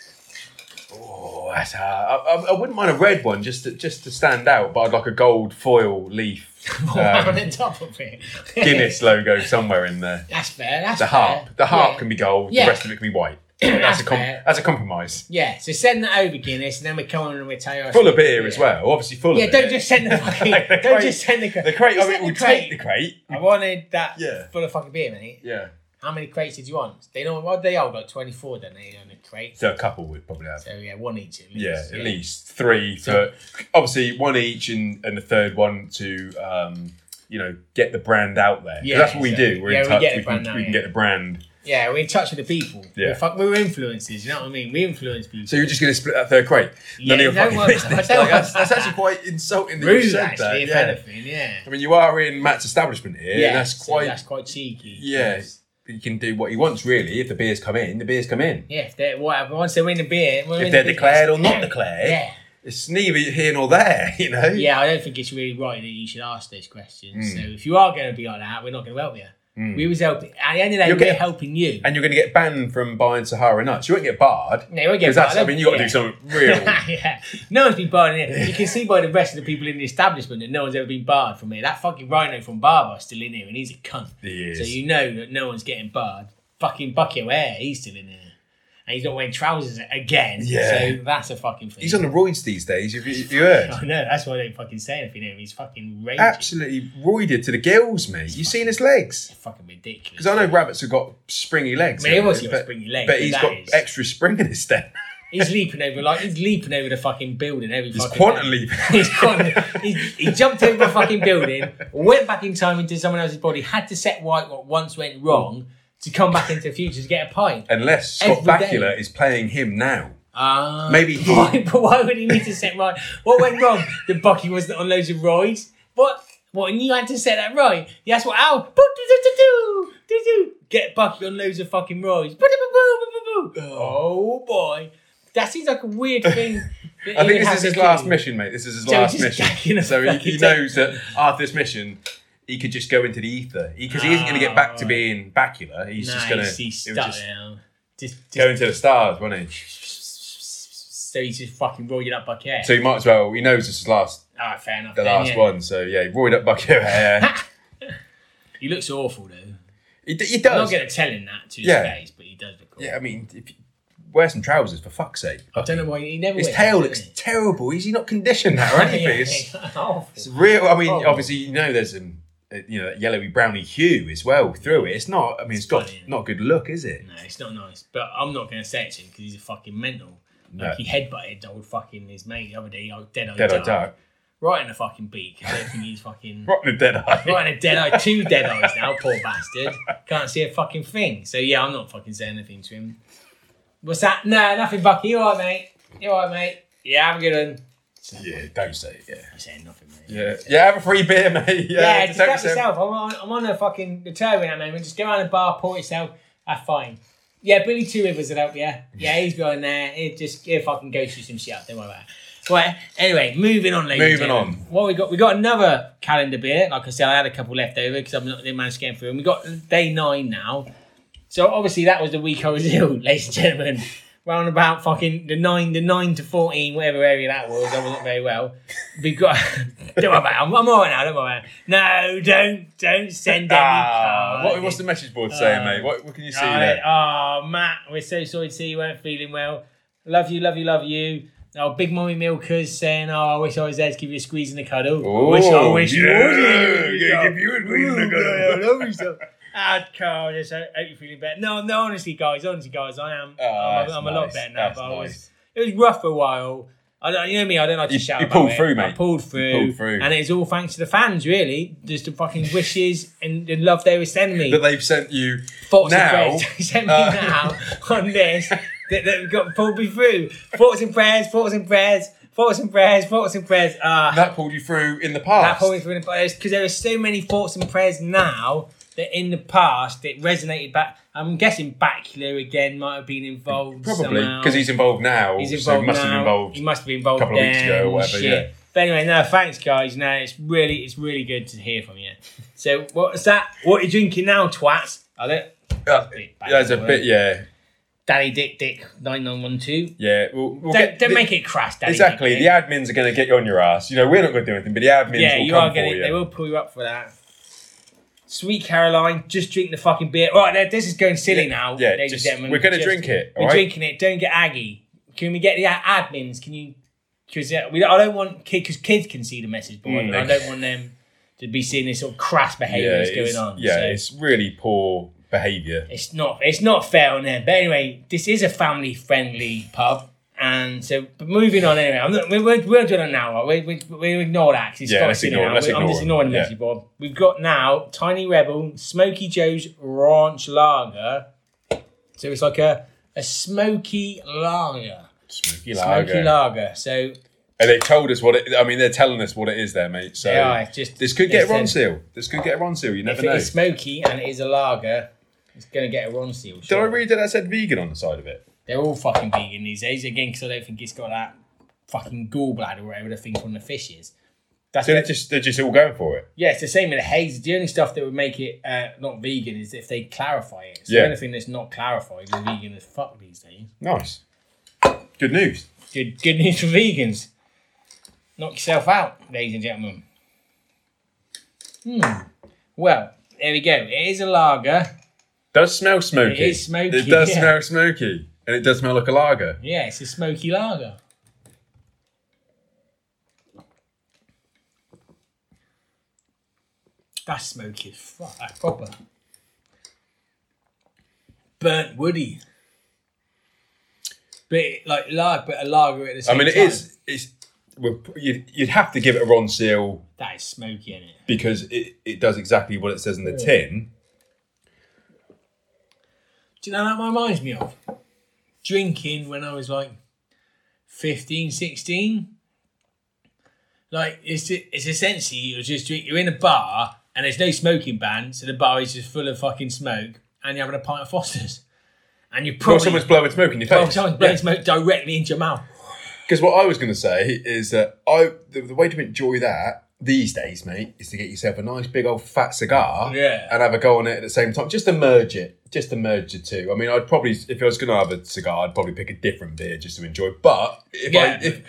Speaker 1: oh, that's hard. I, I, I wouldn't mind a red one just to, just to stand out, but I'd like a gold foil leaf
Speaker 2: on
Speaker 1: um,
Speaker 2: the top of it.
Speaker 1: Guinness logo somewhere in there.
Speaker 2: That's fair. That's
Speaker 1: The
Speaker 2: fair.
Speaker 1: harp, the harp
Speaker 2: Yeah.
Speaker 1: can be gold.
Speaker 2: Yeah.
Speaker 1: The rest of it can be white. That's a com-
Speaker 2: fair.
Speaker 1: that's a compromise.
Speaker 2: Yeah, so send that over, Guinness, and then we come on and we tell you.
Speaker 1: Full of beer as well, obviously full
Speaker 2: Yeah,
Speaker 1: of.
Speaker 2: don't
Speaker 1: it.
Speaker 2: just send the fucking.
Speaker 1: The
Speaker 2: don't
Speaker 1: crate-
Speaker 2: just send the crate.
Speaker 1: the crate.
Speaker 2: Just
Speaker 1: I mean,
Speaker 2: send
Speaker 1: we'll
Speaker 2: the crate.
Speaker 1: take the crate.
Speaker 2: I wanted that
Speaker 1: Yeah.
Speaker 2: full of fucking beer, mate.
Speaker 1: Yeah.
Speaker 2: How many crates did you want? They know what they hold, like twenty four, don't they? On a crate.
Speaker 1: So a couple would probably have.
Speaker 2: So yeah, one each at least.
Speaker 1: Yeah, at least three for obviously one each and, and the third one to um, you know get the brand out there. 'Cause
Speaker 2: Yeah,
Speaker 1: that's what we
Speaker 2: exactly.
Speaker 1: do. We're
Speaker 2: Yeah,
Speaker 1: in
Speaker 2: we
Speaker 1: touch. We,
Speaker 2: get the
Speaker 1: can,
Speaker 2: brand out,
Speaker 1: we can
Speaker 2: yeah.
Speaker 1: get the brand.
Speaker 2: Yeah, we're in touch with the people.
Speaker 1: Yeah.
Speaker 2: We're, fuck, we're influencers, you know what I mean? We influence people.
Speaker 1: So you're just going to split that third crate?
Speaker 2: Yeah,
Speaker 1: None of your
Speaker 2: no
Speaker 1: fucking
Speaker 2: one- I
Speaker 1: business.
Speaker 2: don't
Speaker 1: Like, that's,
Speaker 2: want
Speaker 1: that's
Speaker 2: that.
Speaker 1: actually quite insulting that you
Speaker 2: rude,
Speaker 1: said
Speaker 2: actually,
Speaker 1: that.
Speaker 2: if
Speaker 1: yeah.
Speaker 2: anything, yeah.
Speaker 1: I mean, you are in Matt's establishment here,
Speaker 2: Yeah,
Speaker 1: and that's
Speaker 2: so
Speaker 1: quite.
Speaker 2: that's quite cheeky.
Speaker 1: yeah, he can do what he wants really. If the beers come in, the beers come in.
Speaker 2: Yeah, if they're whatever. Once they win the beer, we're
Speaker 1: If
Speaker 2: in
Speaker 1: they're
Speaker 2: the
Speaker 1: declared or not
Speaker 2: beer.
Speaker 1: declared,
Speaker 2: Yeah,
Speaker 1: it's neither here nor there. You know.
Speaker 2: yeah. I don't think it's really right that you should ask those questions. So
Speaker 1: Hmm.
Speaker 2: if you are going to be like that, we're not going to help you. We was helping. At the end of the day,
Speaker 1: You'll
Speaker 2: we're
Speaker 1: get-
Speaker 2: helping you.
Speaker 1: and you're going to get banned from buying Sahara nuts. You won't get barred.
Speaker 2: No, you won't get
Speaker 1: Because that's-
Speaker 2: barred.
Speaker 1: I mean, you got to
Speaker 2: Yeah.
Speaker 1: do something real.
Speaker 2: yeah, no one's been barred in here. You can see by the rest of the people in the establishment that no one's ever been barred from here. That fucking rhino from Barber's still in here, and he's a cunt.
Speaker 1: He is.
Speaker 2: So you know that no one's getting barred. Fucking Bucky O'Hare, he's still in here, and he's not wearing trousers again.
Speaker 1: Yeah.
Speaker 2: So that's a fucking thing.
Speaker 1: He's on the roids these days. If you, if you heard,
Speaker 2: I know. That's why I don't fucking say anything to him. He's fucking raging.
Speaker 1: absolutely roided to the gills, mate. You seen his legs?
Speaker 2: fucking ridiculous.
Speaker 1: Because I know rabbits have got springy legs.
Speaker 2: I mean, he
Speaker 1: haven't
Speaker 2: was
Speaker 1: they?
Speaker 2: got
Speaker 1: but,
Speaker 2: springy legs,
Speaker 1: but
Speaker 2: but
Speaker 1: he's
Speaker 2: that
Speaker 1: got
Speaker 2: is-
Speaker 1: extra spring in his step.
Speaker 2: He's leaping over like he's leaping over the fucking building every
Speaker 1: He's
Speaker 2: fucking.
Speaker 1: quantum
Speaker 2: day.
Speaker 1: leaping.
Speaker 2: He's quantum. he, he jumped over a fucking building, went back in time into someone else's body, had to set right what once went wrong to come back into the future to get a pint.
Speaker 1: Unless Scott
Speaker 2: Every day.
Speaker 1: Bakula is playing him now.
Speaker 2: Ah,
Speaker 1: Maybe he-
Speaker 2: Why, but why would he need to set right? What went wrong? The Bucky wasn't on loads of rides. What? What? And you had to set that right. That's what Al. Boo, do, do, do, do, do, do. Get Bucky on loads of fucking rides. Boo, boo, boo, boo, boo, boo. Oh boy, that seems like a weird thing. that
Speaker 1: I
Speaker 2: he would
Speaker 1: think this
Speaker 2: have
Speaker 1: is
Speaker 2: to
Speaker 1: his
Speaker 2: do.
Speaker 1: last mission, mate. This is his last
Speaker 2: he's just gagging
Speaker 1: mission.
Speaker 2: a
Speaker 1: So he, he
Speaker 2: fucking
Speaker 1: knows that after this mission, he could just go into the ether because he isn't going to get back to
Speaker 2: Ah,
Speaker 1: being Bakula. He's
Speaker 2: Nah,
Speaker 1: just going
Speaker 2: he's, he's
Speaker 1: to
Speaker 2: stuck
Speaker 1: just
Speaker 2: now. Just, just,
Speaker 1: go into the stars, won't he?
Speaker 2: so he's just fucking rolling up Bucky.
Speaker 1: So he might as well. He knows this is last,
Speaker 2: All right, fair enough.
Speaker 1: the
Speaker 2: then,
Speaker 1: last
Speaker 2: yeah.
Speaker 1: one. So yeah, he roided up Bucko hair.
Speaker 2: He looks awful though.
Speaker 1: he, d- he
Speaker 2: I'm
Speaker 1: does.
Speaker 2: not going to tell him that to his
Speaker 1: Yeah.
Speaker 2: face, but he does look awful.
Speaker 1: yeah, I mean, if you, wear some trousers for fuck's sake.
Speaker 2: I don't know why he never.
Speaker 1: His
Speaker 2: wears
Speaker 1: tail
Speaker 2: that,
Speaker 1: looks
Speaker 2: does he?
Speaker 1: terrible. Is he not conditioned now or anything? It's,
Speaker 2: Yeah, yeah, awful.
Speaker 1: it's real. I mean,
Speaker 2: Oh.
Speaker 1: obviously you know there's an uh, you know that yellowy browny hue as well through it. It's not. I mean, it's got
Speaker 2: funny, isn't it?
Speaker 1: not a good look, is it?
Speaker 2: No, it's not nice. But I'm not going to say it to him because he's a fucking mental.
Speaker 1: No.
Speaker 2: Like he headbutted the old fucking his mate the other day, like dead eye
Speaker 1: Dead eye
Speaker 2: duck,
Speaker 1: duck.
Speaker 2: right in the fucking beak. I don't think he's fucking
Speaker 1: Rotten dead eye.
Speaker 2: right in a dead eye, two dead eyes now, poor bastard. Can't see a fucking thing. So yeah, I'm not fucking saying anything to him. What's that? No, nothing, Bucky. You alright, mate? You alright, mate? Yeah, I'm good. One.
Speaker 1: Yeah, don't say it. Yeah.
Speaker 2: I'm saying nothing, mate.
Speaker 1: Yeah, yeah, have a free beer, mate. Yeah,
Speaker 2: Yeah,
Speaker 1: just
Speaker 2: just
Speaker 1: help
Speaker 2: help
Speaker 1: yourself.
Speaker 2: yourself. I'm on, I'm on a fucking the tour at the moment. Just go around the bar, pour yourself. That's fine. Yeah, Billy Two Rivers will help you. Yeah, he's going there. He'll just he'll fucking go through some shit up. Don't worry about it. Right. Anyway, moving on, ladies.
Speaker 1: Moving on.
Speaker 2: What we got? We got another calendar beer. Like I said, I had a couple left over because I'm not didn't manage to get them through. And we got day nine now. So obviously that was the week I was ill, ladies and gentlemen. Round about fucking the nine, the nine to fourteen, whatever area that was. I wasn't very well. We've got. don't worry about it. I'm, I'm all right now. Don't worry about it. No, don't, don't send any.
Speaker 1: Ah,
Speaker 2: card.
Speaker 1: what, what's the message board saying,
Speaker 2: Uh,
Speaker 1: mate? What, what can you see
Speaker 2: Got it.
Speaker 1: there?
Speaker 2: Oh, Matt, we're so sorry to see you weren't feeling well. Love you, love you, love you. Oh, Big Mummy Milkers saying, "Oh, I wish I was there to give you a squeeze and a cuddle. I wish, I wish you
Speaker 1: yeah,
Speaker 2: would."
Speaker 1: yeah, give you a green look
Speaker 2: I
Speaker 1: at
Speaker 2: love yourself. Ah, Carl, just hope hope you're feeling better. No, no, honestly, guys, honestly, guys, I am. I'm,
Speaker 1: Ah, that's
Speaker 2: a- I'm a lot
Speaker 1: nice,
Speaker 2: better now,
Speaker 1: that's
Speaker 2: but I was,
Speaker 1: nice.
Speaker 2: it was rough for a while. I don't, you know me, I don't like to
Speaker 1: You-
Speaker 2: shout.
Speaker 1: you
Speaker 2: about
Speaker 1: pulled
Speaker 2: it.
Speaker 1: through,
Speaker 2: I
Speaker 1: mate.
Speaker 2: pulled through,
Speaker 1: pulled through.
Speaker 2: and it's all thanks to the fans, really. Just the fucking wishes and the love they were sending me.
Speaker 1: that they've sent you
Speaker 2: Thoughts
Speaker 1: now.
Speaker 2: and prayers. They sent me
Speaker 1: uh,
Speaker 2: now on this that, that we've got pulled me through. Thoughts and prayers, thoughts and prayers, thoughts and prayers, thoughts and prayers. Ah,
Speaker 1: That pulled you through in the past.
Speaker 2: that pulled me through in the past because there are so many thoughts and prayers now that in the past it resonated back. I'm guessing Bacula again might have been involved.
Speaker 1: Probably
Speaker 2: somehow.
Speaker 1: because he's involved now.
Speaker 2: He's
Speaker 1: so
Speaker 2: involved
Speaker 1: he must
Speaker 2: now.
Speaker 1: have involved.
Speaker 2: He must have been involved
Speaker 1: a couple of weeks
Speaker 2: then,
Speaker 1: ago or whatever,
Speaker 2: Shit.
Speaker 1: yeah.
Speaker 2: But anyway, no, thanks guys. No, it's really, it's really good to hear from you. So what's that? What are you drinking now, twats? I don't.
Speaker 1: Uh,
Speaker 2: bit bad,
Speaker 1: That's a
Speaker 2: word.
Speaker 1: bit, yeah,
Speaker 2: Daddy Dick Dick nine nine one two.
Speaker 1: yeah. We'll, we'll
Speaker 2: Don't,
Speaker 1: get,
Speaker 2: don't
Speaker 1: the-
Speaker 2: make it crash, Daddy.
Speaker 1: exactly.
Speaker 2: Dick,
Speaker 1: The
Speaker 2: Dick.
Speaker 1: admins are going to get you on your ass. You know, we're not going to do anything, but the admins
Speaker 2: yeah,
Speaker 1: will
Speaker 2: you
Speaker 1: come
Speaker 2: are gonna.
Speaker 1: for you.
Speaker 2: They will pull you up for that. Sweet Caroline, just drink the fucking beer. Right, now, this is going silly
Speaker 1: Yeah,
Speaker 2: now.
Speaker 1: yeah,
Speaker 2: ladies
Speaker 1: just-
Speaker 2: and gentlemen.
Speaker 1: we're gonna
Speaker 2: Just-
Speaker 1: drink it,
Speaker 2: We're
Speaker 1: alright?
Speaker 2: drinking it. Don't get aggy. Can we get the a- admins? Can you? Because we, I don't want kids. Because kids can see the message board.
Speaker 1: Mm,
Speaker 2: and I
Speaker 1: okay.
Speaker 2: don't want them to be seeing this sort of crass behaviour
Speaker 1: yeah,
Speaker 2: that's going
Speaker 1: it's,
Speaker 2: on.
Speaker 1: yeah,
Speaker 2: so.
Speaker 1: it's really poor behaviour.
Speaker 2: It's not. It's not fair on them. But anyway, this is a family-friendly pub, and so but moving on anyway. I'm not, we're, we're, we're doing it now. Right? We, we, we ignore that. 'cause it's
Speaker 1: Yeah,
Speaker 2: got
Speaker 1: let's
Speaker 2: us in
Speaker 1: ignore it,
Speaker 2: now.
Speaker 1: let's
Speaker 2: We- I'm
Speaker 1: ignore
Speaker 2: just
Speaker 1: it,
Speaker 2: ignoring the
Speaker 1: yeah.
Speaker 2: message board. We've got now Tiny Rebel, Smoky Joe's Ranch Lager. So it's like a a smoky lager,
Speaker 1: Smoky lager.
Speaker 2: smoky lager. So
Speaker 1: And they've told us what it. I mean, they're telling us what it is there, mate. So
Speaker 2: yeah, it's just
Speaker 1: this could get
Speaker 2: it's a-
Speaker 1: Ron Seal. This could get Ron Seal. You
Speaker 2: If
Speaker 1: never
Speaker 2: it
Speaker 1: know.
Speaker 2: is smoky and it is a lager, it's gonna get a Ron seal.
Speaker 1: Did I
Speaker 2: sure.
Speaker 1: read that I said vegan on the side of it?
Speaker 2: They're all fucking vegan these days again because I don't think it's got that fucking gallbladder or whatever the thing from the fish is. That's
Speaker 1: So they're
Speaker 2: what-
Speaker 1: just they're just all going for it.
Speaker 2: yeah, it's the same with the haze. The only stuff that would make it uh, not vegan is if they clarify it. So
Speaker 1: Yeah.
Speaker 2: the only thing that's not clarified is vegan as fuck these days.
Speaker 1: Nice. Good news.
Speaker 2: Good, good news for vegans. Knock yourself out, ladies and gentlemen. Hmm. Well, there we go. It is a lager.
Speaker 1: Does smell smoky.
Speaker 2: It is smoky,
Speaker 1: It does
Speaker 2: yeah.
Speaker 1: smell smoky, and it does smell like a lager.
Speaker 2: Yeah, it's a smoky lager. That's smoky as fuck. That's proper. Burnt woody. But it- like lager, but a lager at the
Speaker 1: I
Speaker 2: same
Speaker 1: mean, it
Speaker 2: time.
Speaker 1: is. It's we're, you'd, you'd have to give it a Ron Seal
Speaker 2: That is smoky in it.
Speaker 1: because it, it does exactly what it says in the tin.
Speaker 2: Do you know that reminds me of? Drinking when I was like 15, 16. Like, it's, it's essentially you're just drink, you're in a bar and there's no smoking ban, so the bar is just full of fucking smoke and you're having a pint of Foster's. And you
Speaker 1: Or
Speaker 2: probably.
Speaker 1: someone's blowing smoke in your face.
Speaker 2: oh, someone's blowing smoke directly into your mouth.
Speaker 1: Because what I was going to say is that I the, the way to enjoy that these days, mate, is to get yourself a nice big old fat cigar,
Speaker 2: Yeah.
Speaker 1: and have a go on it at the same time. Just to merge it, just to merge the two. I mean, I'd probably if I was going to have a cigar, I'd probably pick a different beer just to enjoy. But if
Speaker 2: Yeah.
Speaker 1: I if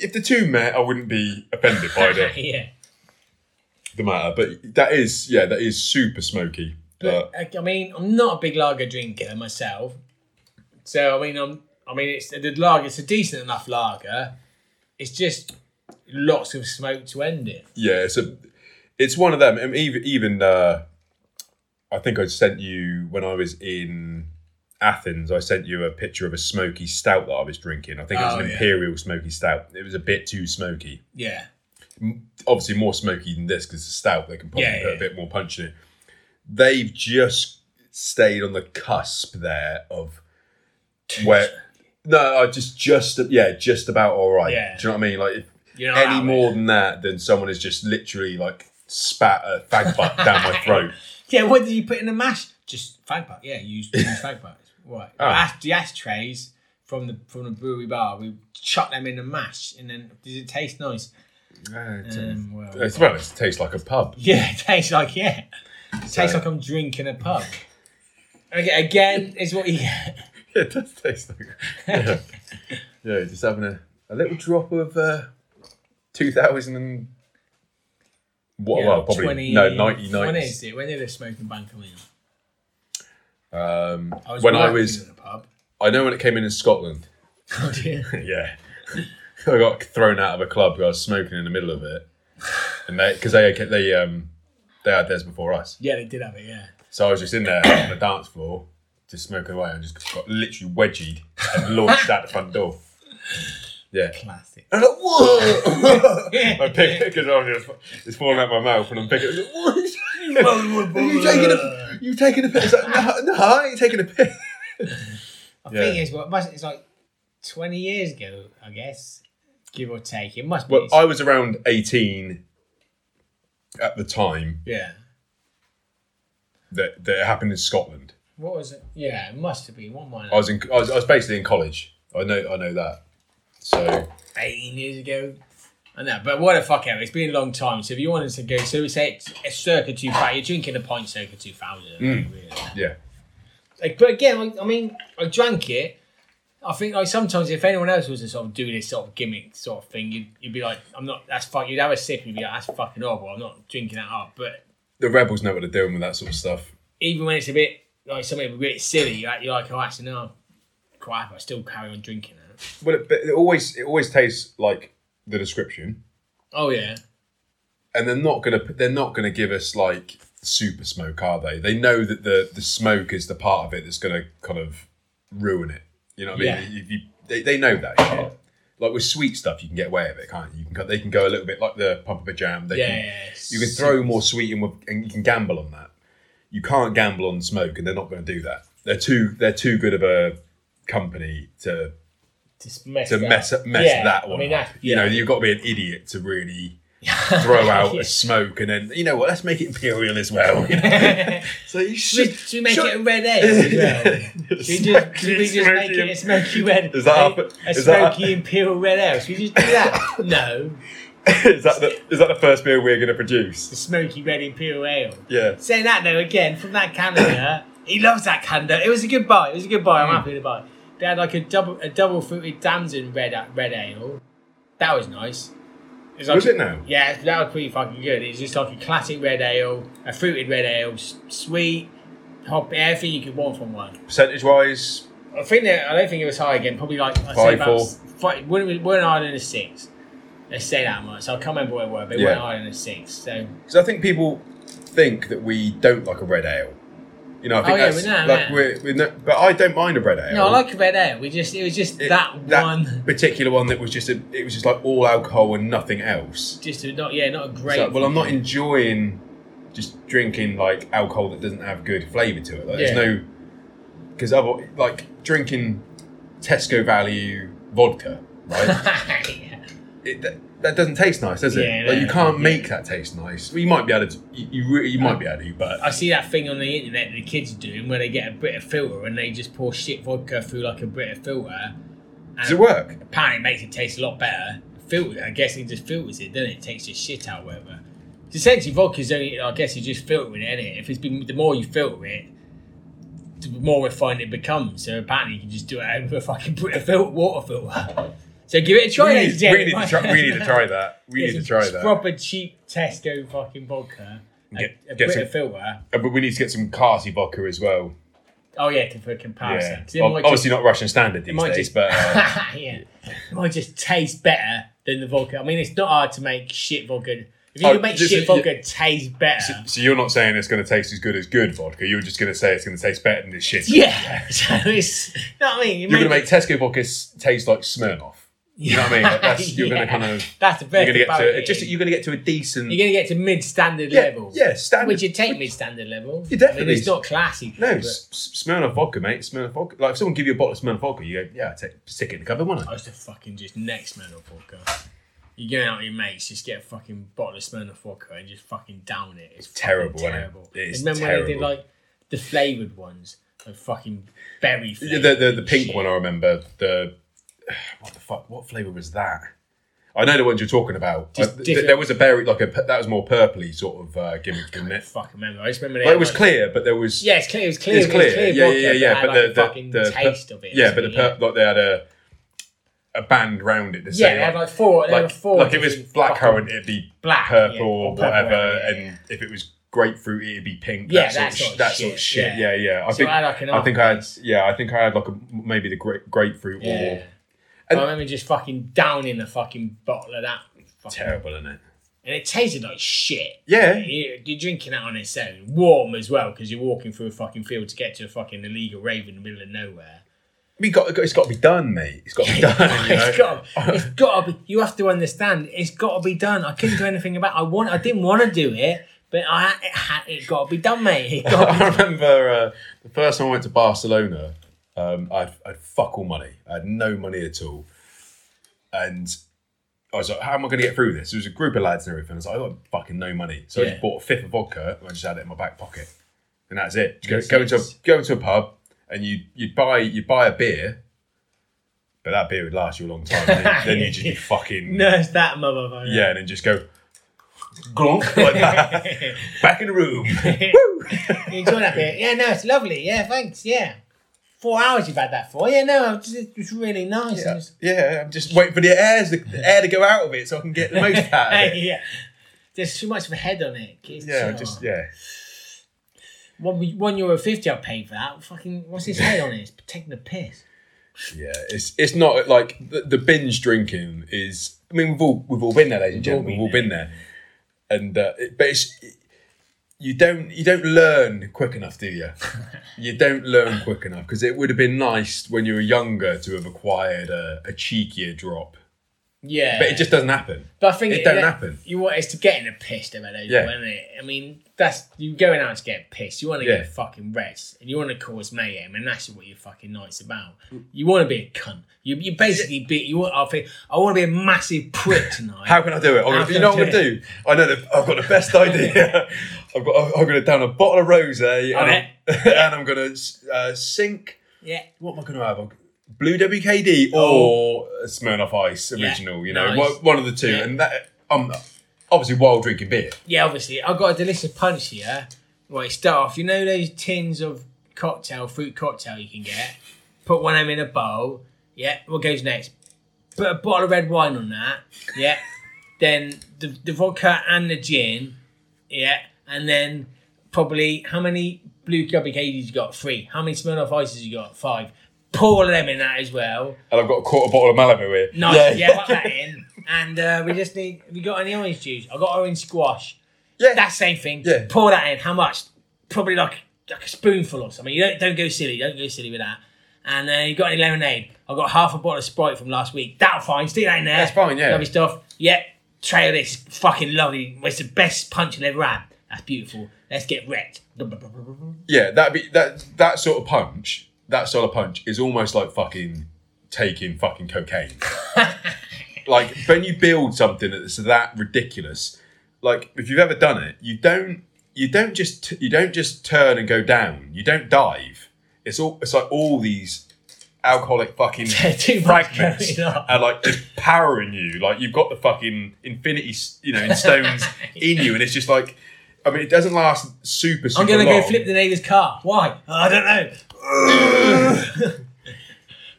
Speaker 1: if the two met, I wouldn't be offended by the,
Speaker 2: yeah.
Speaker 1: the matter. But that is yeah, that is super smoky. But
Speaker 2: But, I- I mean, I'm not a big lager drinker myself, so I mean, I'm. I mean, it's the lager. It's a decent enough lager. It's just lots of smoke to end it.
Speaker 1: yeah, it's a it's one of them. And even even uh, I think I sent you when I was in Athens. I sent you a picture of a smoky stout that I was drinking. I think it was
Speaker 2: Oh,
Speaker 1: an
Speaker 2: yeah.
Speaker 1: imperial smoky stout. It was a bit too smoky.
Speaker 2: Yeah,
Speaker 1: Obviously, more smoky than this because it's stout. They can probably
Speaker 2: Yeah,
Speaker 1: put
Speaker 2: yeah.
Speaker 1: a bit more punch in it. They've just stayed on the cusp there of where. No, I just just yeah, just about all right.
Speaker 2: Yeah.
Speaker 1: Do you know what I mean? Like if,
Speaker 2: you know
Speaker 1: any more than that, then someone has just literally like spat a fag butt down my throat.
Speaker 2: Yeah, what did you put in the mash? Just fag butt. Yeah, use, use fag butts. Right.
Speaker 1: Oh.
Speaker 2: Ash- the ashtrays from the from the brewery bar. We chuck them in the mash, and then does it taste nice? Um, well,
Speaker 1: As well, it tastes like a pub.
Speaker 2: Yeah, it tastes like yeah. It tastes
Speaker 1: So-
Speaker 2: like I'm drinking a pub. Okay, again is what you get.
Speaker 1: Yeah, it does taste like. Yeah, yeah just having a, a little drop of uh, two thousand and what? Oh, well, probably no ninety
Speaker 2: When
Speaker 1: nine.
Speaker 2: is it? When did the smoking ban come in?
Speaker 1: Um,
Speaker 2: I was
Speaker 1: when I
Speaker 2: working
Speaker 1: Um, was,
Speaker 2: in a pub.
Speaker 1: I know when it came in in Scotland.
Speaker 2: Oh dear.
Speaker 1: yeah. I got thrown out of a club because I was smoking in the middle of it, and they because they they um they had theirs before us,
Speaker 2: Yeah, they did have it. Yeah.
Speaker 1: so I was just in there on the dance floor just smoking away and just got literally wedgied and launched out the front door. Yeah,
Speaker 2: Classic.
Speaker 1: and I'm like, whoa! I pick it because I'm just it's falling out my mouth, and I'm picking. It, what is Are you taking a you taking a piss? It's like, no, no, I ain't taking a piss.
Speaker 2: I
Speaker 1: Yeah.
Speaker 2: think it's what it must. It's like twenty years ago, I guess, give or take. It must be.
Speaker 1: Well, I was around eighteen at the time
Speaker 2: yeah.
Speaker 1: that, that it happened in Scotland.
Speaker 2: What was it? Yeah, it must have been. What mine?
Speaker 1: I was in I was, I was basically in college. I know I know that. So
Speaker 2: Eighteen years ago. I know, but what a fuck ever. It's been a long time. So if you wanted to go, so we say it's a circa two thousand. You're drinking a pint circa two thousand.
Speaker 1: Mm.
Speaker 2: Really.
Speaker 1: yeah,
Speaker 2: Like, but again, like, I mean, I drank it. I think like sometimes if anyone else was to sort of do this sort of gimmick sort of thing, you'd, you'd be like, I'm not. That's fuck. You'd have a sip and you'd be like, that's fucking horrible. I'm not drinking that up. But
Speaker 1: the rebels know what they're doing with that sort of stuff.
Speaker 2: even when it's a bit like something a bit silly, you're like, you're like oh, actually, no, crap, I still carry on drinking that.
Speaker 1: Well, it, but it always it always tastes like the description,
Speaker 2: Oh, yeah.
Speaker 1: and they're not gonna they're not gonna give us like super smoke, are they? They know that the the smoke is the part of it that's gonna kind of ruin it. You know what I mean?
Speaker 2: Yeah.
Speaker 1: If you, they, they know that. Shit. Like with sweet stuff, you can get away with it, can't you? You can go- they can go a little bit like the pump of a jam. They
Speaker 2: Yeah.
Speaker 1: can,
Speaker 2: yeah, yeah.
Speaker 1: You can throw more sweet and, and you can gamble on that. You can't gamble on smoke, and they're not going to do that. They're too they're too good of a company to
Speaker 2: Just mess
Speaker 1: to
Speaker 2: that
Speaker 1: mess
Speaker 2: up.
Speaker 1: mess
Speaker 2: Yeah,
Speaker 1: that one
Speaker 2: I mean,
Speaker 1: up.
Speaker 2: that-
Speaker 1: You know,
Speaker 2: yeah.
Speaker 1: you've got to be an idiot to really throw out a smoke, and then you know what? Let's make it imperial as well. you know? so you
Speaker 2: Should,
Speaker 1: should.
Speaker 2: should we make
Speaker 1: should-
Speaker 2: it a red egg as well? Should we just, should we just make it a smoky red
Speaker 1: Is that
Speaker 2: a,
Speaker 1: up-
Speaker 2: a
Speaker 1: is that up-
Speaker 2: smoky imperial red ale? Should we just do that? no.
Speaker 1: is that the, is that the first beer we're going to produce?
Speaker 2: The smoky red imperial ale.
Speaker 1: Yeah.
Speaker 2: Saying that though, again, from that Canada, he loves that Canada. It was a good buy. It was a good buy.
Speaker 1: Hmm.
Speaker 2: I'm happy to buy. They had like a double a double fruited damson red uh, red ale. That was nice. It like
Speaker 1: Was
Speaker 2: a-
Speaker 1: it now?
Speaker 2: Yeah, that was pretty fucking good. It's just like a classic red ale, a fruited red ale, s- sweet, hop, everything you could want from one.
Speaker 1: Percentage wise,
Speaker 2: I think that, I don't think it was high again. Probably like I'd
Speaker 1: Five,
Speaker 2: say about
Speaker 1: four.
Speaker 2: s- five, weren't, weren't higher than a six. Let's say that much. I can't remember what it were, but it
Speaker 1: Yeah.
Speaker 2: weren't higher than a six. So
Speaker 1: because I think people think that we don't like a red ale. You know, I think
Speaker 2: Oh, yeah,
Speaker 1: that's
Speaker 2: we know,
Speaker 1: like
Speaker 2: yeah.
Speaker 1: we're, we're no, but I don't mind a red ale.
Speaker 2: no, I like red ale. We just it was just
Speaker 1: It-
Speaker 2: that, one.
Speaker 1: particular one that was just a, it was just like all alcohol and nothing else.
Speaker 2: Just a, not yeah, not a
Speaker 1: It's
Speaker 2: great.
Speaker 1: like, well, I'm not enjoying just drinking like alcohol that doesn't have good flavour to it. Like,
Speaker 2: Yeah.
Speaker 1: There's no because other like drinking Tesco value vodka, right?
Speaker 2: yeah.
Speaker 1: it, that, that doesn't taste nice, does it?
Speaker 2: Yeah,
Speaker 1: like you
Speaker 2: no,
Speaker 1: can't
Speaker 2: yeah.
Speaker 1: make that taste nice. Well, you might be able to. You you, re- you might be able to, but
Speaker 2: I see that thing on the internet that the kids are doing where they get a Brita filter and they just pour shit vodka through like a Brita filter.
Speaker 1: does it work?
Speaker 2: Apparently, it makes it taste a lot better. Filter, I guess it just filters it, doesn't it? It takes your shit out, whatever. It's essentially, vodka's only. I guess you're just filtering it, innit? If it's been the more you filter it, the more refined it becomes. So apparently, you can just do it over a fucking Brita filter, water filter. So give it a try.
Speaker 1: We
Speaker 2: ladies
Speaker 1: need,
Speaker 2: and
Speaker 1: we, need to
Speaker 2: gentlemen.
Speaker 1: try, we need to try that. We
Speaker 2: Get
Speaker 1: need to
Speaker 2: some
Speaker 1: try that.
Speaker 2: Proper cheap Tesco fucking vodka. A,
Speaker 1: Get-
Speaker 2: a
Speaker 1: get
Speaker 2: bit
Speaker 1: some-
Speaker 2: of filter.
Speaker 1: Uh, But we need to get some Carti vodka as well.
Speaker 2: Oh yeah, to- for comparison.
Speaker 1: Yeah.
Speaker 2: 'Cause it
Speaker 1: Ob-
Speaker 2: might
Speaker 1: Obviously not Russian standard
Speaker 2: it
Speaker 1: these
Speaker 2: might
Speaker 1: days,
Speaker 2: just,
Speaker 1: but uh,
Speaker 2: yeah, it might just taste better than the vodka. I mean, it's not hard to make shit vodka. If you
Speaker 1: Oh,
Speaker 2: can make
Speaker 1: just-
Speaker 2: shit
Speaker 1: yeah.
Speaker 2: vodka taste better,
Speaker 1: so you're not saying it's going to taste as good as good vodka. You're just going to say it's going to taste better than this shit.
Speaker 2: yeah. So it's, you know what I mean? You
Speaker 1: You're going to make
Speaker 2: make-
Speaker 1: Tesco vodka s- taste like Smirnoff. You know what I mean? Like, that's, you're going
Speaker 2: Yeah.
Speaker 1: to kind of
Speaker 2: That's the
Speaker 1: you're
Speaker 2: best.
Speaker 1: going to get to
Speaker 2: about
Speaker 1: a-
Speaker 2: it
Speaker 1: just
Speaker 2: is
Speaker 1: you're going to get to a decent
Speaker 2: you're going to get to mid-standard
Speaker 1: yeah,
Speaker 2: level.
Speaker 1: yeah standard.
Speaker 2: Which you take mid-standard level.
Speaker 1: You definitely-
Speaker 2: I mean, it's not classy.
Speaker 1: no,
Speaker 2: but-
Speaker 1: S- S- Smirnoff vodka, mate. Smirnoff vodka. Like if someone give you a bottle of Smirnoff vodka, you go, yeah, I take stick it in the cupboard, won't
Speaker 2: I
Speaker 1: I?
Speaker 2: was the fucking just next Smirnoff vodka. You go out with your mates, just get a fucking bottle of Smirnoff vodka and just fucking down it. It's fucking
Speaker 1: terrible, isn't it?
Speaker 2: terrible.
Speaker 1: It is
Speaker 2: Remember when they did
Speaker 1: terrible.
Speaker 2: like the flavoured ones, like fucking berry
Speaker 1: The,
Speaker 2: flavour.
Speaker 1: the, the, the pink one I remember. The what the fuck? What flavour was that? I know the ones you're talking about.
Speaker 2: Just
Speaker 1: Uh, th-
Speaker 2: different-
Speaker 1: there was a berry, like a that was more purpley sort of uh, gimmick, didn't it?
Speaker 2: Fuck, remember? I just remember
Speaker 1: Like, it was clear, but there was
Speaker 2: Yeah, it's clear. It was clear.
Speaker 1: it's
Speaker 2: it was
Speaker 1: clear, yeah,
Speaker 2: vodka,
Speaker 1: yeah, yeah.
Speaker 2: But,
Speaker 1: But,
Speaker 2: it had, like,
Speaker 1: the, the,
Speaker 2: fucking
Speaker 1: the per-
Speaker 2: taste of it.
Speaker 1: yeah, but the
Speaker 2: yeah.
Speaker 1: per- like they had a a band round it to
Speaker 2: yeah,
Speaker 1: say
Speaker 2: they had
Speaker 1: like,
Speaker 2: like four. They
Speaker 1: like,
Speaker 2: had four.
Speaker 1: like if it was
Speaker 2: different
Speaker 1: blackcurrant,
Speaker 2: fucking-
Speaker 1: it'd be
Speaker 2: black,
Speaker 1: purple
Speaker 2: yeah,
Speaker 1: or
Speaker 2: or purple,
Speaker 1: whatever,
Speaker 2: yeah, yeah.
Speaker 1: and if it was grapefruit, it'd be pink. that,
Speaker 2: Yeah,
Speaker 1: sort, of, sh- that sort of shit. Yeah, yeah. I
Speaker 2: So
Speaker 1: think
Speaker 2: I had, like, an
Speaker 1: I think I had
Speaker 2: aftertaste.
Speaker 1: yeah, I think I had like a, maybe the gra- grapefruit
Speaker 2: Yeah.
Speaker 1: or And-
Speaker 2: I remember just fucking down in the fucking bottle of that. Fucking,
Speaker 1: Terrible, isn't it?
Speaker 2: and it tasted like shit.
Speaker 1: Yeah.
Speaker 2: You- You're drinking it on its own, warm as well, because you're walking through a fucking field to get to a fucking illegal rave in the middle of nowhere.
Speaker 1: We got, it's got to be done, mate. It's got to be done. you know?
Speaker 2: It's got, it's got to be. You have to understand. It's got to be done. I couldn't do anything about. I want. I didn't want to do it, but I it had. It got to be done, mate. It got
Speaker 1: I remember uh, the first time I went to Barcelona, um, I'd, I'd fuck all money. I had no money at all. And I was like, how am I going to get through this? There was a group of lads and everything. I was like, I've got fucking no money. So I
Speaker 2: Yeah.
Speaker 1: just bought a fifth of vodka and I just had it in my back pocket. And that's it. You go,
Speaker 2: Makes
Speaker 1: go, into a,
Speaker 2: sense.
Speaker 1: go into a pub and you you buy you buy a beer, but that beer would last you a long time. Then, then you'd just be fucking.
Speaker 2: nurse that motherfucker.
Speaker 1: Yeah, and then just go, glonk, like that. Back in the room.
Speaker 2: You enjoy that beer? Yeah, no, it's lovely. Yeah, thanks. Yeah, four hours you've had that for. Yeah, no, it's, it's really nice.
Speaker 1: Yeah,
Speaker 2: And it's-
Speaker 1: yeah, I'm just waiting for the airs, the air to go out of it, so I can get the most out of it.
Speaker 2: yeah. There's too much of a head on it. It's-
Speaker 1: Yeah,
Speaker 2: oh.
Speaker 1: just yeah.
Speaker 2: one, one euro fifty. I paid for that. Fucking, what's his head on it? It's taking the piss.
Speaker 1: Yeah, it's it's not like the, the binge drinking is. I mean, we've all we've all been there, ladies and gentlemen. We've all been there, and uh, it, but it's you don't you don't learn quick enough, do you? you don't learn quick enough because it would have been nice when you were younger to have acquired a, a cheekier drop,
Speaker 2: Yeah,
Speaker 1: but it just doesn't happen.
Speaker 2: But I think
Speaker 1: It don't
Speaker 2: that-
Speaker 1: happen.
Speaker 2: You want it's to get in a piss about those,
Speaker 1: Yeah.
Speaker 2: isn't it? I mean, that's you going out to get pissed. You want to
Speaker 1: Yeah.
Speaker 2: get fucking rest, and you want to cause mayhem, and that's what your fucking night's about. You want to be a cunt. You, you basically be. You want. I think I want to be a massive prick tonight.
Speaker 1: How can I do it? I'm gonna,
Speaker 2: How
Speaker 1: you know what
Speaker 2: can I
Speaker 1: I'm gonna do? I know that I've got the best idea. I've got. I'm gonna down a bottle of rosé and, I'm- and I'm gonna uh, sink.
Speaker 2: yeah.
Speaker 1: What am I gonna have? Blue WKD or a Smirnoff Ice original? You know,
Speaker 2: Oh. nice.
Speaker 1: one, one of the two.
Speaker 2: Yeah.
Speaker 1: And that I'm obviously while drinking beer.
Speaker 2: Yeah, obviously. I've got a delicious punch here. Right, start off. You know those tins of cocktail, fruit cocktail you can get? Put one of them in a bowl. Yeah, what goes next? Put a bottle of red wine on that. Yeah. then the, the vodka and the gin. Yeah. And then probably how many blue gubby cages you got? Three. How many Smirnoff ices you got? Five. Pour all of them in that as well.
Speaker 1: And I've got a quarter bottle of Malibu here.
Speaker 2: Nice. Yeah, put that in. And uh, we just need, have you got any orange juice? I've got orange squash
Speaker 1: yeah.
Speaker 2: that same thing.
Speaker 1: Yeah.
Speaker 2: Pour that in. How much? Probably like like a spoonful or something. You don't don't go silly. Don't go silly with that. And uh, you got any lemonade? I got half a bottle of Sprite from last week. That'll fine. Stick that in there.
Speaker 1: That's fine, yeah.
Speaker 2: Lovely stuff. Yep. Trail this. Fucking lovely. It's the best punch you'll ever had. That's beautiful. Let's get wrecked.
Speaker 1: yeah, that be that that sort of punch, that sort of punch is almost like fucking taking fucking cocaine. like when you build something that's that ridiculous, like if you've ever done it, you don't you don't just you don't just turn and go down. You don't dive. It's all it's like all these alcoholic fucking
Speaker 2: Too much
Speaker 1: fragments
Speaker 2: going on.
Speaker 1: are like just powering you. Like you've got the fucking infinity, s- you know, in stones in you, and it's just like. I mean, it doesn't last super, super
Speaker 2: I'm gonna
Speaker 1: long.
Speaker 2: go flip the neighbour's car. Why? I don't know.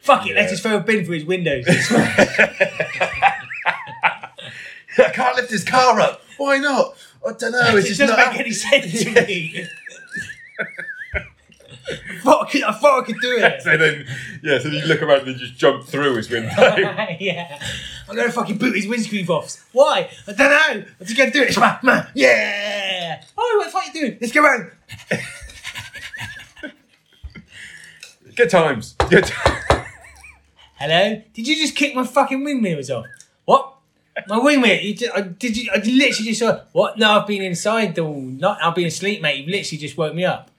Speaker 2: Fuck it. Let's
Speaker 1: Yeah.
Speaker 2: just throw a bin through his windows.
Speaker 1: I can't lift his car up. Why not? I don't know. It's
Speaker 2: It
Speaker 1: just
Speaker 2: doesn't
Speaker 1: not
Speaker 2: make any sense to me. I, thought I, could, I thought I could do it.
Speaker 1: So then, yeah. So then you look around and you just jump through his window.
Speaker 2: yeah. I'm gonna fucking boot his windscreen off. Why? I don't know. I'm just gonna do it. Ma, ma, Yeah. Oh, what the fuck you doing? Let's go round.
Speaker 1: Good times. Good. Times.
Speaker 2: Hello. Did you just kick my fucking wing mirrors off? What? My wing mirror? You just, I, did you? I literally just saw. What? No, I've been inside all night. I've been asleep, mate. You've literally just woke me up.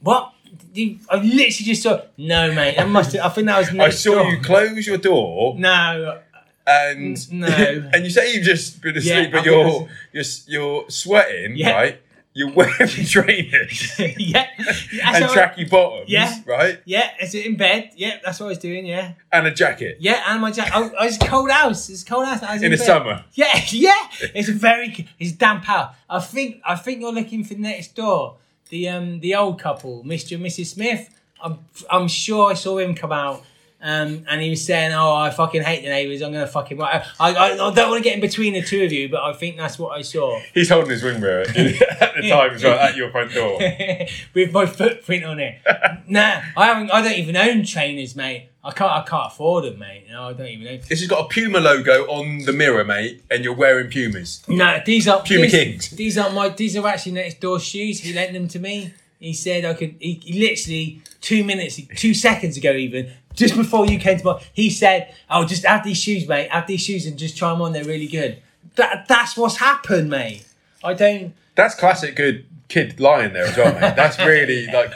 Speaker 2: What? You, I literally just saw. No, mate. I must. have I think that was.
Speaker 1: I
Speaker 2: next
Speaker 1: saw
Speaker 2: door.
Speaker 1: you close your door
Speaker 2: No,
Speaker 1: and
Speaker 2: N- no.
Speaker 1: and you say you've just been asleep,
Speaker 2: Yeah,
Speaker 1: but
Speaker 2: I
Speaker 1: you're
Speaker 2: think
Speaker 1: you're s- you're sweating,
Speaker 2: Yeah.
Speaker 1: right? You're wearing trainers
Speaker 2: yeah. That's
Speaker 1: and
Speaker 2: what I-
Speaker 1: tracky bottoms,
Speaker 2: Yeah.
Speaker 1: right?
Speaker 2: yeah, is it in bed? Yeah, that's what I was doing. Yeah,
Speaker 1: And a jacket
Speaker 2: yeah, and my jacket. I, I was cold house. It's cold house. I was in,
Speaker 1: in the
Speaker 2: bed.
Speaker 1: summer.
Speaker 2: Yeah, yeah. It's a very. It's damp out. I think. I think you're looking for next door. The um the old couple, Mr. and Mrs. Smith. I'm I'm sure I saw him come out. Um, and he was saying, "Oh, I fucking hate the neighbours. I'm gonna fucking. I, I, I don't want to get in between the two of you, but I think that's what I saw
Speaker 1: He's holding his wing mirror at the time as well at your front door.
Speaker 2: with my footprint on it. nah, I haven't. I don't even own trainers, mate. I can't. I can't afford them, mate. No, I don't even know.
Speaker 1: This has got a Puma logo on the mirror, mate, and you're wearing Pumas.
Speaker 2: No, these are
Speaker 1: Puma
Speaker 2: these,
Speaker 1: Kings.
Speaker 2: These are my. These are actually next door shoes. He lent them to me. He said I could. He, he literally two minutes, two seconds ago, even just before you came to my, he said, "Oh, just have these shoes, mate. Have these shoes and just try them on. They're really good." That that's what's happened, mate. I don't.
Speaker 1: That's classic good kid lying there as well, mate. That's really like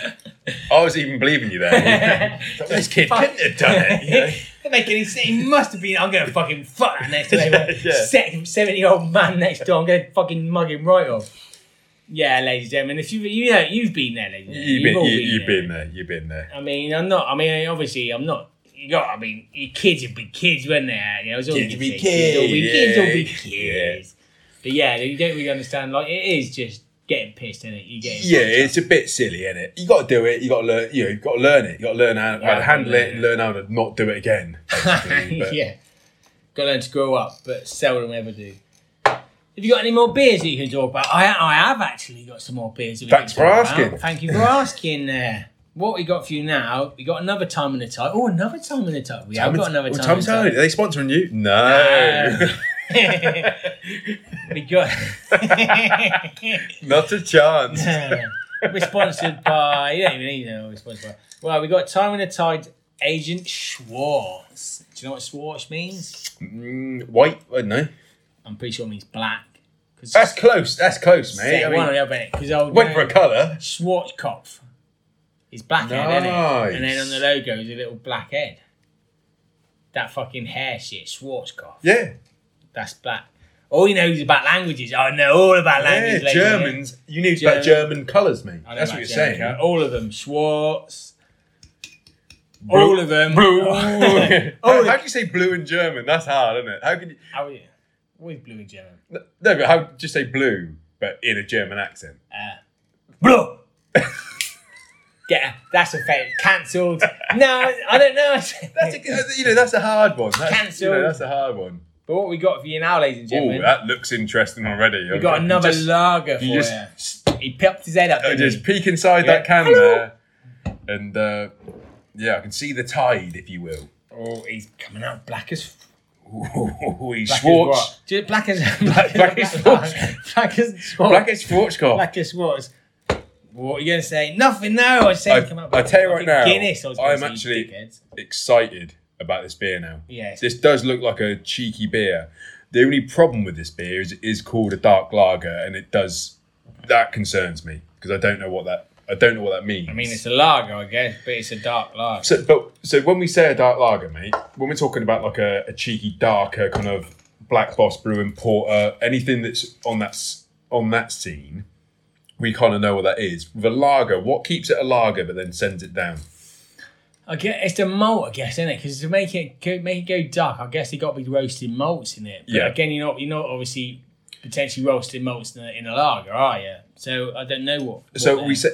Speaker 1: I was even believing you there. It's like, this kid couldn't have done it. you know?
Speaker 2: Doesn't make any sense. He must have been. I'm gonna fucking fuck that next door.
Speaker 1: Yeah, yeah.
Speaker 2: seventy year old man next door. I'm gonna fucking mug him right off. Yeah, ladies and gentlemen, if you you know you've been there, ladies. and gentlemen.
Speaker 1: You've been,
Speaker 2: all
Speaker 1: you, you've
Speaker 2: there.
Speaker 1: been there. You've been there.
Speaker 2: I mean, I'm not. I mean, obviously, I'm not. You got. I mean, your kids would be kids, wouldn't they? You know, it's all
Speaker 1: Kids
Speaker 2: you
Speaker 1: be
Speaker 2: say, Kids will be
Speaker 1: kids,
Speaker 2: kids. Will be
Speaker 1: yeah.
Speaker 2: kids. But yeah, you don't really understand. Like, it is just getting pissed, isn't it? You get.
Speaker 1: Yeah, it's a bit silly, isn't it? You got to do it. You got to learn. You know, you got to learn it. You got to learn how, how to
Speaker 2: Yeah,
Speaker 1: handle it.
Speaker 2: yeah.
Speaker 1: and Learn how to not do it again. basically. But
Speaker 2: yeah. Got to learn to grow up, but seldom ever do. Have you got any more beers that you can talk about? I I have actually got some more beers. That we
Speaker 1: Thanks
Speaker 2: can talk
Speaker 1: for
Speaker 2: about.
Speaker 1: asking.
Speaker 2: Thank you for asking. There. What we got for you now? We got another time in the tub. Oh, another time in the tub. We have got another
Speaker 1: Well,
Speaker 2: time.
Speaker 1: Tom's
Speaker 2: in the
Speaker 1: telling
Speaker 2: tub.
Speaker 1: you, Are they sponsoring you? No,
Speaker 2: we got
Speaker 1: not a chance.
Speaker 2: we're sponsored by you don't even need to know what we're sponsored by. Well, we got Time and the Tide agent Schwartz. Do you know what Schwartz means?
Speaker 1: Mm, white? I don't know.
Speaker 2: I'm pretty sure it means black. Cause
Speaker 1: That's close. That's close, mate. I mean,
Speaker 2: one or the other because old
Speaker 1: went for a colour.
Speaker 2: Schwarzkopf is black head,
Speaker 1: Nice.
Speaker 2: isn't it? And then on the logo is a little black head. That fucking hair shit, Schwarzkopf.
Speaker 1: Yeah,
Speaker 2: That's black. All he knows about languages. I know all about
Speaker 1: yeah.
Speaker 2: languages. ladies and gentlemen.
Speaker 1: Germans. You knew
Speaker 2: German-
Speaker 1: about German colours, mate.
Speaker 2: I know
Speaker 1: That's what you're
Speaker 2: about
Speaker 1: saying.
Speaker 2: Jericho. All of them. Schwartz. all of them.
Speaker 1: Blue.
Speaker 2: all
Speaker 1: how,
Speaker 2: of
Speaker 1: Oh, how do you say blue in German? That's hard, isn't it? How can you?
Speaker 2: How are you? Always blue in German.
Speaker 1: No, but how just say blue, but in a German accent?
Speaker 2: Uh, blue. Get her. That's a fail. Cancelled. No, I don't know.
Speaker 1: That's a, you know that's a hard one. That's, you know,
Speaker 2: Cancelled.
Speaker 1: that's a hard one.
Speaker 2: but what we got for you now, ladies and
Speaker 1: Oh,
Speaker 2: gentlemen?
Speaker 1: that looks interesting already.
Speaker 2: we got another
Speaker 1: Just,
Speaker 2: lager for
Speaker 1: you
Speaker 2: you.
Speaker 1: just,
Speaker 2: He popped his head up.
Speaker 1: uh,
Speaker 2: Didn't
Speaker 1: just
Speaker 2: he?
Speaker 1: peek inside
Speaker 2: Yeah.
Speaker 1: that can
Speaker 2: Hello.
Speaker 1: there, and uh, yeah, I can see the tide, if you will.
Speaker 2: Oh, he's coming out black as
Speaker 1: Ooh, he's
Speaker 2: black
Speaker 1: Schwartz.
Speaker 2: As what? Just black as
Speaker 1: Black- black as Schwartz.
Speaker 2: Black as Schwartz.
Speaker 1: Black as Schwarzkopf.
Speaker 2: Like this was. What are you going to say? Nothing now. I say,
Speaker 1: I-
Speaker 2: come up
Speaker 1: I
Speaker 2: with
Speaker 1: tell you right
Speaker 2: fucking
Speaker 1: now,
Speaker 2: Guinness. I was gonna
Speaker 1: I'm
Speaker 2: say, you
Speaker 1: actually-
Speaker 2: dickheads.
Speaker 1: excited about this beer now.
Speaker 2: Yes.
Speaker 1: This does look like a cheeky beer. The only problem with this beer is it is called a dark lager, and it does that concerns me because I don't know what that I don't know what that means.
Speaker 2: I mean, it's a lager, I guess, but it's a dark lager.
Speaker 1: so, but so when we say a dark lager, mate, when we're talking about like a, a cheeky darker kind of black boss brewing porter, anything that's on that s- on that scene, we kind of know what that is. With a lager, what keeps it a lager but then sends it down?
Speaker 2: I guess it's the malt, I guess, isn't it? Because to make it go, make it go dark, I guess they got to be roasted malts in it. But
Speaker 1: Yeah.
Speaker 2: Again, you're not you're not obviously potentially roasted malts in a, in a lager, are you? So I don't know what. what
Speaker 1: So
Speaker 2: they-
Speaker 1: we said,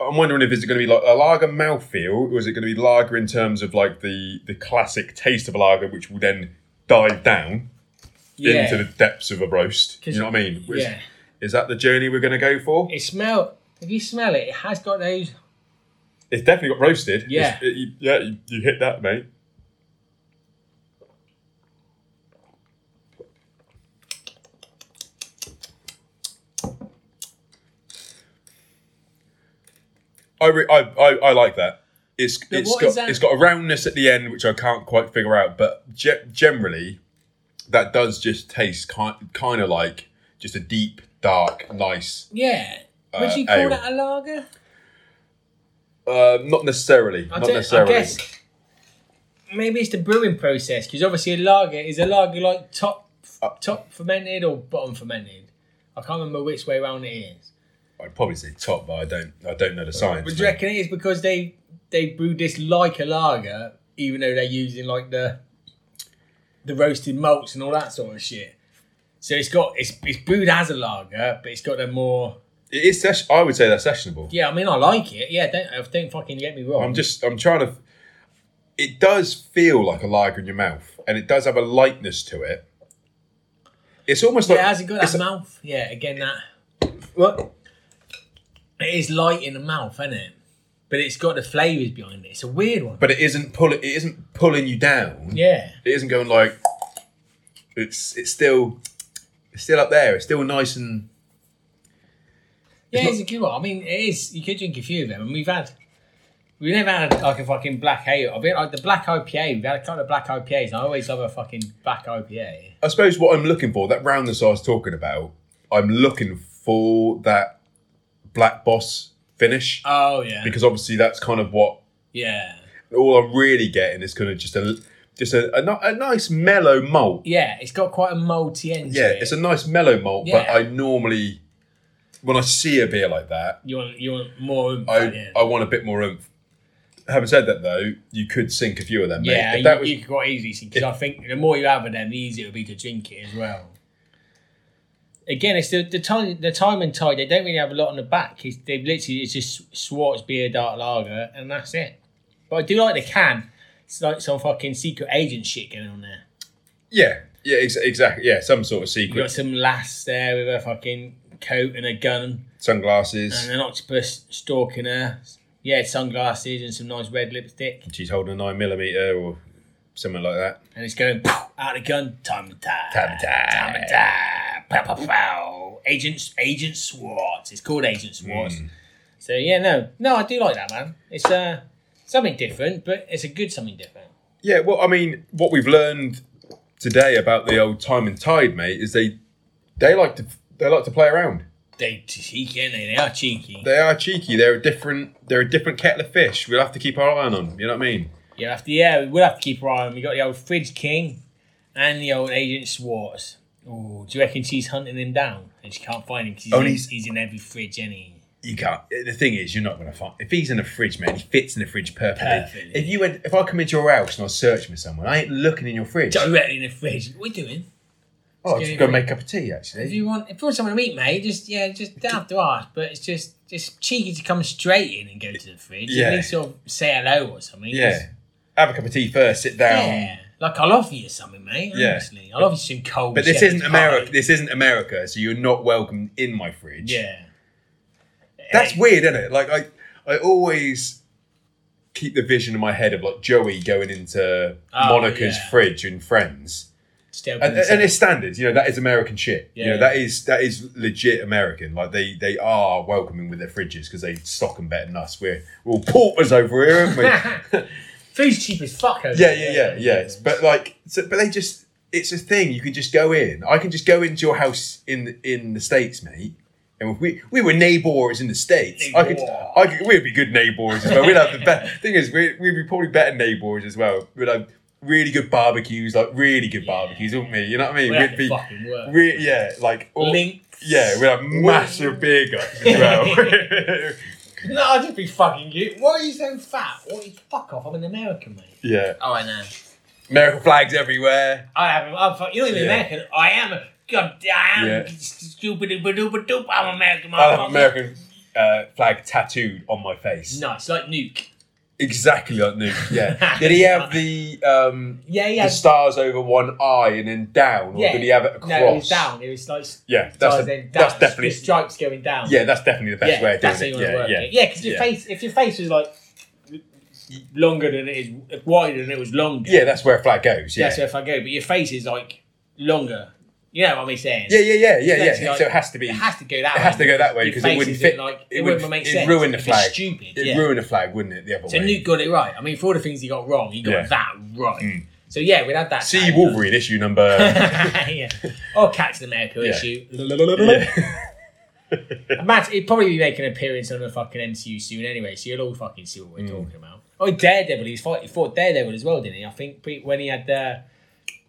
Speaker 1: I'm wondering if is it going to be like a lager mouthfeel, or is it going to be lager in terms of like the the classic taste of a lager, which will then dive down
Speaker 2: yeah.
Speaker 1: into the depths of a roast? You know what I mean? Is,
Speaker 2: yeah.
Speaker 1: is that the journey we're going to go for?
Speaker 2: It smell. If you smell it, it has got those.
Speaker 1: It's definitely got roasted.
Speaker 2: Yeah.
Speaker 1: It's- it- you- yeah, you, you hit that, mate. I, re- I, I I like that. It's
Speaker 2: Now,
Speaker 1: it's
Speaker 2: what
Speaker 1: got
Speaker 2: is that?
Speaker 1: it's got a roundness at the end, which I can't quite figure out. But ge- generally, that does just taste kind kind of like just a deep, dark, nice.
Speaker 2: Yeah.
Speaker 1: Uh,
Speaker 2: Would you call
Speaker 1: ale.
Speaker 2: that a lager?
Speaker 1: Uh, not necessarily.
Speaker 2: I
Speaker 1: not
Speaker 2: don't-
Speaker 1: necessarily.
Speaker 2: I guess maybe it's the brewing process because obviously a lager is a lager like top
Speaker 1: Uh,
Speaker 2: top fermented or bottom fermented. I can't remember which way round it is.
Speaker 1: I'd probably say top, but I don't. I don't know the science.
Speaker 2: But do
Speaker 1: mate.
Speaker 2: you reckon it is because they they brewed this like a lager, even though they're using like the the roasted malts and all that sort of shit. So it's got it's it's brewed as a lager, but it's got a more
Speaker 1: It is. Sesh- I would say that's sessionable.
Speaker 2: yeah. I mean, I like it. Yeah, don't uh, don't fucking get me wrong.
Speaker 1: I'm just. I'm trying to. It does feel like a lager in your mouth, and it does have a lightness to it. It's almost like
Speaker 2: Yeah, has it got
Speaker 1: it's
Speaker 2: that mouth? Yeah, again that. What? It is light in the mouth, isn't it? but it's got the flavours behind it. It's a weird one.
Speaker 1: But it isn't pull it isn't pulling you down.
Speaker 2: yeah.
Speaker 1: It isn't going like it's it's still it's still up there. It's still nice and
Speaker 2: Yeah, it's, a good one. I mean, it is. You could drink a few of them, and we've had. We've never had like a fucking black ale. I mean, like the black IPA. We've had a couple of black IPAs, and I always love a fucking black IPA.
Speaker 1: I suppose what I'm looking for, that roundness I was talking about, I'm looking for that black boss finish.
Speaker 2: Oh yeah,
Speaker 1: because obviously that's kind of what
Speaker 2: yeah,
Speaker 1: all I'm really getting is kind of just a just a, a, ni- a nice mellow malt.
Speaker 2: yeah. It's got quite a malty end.
Speaker 1: Yeah,
Speaker 2: to it.
Speaker 1: it's a nice mellow malt, but
Speaker 2: Yeah.
Speaker 1: I normally when I see a beer like that,
Speaker 2: you want you want more. oomph
Speaker 1: I
Speaker 2: at the end.
Speaker 1: I want a bit more oomph. Having said that, though, you could sink a few of them. Mate.
Speaker 2: yeah,
Speaker 1: if that
Speaker 2: you,
Speaker 1: was
Speaker 2: you could quite easily see because I think the more you have of them, the easier it'll be to drink it as well. Again, it's the, the time the time and tide. They don't really have a lot on the back. It's, they've literally it's just Schwartz beer, dark lager, and that's it. But I do like the can. It's like some fucking secret agent shit going on there.
Speaker 1: yeah, yeah, ex- exactly, yeah, some sort of
Speaker 2: You got
Speaker 1: secret
Speaker 2: some lass there with a fucking coat and a gun
Speaker 1: sunglasses.
Speaker 2: and an octopus stalking her. Yeah, sunglasses and some nice red lipstick.
Speaker 1: She's holding a nine millimeter or something like that.
Speaker 2: and it's going out of the gun. Time to die.
Speaker 1: Time to die.
Speaker 2: Time to die. Pow, pow, pow. Agent, Agent Swartz. It's called Agent Swartz.
Speaker 1: Hmm.
Speaker 2: So yeah, no, no, I do like that, man. It's uh, something different, but it's a good something different.
Speaker 1: Yeah, well, I mean, what we've learned today about the old time and tide, mate, is they they like to they like to play around.
Speaker 2: They cheeky, ain't they? They are cheeky.
Speaker 1: They are cheeky. They're a different they're a different kettle of fish. We'll have to keep our eye on them. You know what I mean?
Speaker 2: You'll have to, yeah, we'll have to keep our eye on. 'em. We got the old Fridge King and the old Agent Swartz. Oh, do you reckon she's hunting him down and she can't find him because he's,
Speaker 1: Oh, and
Speaker 2: in-
Speaker 1: he's-
Speaker 2: he's in every fridge, any?
Speaker 1: You can't. The thing is, you're not going to find if he's in a fridge, man. He fits in the fridge perfectly.
Speaker 2: Perfectly.
Speaker 1: If you went, if I come into your house and I search for someone, I ain't looking in your fridge.
Speaker 2: Directly in the fridge. What are we doing?
Speaker 1: oh, I just
Speaker 2: Scary.
Speaker 1: go make a cup of tea.
Speaker 2: If
Speaker 1: Actually,
Speaker 2: you want, if you want someone to meet, mate, just yeah, just don't have to ask. But it's just just cheeky to come straight in and go to the fridge.
Speaker 1: Yeah.
Speaker 2: At least sort of say hello or something.
Speaker 1: yeah.
Speaker 2: Just-
Speaker 1: Have a cup of tea first. Sit down.
Speaker 2: yeah. Like I'll offer you something, mate.
Speaker 1: Yeah.
Speaker 2: Honestly, I'll offer you some cold.
Speaker 1: But this
Speaker 2: shepherd's
Speaker 1: isn't America.
Speaker 2: pie.
Speaker 1: This isn't America. So you're not welcome in my fridge.
Speaker 2: Yeah.
Speaker 1: That's
Speaker 2: Hey,
Speaker 1: weird, isn't it? Like I, I always keep the vision in my head of like Joey going into
Speaker 2: Oh,
Speaker 1: Monica's
Speaker 2: yeah.
Speaker 1: fridge and Friends,
Speaker 2: just helping
Speaker 1: and, and
Speaker 2: yourself.
Speaker 1: it's standard. You know that is American shit. you
Speaker 2: Yeah.
Speaker 1: know that is that is legit American. Like they they are welcoming with their fridges because they stock them better than us. We're we're all paupers over here, aren't we?
Speaker 2: food's cheap as fuck. Over
Speaker 1: yeah, yeah,
Speaker 2: there,
Speaker 1: yeah,
Speaker 2: isn't
Speaker 1: yeah.
Speaker 2: it?
Speaker 1: It's- But like, so, but they just. It's a thing. You can just go in. I can just go into your house in in the states, mate. And if we we were neighbors in the states. I could,
Speaker 2: Neighbour.
Speaker 1: I could, we'd be good neighbors as well. We'd have the best thing is we'd, we'd be probably better neighbors as well. We'd have really good barbecues, like really good barbecues, wouldn't we? You know what I mean?
Speaker 2: We'd have to
Speaker 1: be,
Speaker 2: fucking work.
Speaker 1: re- yeah, like all,
Speaker 2: Link.
Speaker 1: yeah, we'd have massive beer guts as well.
Speaker 2: No, I'll just be fucking you. Why are you so fat? Why you fuck off? I'm an American, mate.
Speaker 1: yeah,
Speaker 2: Oh, I know.
Speaker 1: American flags everywhere.
Speaker 2: I am. I'm fuck, you're not even
Speaker 1: Yeah.
Speaker 2: American. I am. a- God, I am
Speaker 1: Yeah.
Speaker 2: stupid. doop, doop, doop. I'm American.
Speaker 1: I'll have
Speaker 2: motherfucker.
Speaker 1: an American uh, flag tattooed on my face.
Speaker 2: Nice, like Nuke.
Speaker 1: Exactly like Nuke, yeah. did he have the um,
Speaker 2: Yeah,
Speaker 1: the
Speaker 2: yeah.
Speaker 1: stars over one eye and then down, or
Speaker 2: yeah.
Speaker 1: did he have it across?
Speaker 2: No, it was down. It was like
Speaker 1: Yeah, that's,
Speaker 2: stars
Speaker 1: the-
Speaker 2: then down.
Speaker 1: that's
Speaker 2: The
Speaker 1: definitely
Speaker 2: stripes going down.
Speaker 1: yeah, that's definitely the best
Speaker 2: yeah,
Speaker 1: way of doing
Speaker 2: that's how
Speaker 1: it.
Speaker 2: you want to
Speaker 1: Yeah,
Speaker 2: work
Speaker 1: yeah,
Speaker 2: it. Yeah, because your
Speaker 1: Yeah.
Speaker 2: face, if your face was like longer than it is, wider than it was longer.
Speaker 1: yeah. That's where a flag goes. Yeah,
Speaker 2: That's where if I go. But your face is like longer. You know what I'm saying?
Speaker 1: yeah, yeah, yeah, yeah, yeah.
Speaker 2: actually like-
Speaker 1: so it has to be.
Speaker 2: It has to go that.
Speaker 1: It
Speaker 2: way.
Speaker 1: has to go that way
Speaker 2: Your
Speaker 1: because it
Speaker 2: face
Speaker 1: wouldn't
Speaker 2: isn't
Speaker 1: fit-
Speaker 2: Like,
Speaker 1: it
Speaker 2: it,
Speaker 1: would-
Speaker 2: wouldn't make
Speaker 1: it'd
Speaker 2: sense.
Speaker 1: ruin the
Speaker 2: It'd be
Speaker 1: flag.
Speaker 2: Stupid.
Speaker 1: It'd
Speaker 2: yeah.
Speaker 1: ruin a flag, wouldn't it? The other
Speaker 2: So
Speaker 1: way.
Speaker 2: Nuke got it right. I mean, for all the things he got wrong, he got
Speaker 1: Yeah. Mm.
Speaker 2: that right. So yeah, we'd have that.
Speaker 1: See Wolverine issue number.
Speaker 2: yeah. Or Captain America
Speaker 1: Yeah.
Speaker 2: issue.
Speaker 1: yeah.
Speaker 2: Matt, he'd probably be making an appearance on the fucking MCU soon anyway, so you'll all fucking see what we're
Speaker 1: Mm.
Speaker 2: talking about. Oh, Daredevil, he's fight, he fought Daredevil as well, didn't he? I think pre- when he had the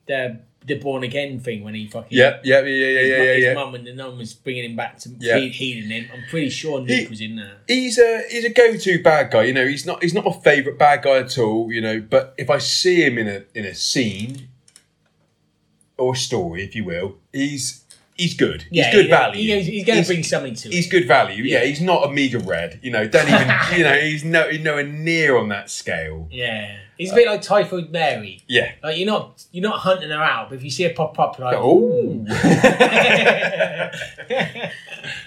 Speaker 2: the the born again thing when he fucking
Speaker 1: Yep, yep, yeah, yeah, yeah,
Speaker 2: his, mu-
Speaker 1: yeah, yeah,
Speaker 2: his
Speaker 1: yeah.
Speaker 2: mum and the nun was bringing him back to
Speaker 1: Yeah.
Speaker 2: he- healing him. I'm pretty sure Nick
Speaker 1: He-
Speaker 2: was in there.
Speaker 1: he's a he's a go-to bad guy. You know, he's not he's not a favourite bad guy at all. You know, but if I see him in a in a scene or a story, if you will, he's he's good.
Speaker 2: Yeah,
Speaker 1: he's good
Speaker 2: yeah.
Speaker 1: value.
Speaker 2: He- he's going to bring something to it.
Speaker 1: He's good value. Yeah.
Speaker 2: Yeah.
Speaker 1: he's not a mega red. You know, don't even. you know, he's no, he's nowhere near on that scale.
Speaker 2: Yeah, he's a bit like Typhoid Mary.
Speaker 1: Yeah.
Speaker 2: Like you're not you're not hunting her out, but if you see her pop up, you're like
Speaker 1: Oh.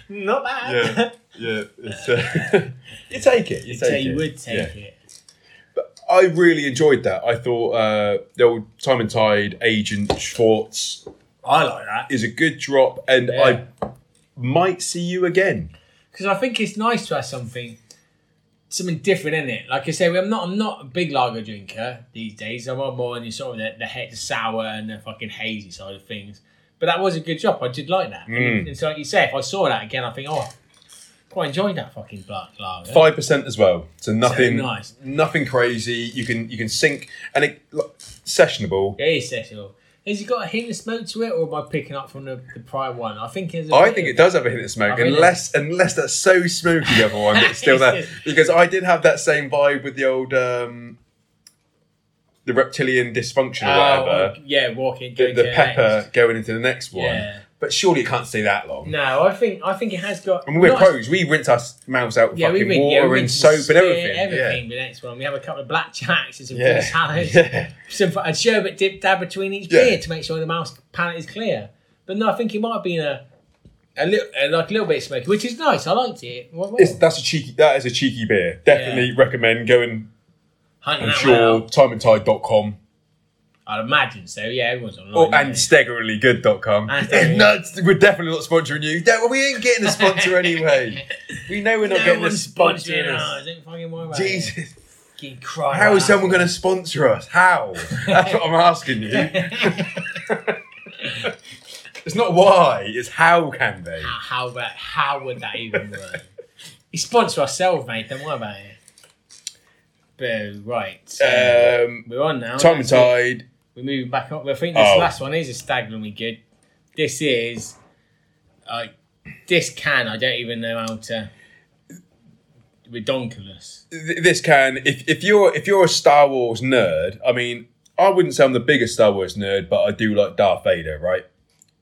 Speaker 2: not bad.
Speaker 1: yeah, yeah. It's, uh, you take it. You
Speaker 2: You'd
Speaker 1: take
Speaker 2: say you
Speaker 1: it.
Speaker 2: would take
Speaker 1: Yeah.
Speaker 2: it.
Speaker 1: I really enjoyed that. I thought uh, the old Time and Tide agent Schwartz
Speaker 2: I like that
Speaker 1: is a good drop, and
Speaker 2: Yeah.
Speaker 1: I might see you again.
Speaker 2: because I think it's nice to have something something different in it. Like I say, I'm not I'm not a big lager drinker these days. I'm on more on the sort of the, the, he- the sour and the fucking hazy side of things. But that was a good job. I did like that.
Speaker 1: Mm.
Speaker 2: And, and so, like you say, if I saw that again, I think, oh, quite enjoyed that fucking black lager.
Speaker 1: Five percent as well, so nothing,
Speaker 2: So nice.
Speaker 1: nothing crazy. You can you can sink and it like, sessionable.
Speaker 2: Yeah, it's sexual. Has he got a hint of smoke to it, or am I picking up from the, the prior one? I think it's.
Speaker 1: I think it does have a hint of smoke,
Speaker 2: I really-
Speaker 1: unless unless that's so smoky the other one, but it's still there. Because I did have that same vibe with the old um, the reptilian dysfunction or
Speaker 2: Oh,
Speaker 1: whatever.
Speaker 2: yeah, walking.
Speaker 1: the,
Speaker 2: Going
Speaker 1: the
Speaker 2: to
Speaker 1: pepper
Speaker 2: next.
Speaker 1: going into the next one.
Speaker 2: Yeah.
Speaker 1: But surely it can't stay that long.
Speaker 2: No, I think I think it has got.
Speaker 1: I mean, we're
Speaker 2: not-
Speaker 1: pros. We rinse our mouths out with
Speaker 2: Yeah,
Speaker 1: fucking
Speaker 2: we rinse-
Speaker 1: water
Speaker 2: yeah, we
Speaker 1: and
Speaker 2: rinse
Speaker 1: soap and
Speaker 2: spit,
Speaker 1: everything.
Speaker 2: Everything. The next one, we have a couple of blackjacks and some
Speaker 1: Yeah.
Speaker 2: fruit salad,
Speaker 1: Yeah.
Speaker 2: some fu- a sherbet dip dab between each
Speaker 1: Yeah.
Speaker 2: beer to make sure the mouth palate is clear. But no, I think it might have been a a little like a little bit smoky, which is nice. I liked it. What,
Speaker 1: It's, that's a cheeky. That is a cheeky beer. Definitely recommend going.
Speaker 2: hunting
Speaker 1: I'm
Speaker 2: that one
Speaker 1: sure
Speaker 2: out.
Speaker 1: timeandtide.com
Speaker 2: I'd imagine so. Oh, Yeah, everyone's online.
Speaker 1: or
Speaker 2: aren't
Speaker 1: Oh, and
Speaker 2: they?
Speaker 1: staggeringlygood.com.
Speaker 2: And staggeringly-
Speaker 1: No, it's- we're definitely not sponsoring you. That, well, we ain't getting a sponsor anyway. We know we're not
Speaker 2: no
Speaker 1: getting a
Speaker 2: one's
Speaker 1: sponsor.
Speaker 2: sponsoring us. Don't fucking worry about it.
Speaker 1: Jesus,
Speaker 2: Fucking cry
Speaker 1: how is
Speaker 2: out.
Speaker 1: someone going to sponsor us? How? That's what I'm asking you. It's not why, it's how can they.
Speaker 2: How about how would that even work? we sponsor ourselves, mate. Don't worry about it. But right, so
Speaker 1: Um,
Speaker 2: we're on now.
Speaker 1: Time and
Speaker 2: That's it.
Speaker 1: Tide.
Speaker 2: We're moving back up. I think this
Speaker 1: Oh.
Speaker 2: last one is a staggeringly good. This is, I, this can I don't even know how to. Redonkulous.
Speaker 1: Th- This can, if, if you're if you're a Star Wars nerd, I mean, I wouldn't say I'm the biggest Star Wars nerd, but I do like Darth Vader, right?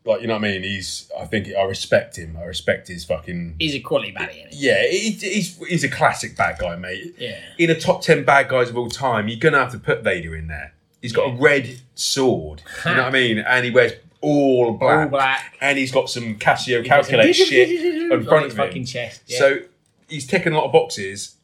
Speaker 1: Like you know what I mean? He's, I think, I respect him. I respect his fucking.
Speaker 2: He's a quality baddie, is
Speaker 1: Yeah, he, he's he's a classic bad guy, mate.
Speaker 2: Yeah.
Speaker 1: In a top ten bad guys of all time, you're gonna have to put Vader in there. He's got a red sword. you know what I mean? And he wears all black.
Speaker 2: All black.
Speaker 1: And he's got some Casio calculator shit in
Speaker 2: on
Speaker 1: front
Speaker 2: his
Speaker 1: of him.
Speaker 2: fucking chest. Yeah.
Speaker 1: So he's ticking a lot of boxes.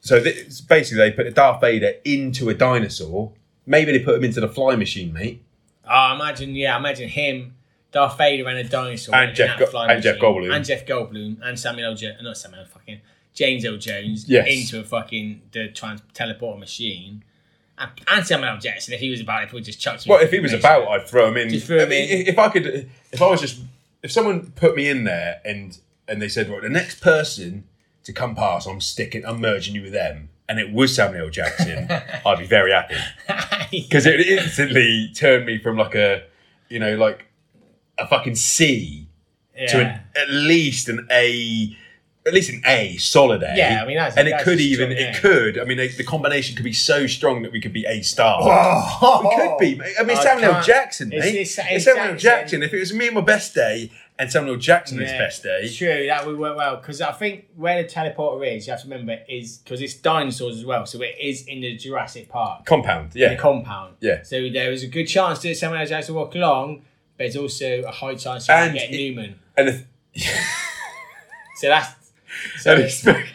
Speaker 1: So this, basically, they put a Darth Vader into a dinosaur. Maybe they put him into the fly machine, mate.
Speaker 2: I imagine, yeah, I imagine him, Darth Vader, and a dinosaur,
Speaker 1: And
Speaker 2: in
Speaker 1: Jeff
Speaker 2: that
Speaker 1: Go-
Speaker 2: flying
Speaker 1: and Jeff
Speaker 2: machine.
Speaker 1: Goldblum.
Speaker 2: and Jeff Goldblum, and Samuel L. Jo- not Samuel, fucking James L. Jones,
Speaker 1: Yes.
Speaker 2: into a fucking the trans teleporter machine, and, and Samuel L. Jackson. If he was about, it, would just chuck.
Speaker 1: Well, if he was about, I'd throw him in.
Speaker 2: Just throw him
Speaker 1: I mean,
Speaker 2: in.
Speaker 1: i- If I could, if I was just, if someone put me in there and and they said, right, the next person to come past, I'm sticking, I'm merging you with them, and it was Samuel L. Jackson, I'd be very happy because it instantly turned me from like a, you know, like a fucking C to an, at least an A, at least an A, solid A.
Speaker 2: Yeah, I mean, that's-
Speaker 1: and it
Speaker 2: that's
Speaker 1: could
Speaker 2: a
Speaker 1: even
Speaker 2: strong
Speaker 1: it
Speaker 2: A.
Speaker 1: could. I mean, they, the combination could be so strong that we could be A star. We Oh, could be. mate. I mean,
Speaker 2: I
Speaker 1: Samuel L.
Speaker 2: can't-
Speaker 1: Jackson, mate.
Speaker 2: It's-
Speaker 1: It's,
Speaker 2: it's- it's
Speaker 1: Samuel L.
Speaker 2: Jackson.
Speaker 1: Jackson. If it was me on my best day and Samuel L. Jackson his
Speaker 2: Yeah,
Speaker 1: best day,
Speaker 2: True, that would work well because I think where the teleporter is, you have to remember is because it's dinosaurs as well, so it is in the Jurassic Park.
Speaker 1: compound. Yeah,
Speaker 2: the compound.
Speaker 1: Yeah.
Speaker 2: So there was a good chance that someone else has to walk along, but there's also a high chance you
Speaker 1: And
Speaker 2: can get
Speaker 1: it-
Speaker 2: Newman.
Speaker 1: and if,
Speaker 2: So that's so
Speaker 1: and he's, smoking,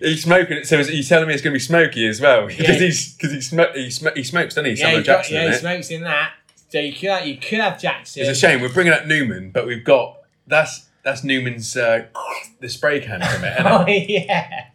Speaker 1: he's smoking. it, So is- he's telling me it's going to be smoky as well because he's because he, sm- he, sm- he smokes, doesn't he?
Speaker 2: yeah,
Speaker 1: Samuel
Speaker 2: you
Speaker 1: L. Jackson.
Speaker 2: got, yeah,
Speaker 1: in
Speaker 2: he
Speaker 1: it.
Speaker 2: smokes in that. So you could have, you could have Jackson.
Speaker 1: It's a shame we're bringing up Newman, but we've got that's that's Newman's uh, the spray can from it.
Speaker 2: Oh
Speaker 1: isn't it?
Speaker 2: yeah,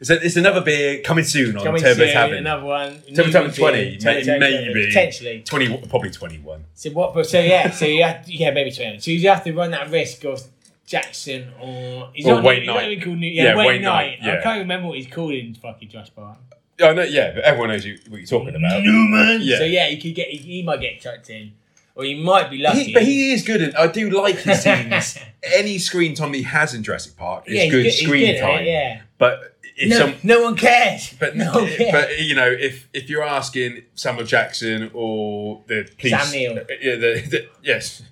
Speaker 1: It's, a- it's another beer coming soon on
Speaker 2: coming
Speaker 1: Turbo
Speaker 2: soon.
Speaker 1: Tavern.
Speaker 2: Another one.
Speaker 1: Turbo
Speaker 2: Newman
Speaker 1: Tavern
Speaker 2: beer,
Speaker 1: twenty,
Speaker 2: Turbo
Speaker 1: may-
Speaker 2: Tavern,
Speaker 1: maybe
Speaker 2: potentially.
Speaker 1: twenty, probably twenty one.
Speaker 2: So what? But so yeah, so you have yeah maybe twenty. So you have to run that risk of Jackson or he's
Speaker 1: Or
Speaker 2: not,
Speaker 1: Wayne
Speaker 2: he's not
Speaker 1: Knight.
Speaker 2: even called New, yeah, Wayne, Knight.
Speaker 1: yeah.
Speaker 2: I can't remember what he's called in fucking Josh Bart.
Speaker 1: Oh no, yeah, but everyone knows you, what you're talking about.
Speaker 2: Newman.
Speaker 1: Yeah.
Speaker 2: So yeah, he could get he, he might get chucked in, or he might be lucky.
Speaker 1: He, but he is good. In, I do like his scenes. Any screen time he has in Jurassic Park is
Speaker 2: Yeah, he's
Speaker 1: good,
Speaker 2: good- he's
Speaker 1: screen
Speaker 2: good at it,
Speaker 1: time.
Speaker 2: yeah.
Speaker 1: But if
Speaker 2: no,
Speaker 1: some
Speaker 2: no one cares.
Speaker 1: But
Speaker 2: no one cares.
Speaker 1: but you know, if if you're asking Samuel Jackson or the police,
Speaker 2: Sam Neill.
Speaker 1: yeah, the, the, yes,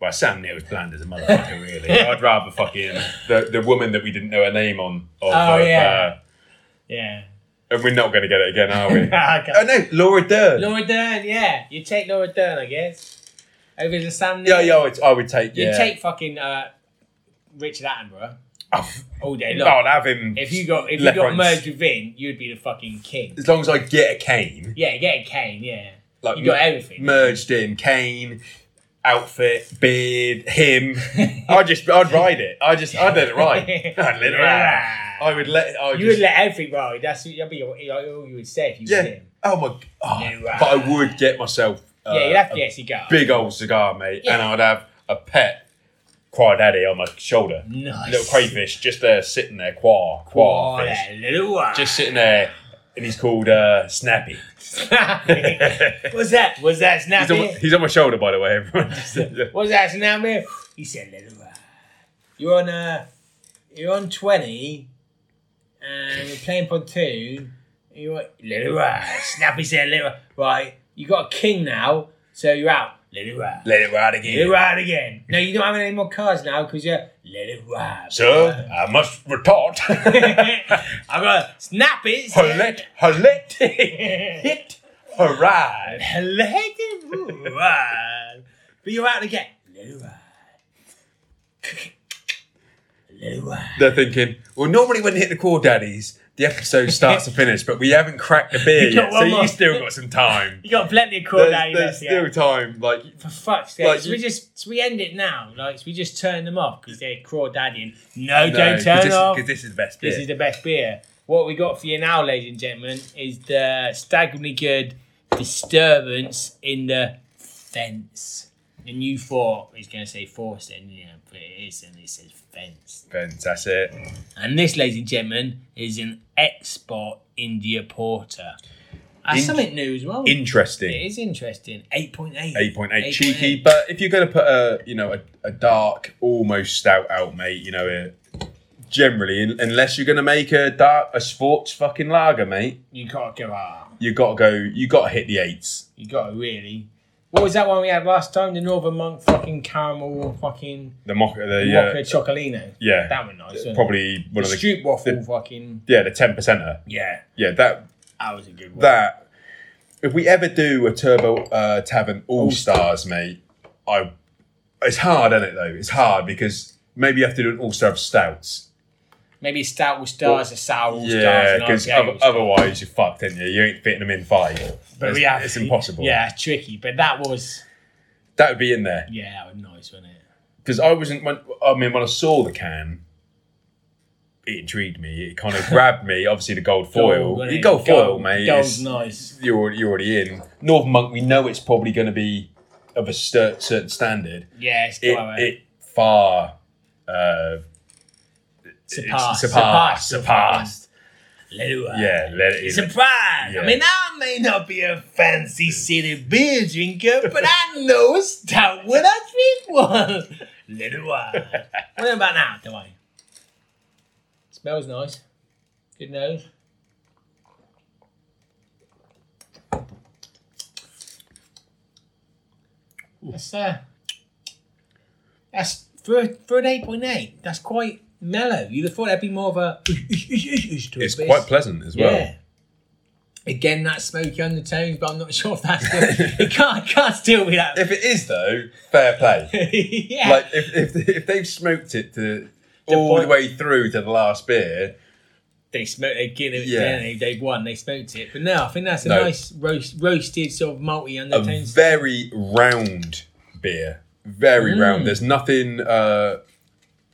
Speaker 3: Well, Sam Neill's bland as a motherfucker, really. I'd rather fucking.
Speaker 1: The the woman that we didn't know her name on. Of,
Speaker 2: Oh,
Speaker 1: of,
Speaker 2: yeah.
Speaker 1: uh,
Speaker 2: Yeah.
Speaker 1: and we're not going to get it again, are we?
Speaker 2: Okay.
Speaker 1: oh no, Laura Dern.
Speaker 2: Laura Dern, yeah. You take Laura Dern, I guess. Over the Sam Neill.
Speaker 1: yeah, yeah, I would, I would take.
Speaker 2: You
Speaker 1: Yeah.
Speaker 2: take fucking uh, Richard Attenborough
Speaker 1: Oh,
Speaker 2: all day long.
Speaker 1: I'll have him.
Speaker 2: If you got if you
Speaker 1: Left,
Speaker 2: got
Speaker 1: right,
Speaker 2: merged with Vin, you'd be the fucking king.
Speaker 1: as long as I get a cane,
Speaker 2: Yeah, get a cane, yeah.
Speaker 1: like
Speaker 2: You got
Speaker 1: m-
Speaker 2: everything.
Speaker 1: merged in cane, outfit, beard, him. I just, I'd ride it. I just, I'd let it ride. I'd let it ride.
Speaker 2: Yeah.
Speaker 1: I would let. I would
Speaker 2: You
Speaker 1: just,
Speaker 2: would let everything ride. That's that'd be all all you would say if you
Speaker 1: Yeah.
Speaker 2: were him.
Speaker 1: Oh my. Oh,
Speaker 2: Yeah.
Speaker 1: But I would get myself. Uh,
Speaker 2: Yeah, you'd have to
Speaker 1: a
Speaker 2: get a cigar.
Speaker 1: big old cigar, mate,
Speaker 2: Yeah.
Speaker 1: and I'd have a pet quadaddy on my shoulder.
Speaker 2: nice.
Speaker 1: Little crayfish just there sitting there, qua, qua,
Speaker 2: Oh,
Speaker 1: fish.
Speaker 2: that little one.
Speaker 1: Just sitting there, and he's called uh, Snappy.
Speaker 2: What's that? Was that
Speaker 1: He's on,
Speaker 2: snappy?
Speaker 1: he's on my shoulder, by the way, everyone. Just-
Speaker 2: What's that snappy? He said little one. You're on uh you're on twenty and we're playing pod two. and You're on- little one. Snappy said little one. Right, you got a king now, so you're out. Little one.
Speaker 1: Let it ride
Speaker 2: Let it
Speaker 1: again.
Speaker 2: ride again. No, you don't have any more cards now because you're let it ride.
Speaker 1: So I must retort.
Speaker 2: I'm gonna snap it.
Speaker 1: Hullet, hullet, hit, hurrah.
Speaker 2: Let it ride. But you're out again. Let it ride. Let it ride.
Speaker 1: They're thinking, well, normally when they hit the core daddies, the episode starts to finish, but we haven't cracked the beer
Speaker 2: got
Speaker 1: yet,
Speaker 2: one
Speaker 1: so
Speaker 2: more.
Speaker 1: you still got some time.
Speaker 2: You got plenty of cord
Speaker 1: There's,
Speaker 2: now.
Speaker 1: there's still time. Like,
Speaker 2: For fuck's sake,
Speaker 1: Like,
Speaker 2: so
Speaker 1: you-
Speaker 2: we just so we end it now. Like so we just turn them off because they're crawdaddying. No,
Speaker 1: no,
Speaker 2: don't
Speaker 1: 'cause
Speaker 2: turn
Speaker 1: this,
Speaker 2: off.
Speaker 1: Because this is the best beer.
Speaker 2: This is the best beer. What we got for you now, ladies and gentlemen, is the staggeringly good disturbance in the fence. And you thought it's going to say force in, yeah, but it is, and it says fence.
Speaker 1: Fence, that's it.
Speaker 2: And this, ladies and gentlemen, is an export India porter. That's
Speaker 1: In-
Speaker 2: something new as well. it
Speaker 1: Interesting.
Speaker 2: is interesting. 8.8.
Speaker 1: 8.8
Speaker 2: 8.8.
Speaker 1: cheeky, but if you're going to put a you know a, a dark almost stout out, mate, you know it. Generally, un- unless you're going to make a dark a sports fucking lager, mate,
Speaker 2: You got to go hard.
Speaker 1: you got to go. You got to hit the eights.
Speaker 2: You got to really. What was that one we had last time? The Northern Monk fucking caramel fucking.
Speaker 1: The mock, the
Speaker 2: yeah.
Speaker 1: uh,
Speaker 2: Chocolino.
Speaker 1: yeah,
Speaker 2: That one nice. wasn't it?
Speaker 1: probably one
Speaker 2: the
Speaker 1: of the
Speaker 2: Stroop waffle
Speaker 1: the-
Speaker 2: fucking.
Speaker 1: yeah the ten percenter.
Speaker 2: Yeah,
Speaker 1: Yeah, that
Speaker 2: that was a good one.
Speaker 1: that. If we ever do a Turbo uh, Tavern
Speaker 2: Oh,
Speaker 1: All Stars, mate, I it's hard, isn't it? Though it's hard because maybe you have to do an All Star of stouts.
Speaker 2: Maybe stout will stars, a sour will
Speaker 1: Yeah,
Speaker 2: stars, and
Speaker 1: because
Speaker 2: IPA will stars.
Speaker 1: otherwise you're fucked, ain't you? You ain't fitting them in five.
Speaker 2: But
Speaker 1: it's,
Speaker 2: we have-
Speaker 1: it's impossible.
Speaker 2: Yeah, tricky, but that was
Speaker 1: that would be in there
Speaker 2: yeah, that was nice, wasn't it?
Speaker 1: because I wasn't. When, I mean, when I saw the can, it intrigued me. It kind of grabbed me. Obviously, the gold foil.
Speaker 2: wasn't
Speaker 1: the
Speaker 2: it?
Speaker 1: gold foil, mate. it's-
Speaker 2: Gold's nice.
Speaker 1: You're already, you're already in Northern Monk. We know it's probably going to be of a cer- certain standard.
Speaker 2: Yeah, it's eh?
Speaker 1: It,
Speaker 2: got
Speaker 1: it far uh,
Speaker 2: surpassed,
Speaker 1: it's surpassed, surpassed.
Speaker 2: Little, uh,
Speaker 1: Yeah, let it. in.
Speaker 2: Surprise! I
Speaker 1: Yeah.
Speaker 2: mean, I may not be a fancy city beer drinker, but I know a stout when I drink one. Little one. what about now, Dwayne? Smells nice. Good nose. That's uh, that's for for an eight point eight. That's quite mellow. You'd have thought that'd be more of a.
Speaker 1: It's quite pleasant as well.
Speaker 2: Yeah. Again, that smoky undertones, but I'm not sure if that's still, it can't can't still be that.
Speaker 1: If it is though, fair play.
Speaker 2: yeah,
Speaker 1: like if, if if they've smoked it to all
Speaker 2: point-
Speaker 1: the way through to the last beer,
Speaker 2: they smoked they get it.
Speaker 1: Yeah.
Speaker 2: Yeah, they, they won. They smoked it, but no, I think that's a
Speaker 1: No.
Speaker 2: nice roast, roasted sort of malty
Speaker 1: a
Speaker 2: undertones.
Speaker 1: very round beer, very
Speaker 2: Mm.
Speaker 1: round. There's nothing uh,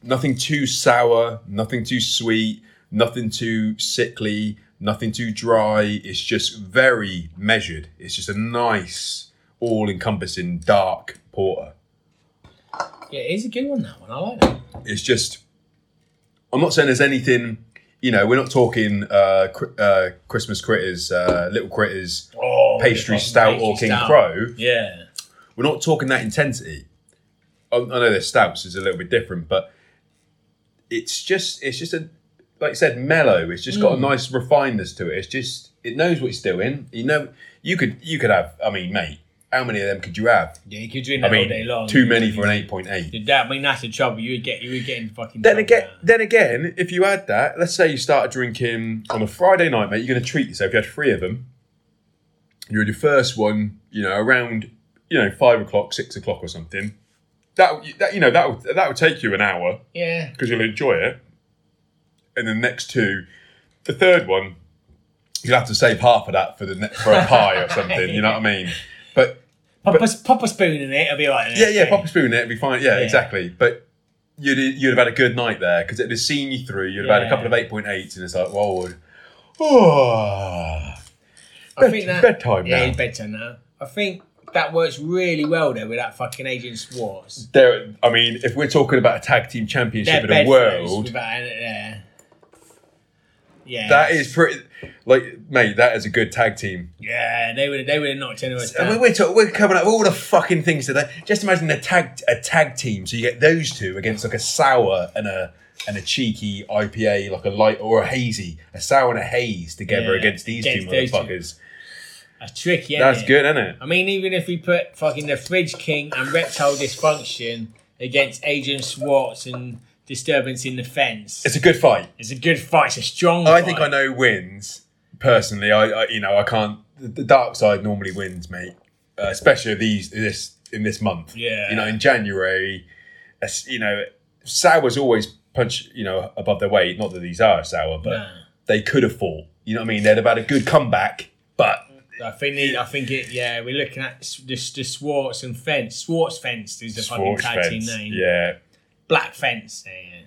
Speaker 1: nothing too sour, nothing too sweet, nothing too sickly, nothing too dry. It's just very measured. It's just a nice, all-encompassing dark porter.
Speaker 2: yeah, it is a good one. That one I like. That.
Speaker 1: It's just. I'm not saying there's anything. You know, we're not talking uh, cri- uh, Christmas critters, uh, little critters.
Speaker 2: Oh,
Speaker 1: pastry
Speaker 2: fucking
Speaker 1: stout
Speaker 2: pastry
Speaker 1: or King
Speaker 2: stout.
Speaker 1: Crow,
Speaker 2: Yeah,
Speaker 1: we're not talking that intensity. Oh, I I know their stouts is a little bit different, but it's just it's just a like I said, mellow. It's just got
Speaker 2: Mm.
Speaker 1: a nice refinedness to it. It's just it knows what it's doing. You know, you could you could have. I mean, mate, how many of them could you have?
Speaker 2: Yeah, you could drink
Speaker 1: I
Speaker 2: that all
Speaker 1: mean,
Speaker 2: day long.
Speaker 1: too many for an eight point eight.
Speaker 2: Did that? I mean, that's the trouble. You would get, you would get in fucking.
Speaker 1: Then
Speaker 2: trouble
Speaker 1: again,
Speaker 2: now.
Speaker 1: then again, if you had that, let's say you started drinking on a Friday night, mate, you're going to treat yourself. You had three of them. You had your first one, you know, around you know five o'clock, six o'clock, or something. That, that you know that would that would take you an hour
Speaker 2: yeah,
Speaker 1: because you'll enjoy it. And the next two, the third one, you'll have to save half of that for the ne- for a pie or something. You know what I mean? But
Speaker 2: pop, a, pop a spoon in it. It'll be all right.
Speaker 1: yeah, yeah, pop a spoon in it, it'd be fine. Yeah, exactly. But you'd you'd have had a good night there because it'd have seen you through. You'd have had a couple of eight point eights, and it's like, whoa, oh,
Speaker 2: I think that
Speaker 1: bedtime
Speaker 2: yeah,
Speaker 1: now.
Speaker 2: it's bedtime now. I think that works really well there with that fucking Agent Swartz.
Speaker 1: There, I mean, if we're talking about a tag team championship
Speaker 2: Their
Speaker 1: in the
Speaker 2: bed
Speaker 1: world,
Speaker 2: without it there. Yeah,
Speaker 1: that is pretty. Like, mate, that is a good tag team.
Speaker 2: yeah. They would, they would have knocked anyone
Speaker 1: I mean,
Speaker 2: down.
Speaker 1: we're talk- we're covering up all the fucking things today. Just imagine a tag a tag team. So you get those two against like a sour and a and a cheeky IPA, like a light or a hazy, a sour and a haze together
Speaker 2: Yeah,
Speaker 1: against these
Speaker 2: against
Speaker 1: two
Speaker 2: those two.
Speaker 1: motherfuckers.
Speaker 2: That's tricky. ain't
Speaker 1: That's
Speaker 2: it?
Speaker 1: good, isn't it?
Speaker 2: I mean, even if we put fucking the Fridge King and Reptile Dysfunction against Agent Swartz and Disturbance in the Fence,
Speaker 1: It's a good fight.
Speaker 2: it's a good fight. It's a strong.
Speaker 1: I think I
Speaker 2: fight.
Speaker 1: know wins personally. I, I you know I can't. The, the dark side normally wins, mate. Uh, especially these this in this month.
Speaker 2: Yeah.
Speaker 1: You know, in January, as- you know, sours always punch you know above their weight. Not that these are sour, but
Speaker 2: Nah.
Speaker 1: they could have fought. You know what I mean? They'd have had a good comeback, but
Speaker 2: I think it, I think it. Yeah, we're looking at s- this the Swartz and Fence. Swartz Fence is the fucking
Speaker 1: Swartz
Speaker 2: tag team
Speaker 1: fence.
Speaker 2: name.
Speaker 1: Yeah.
Speaker 2: Black Fence. Yeah.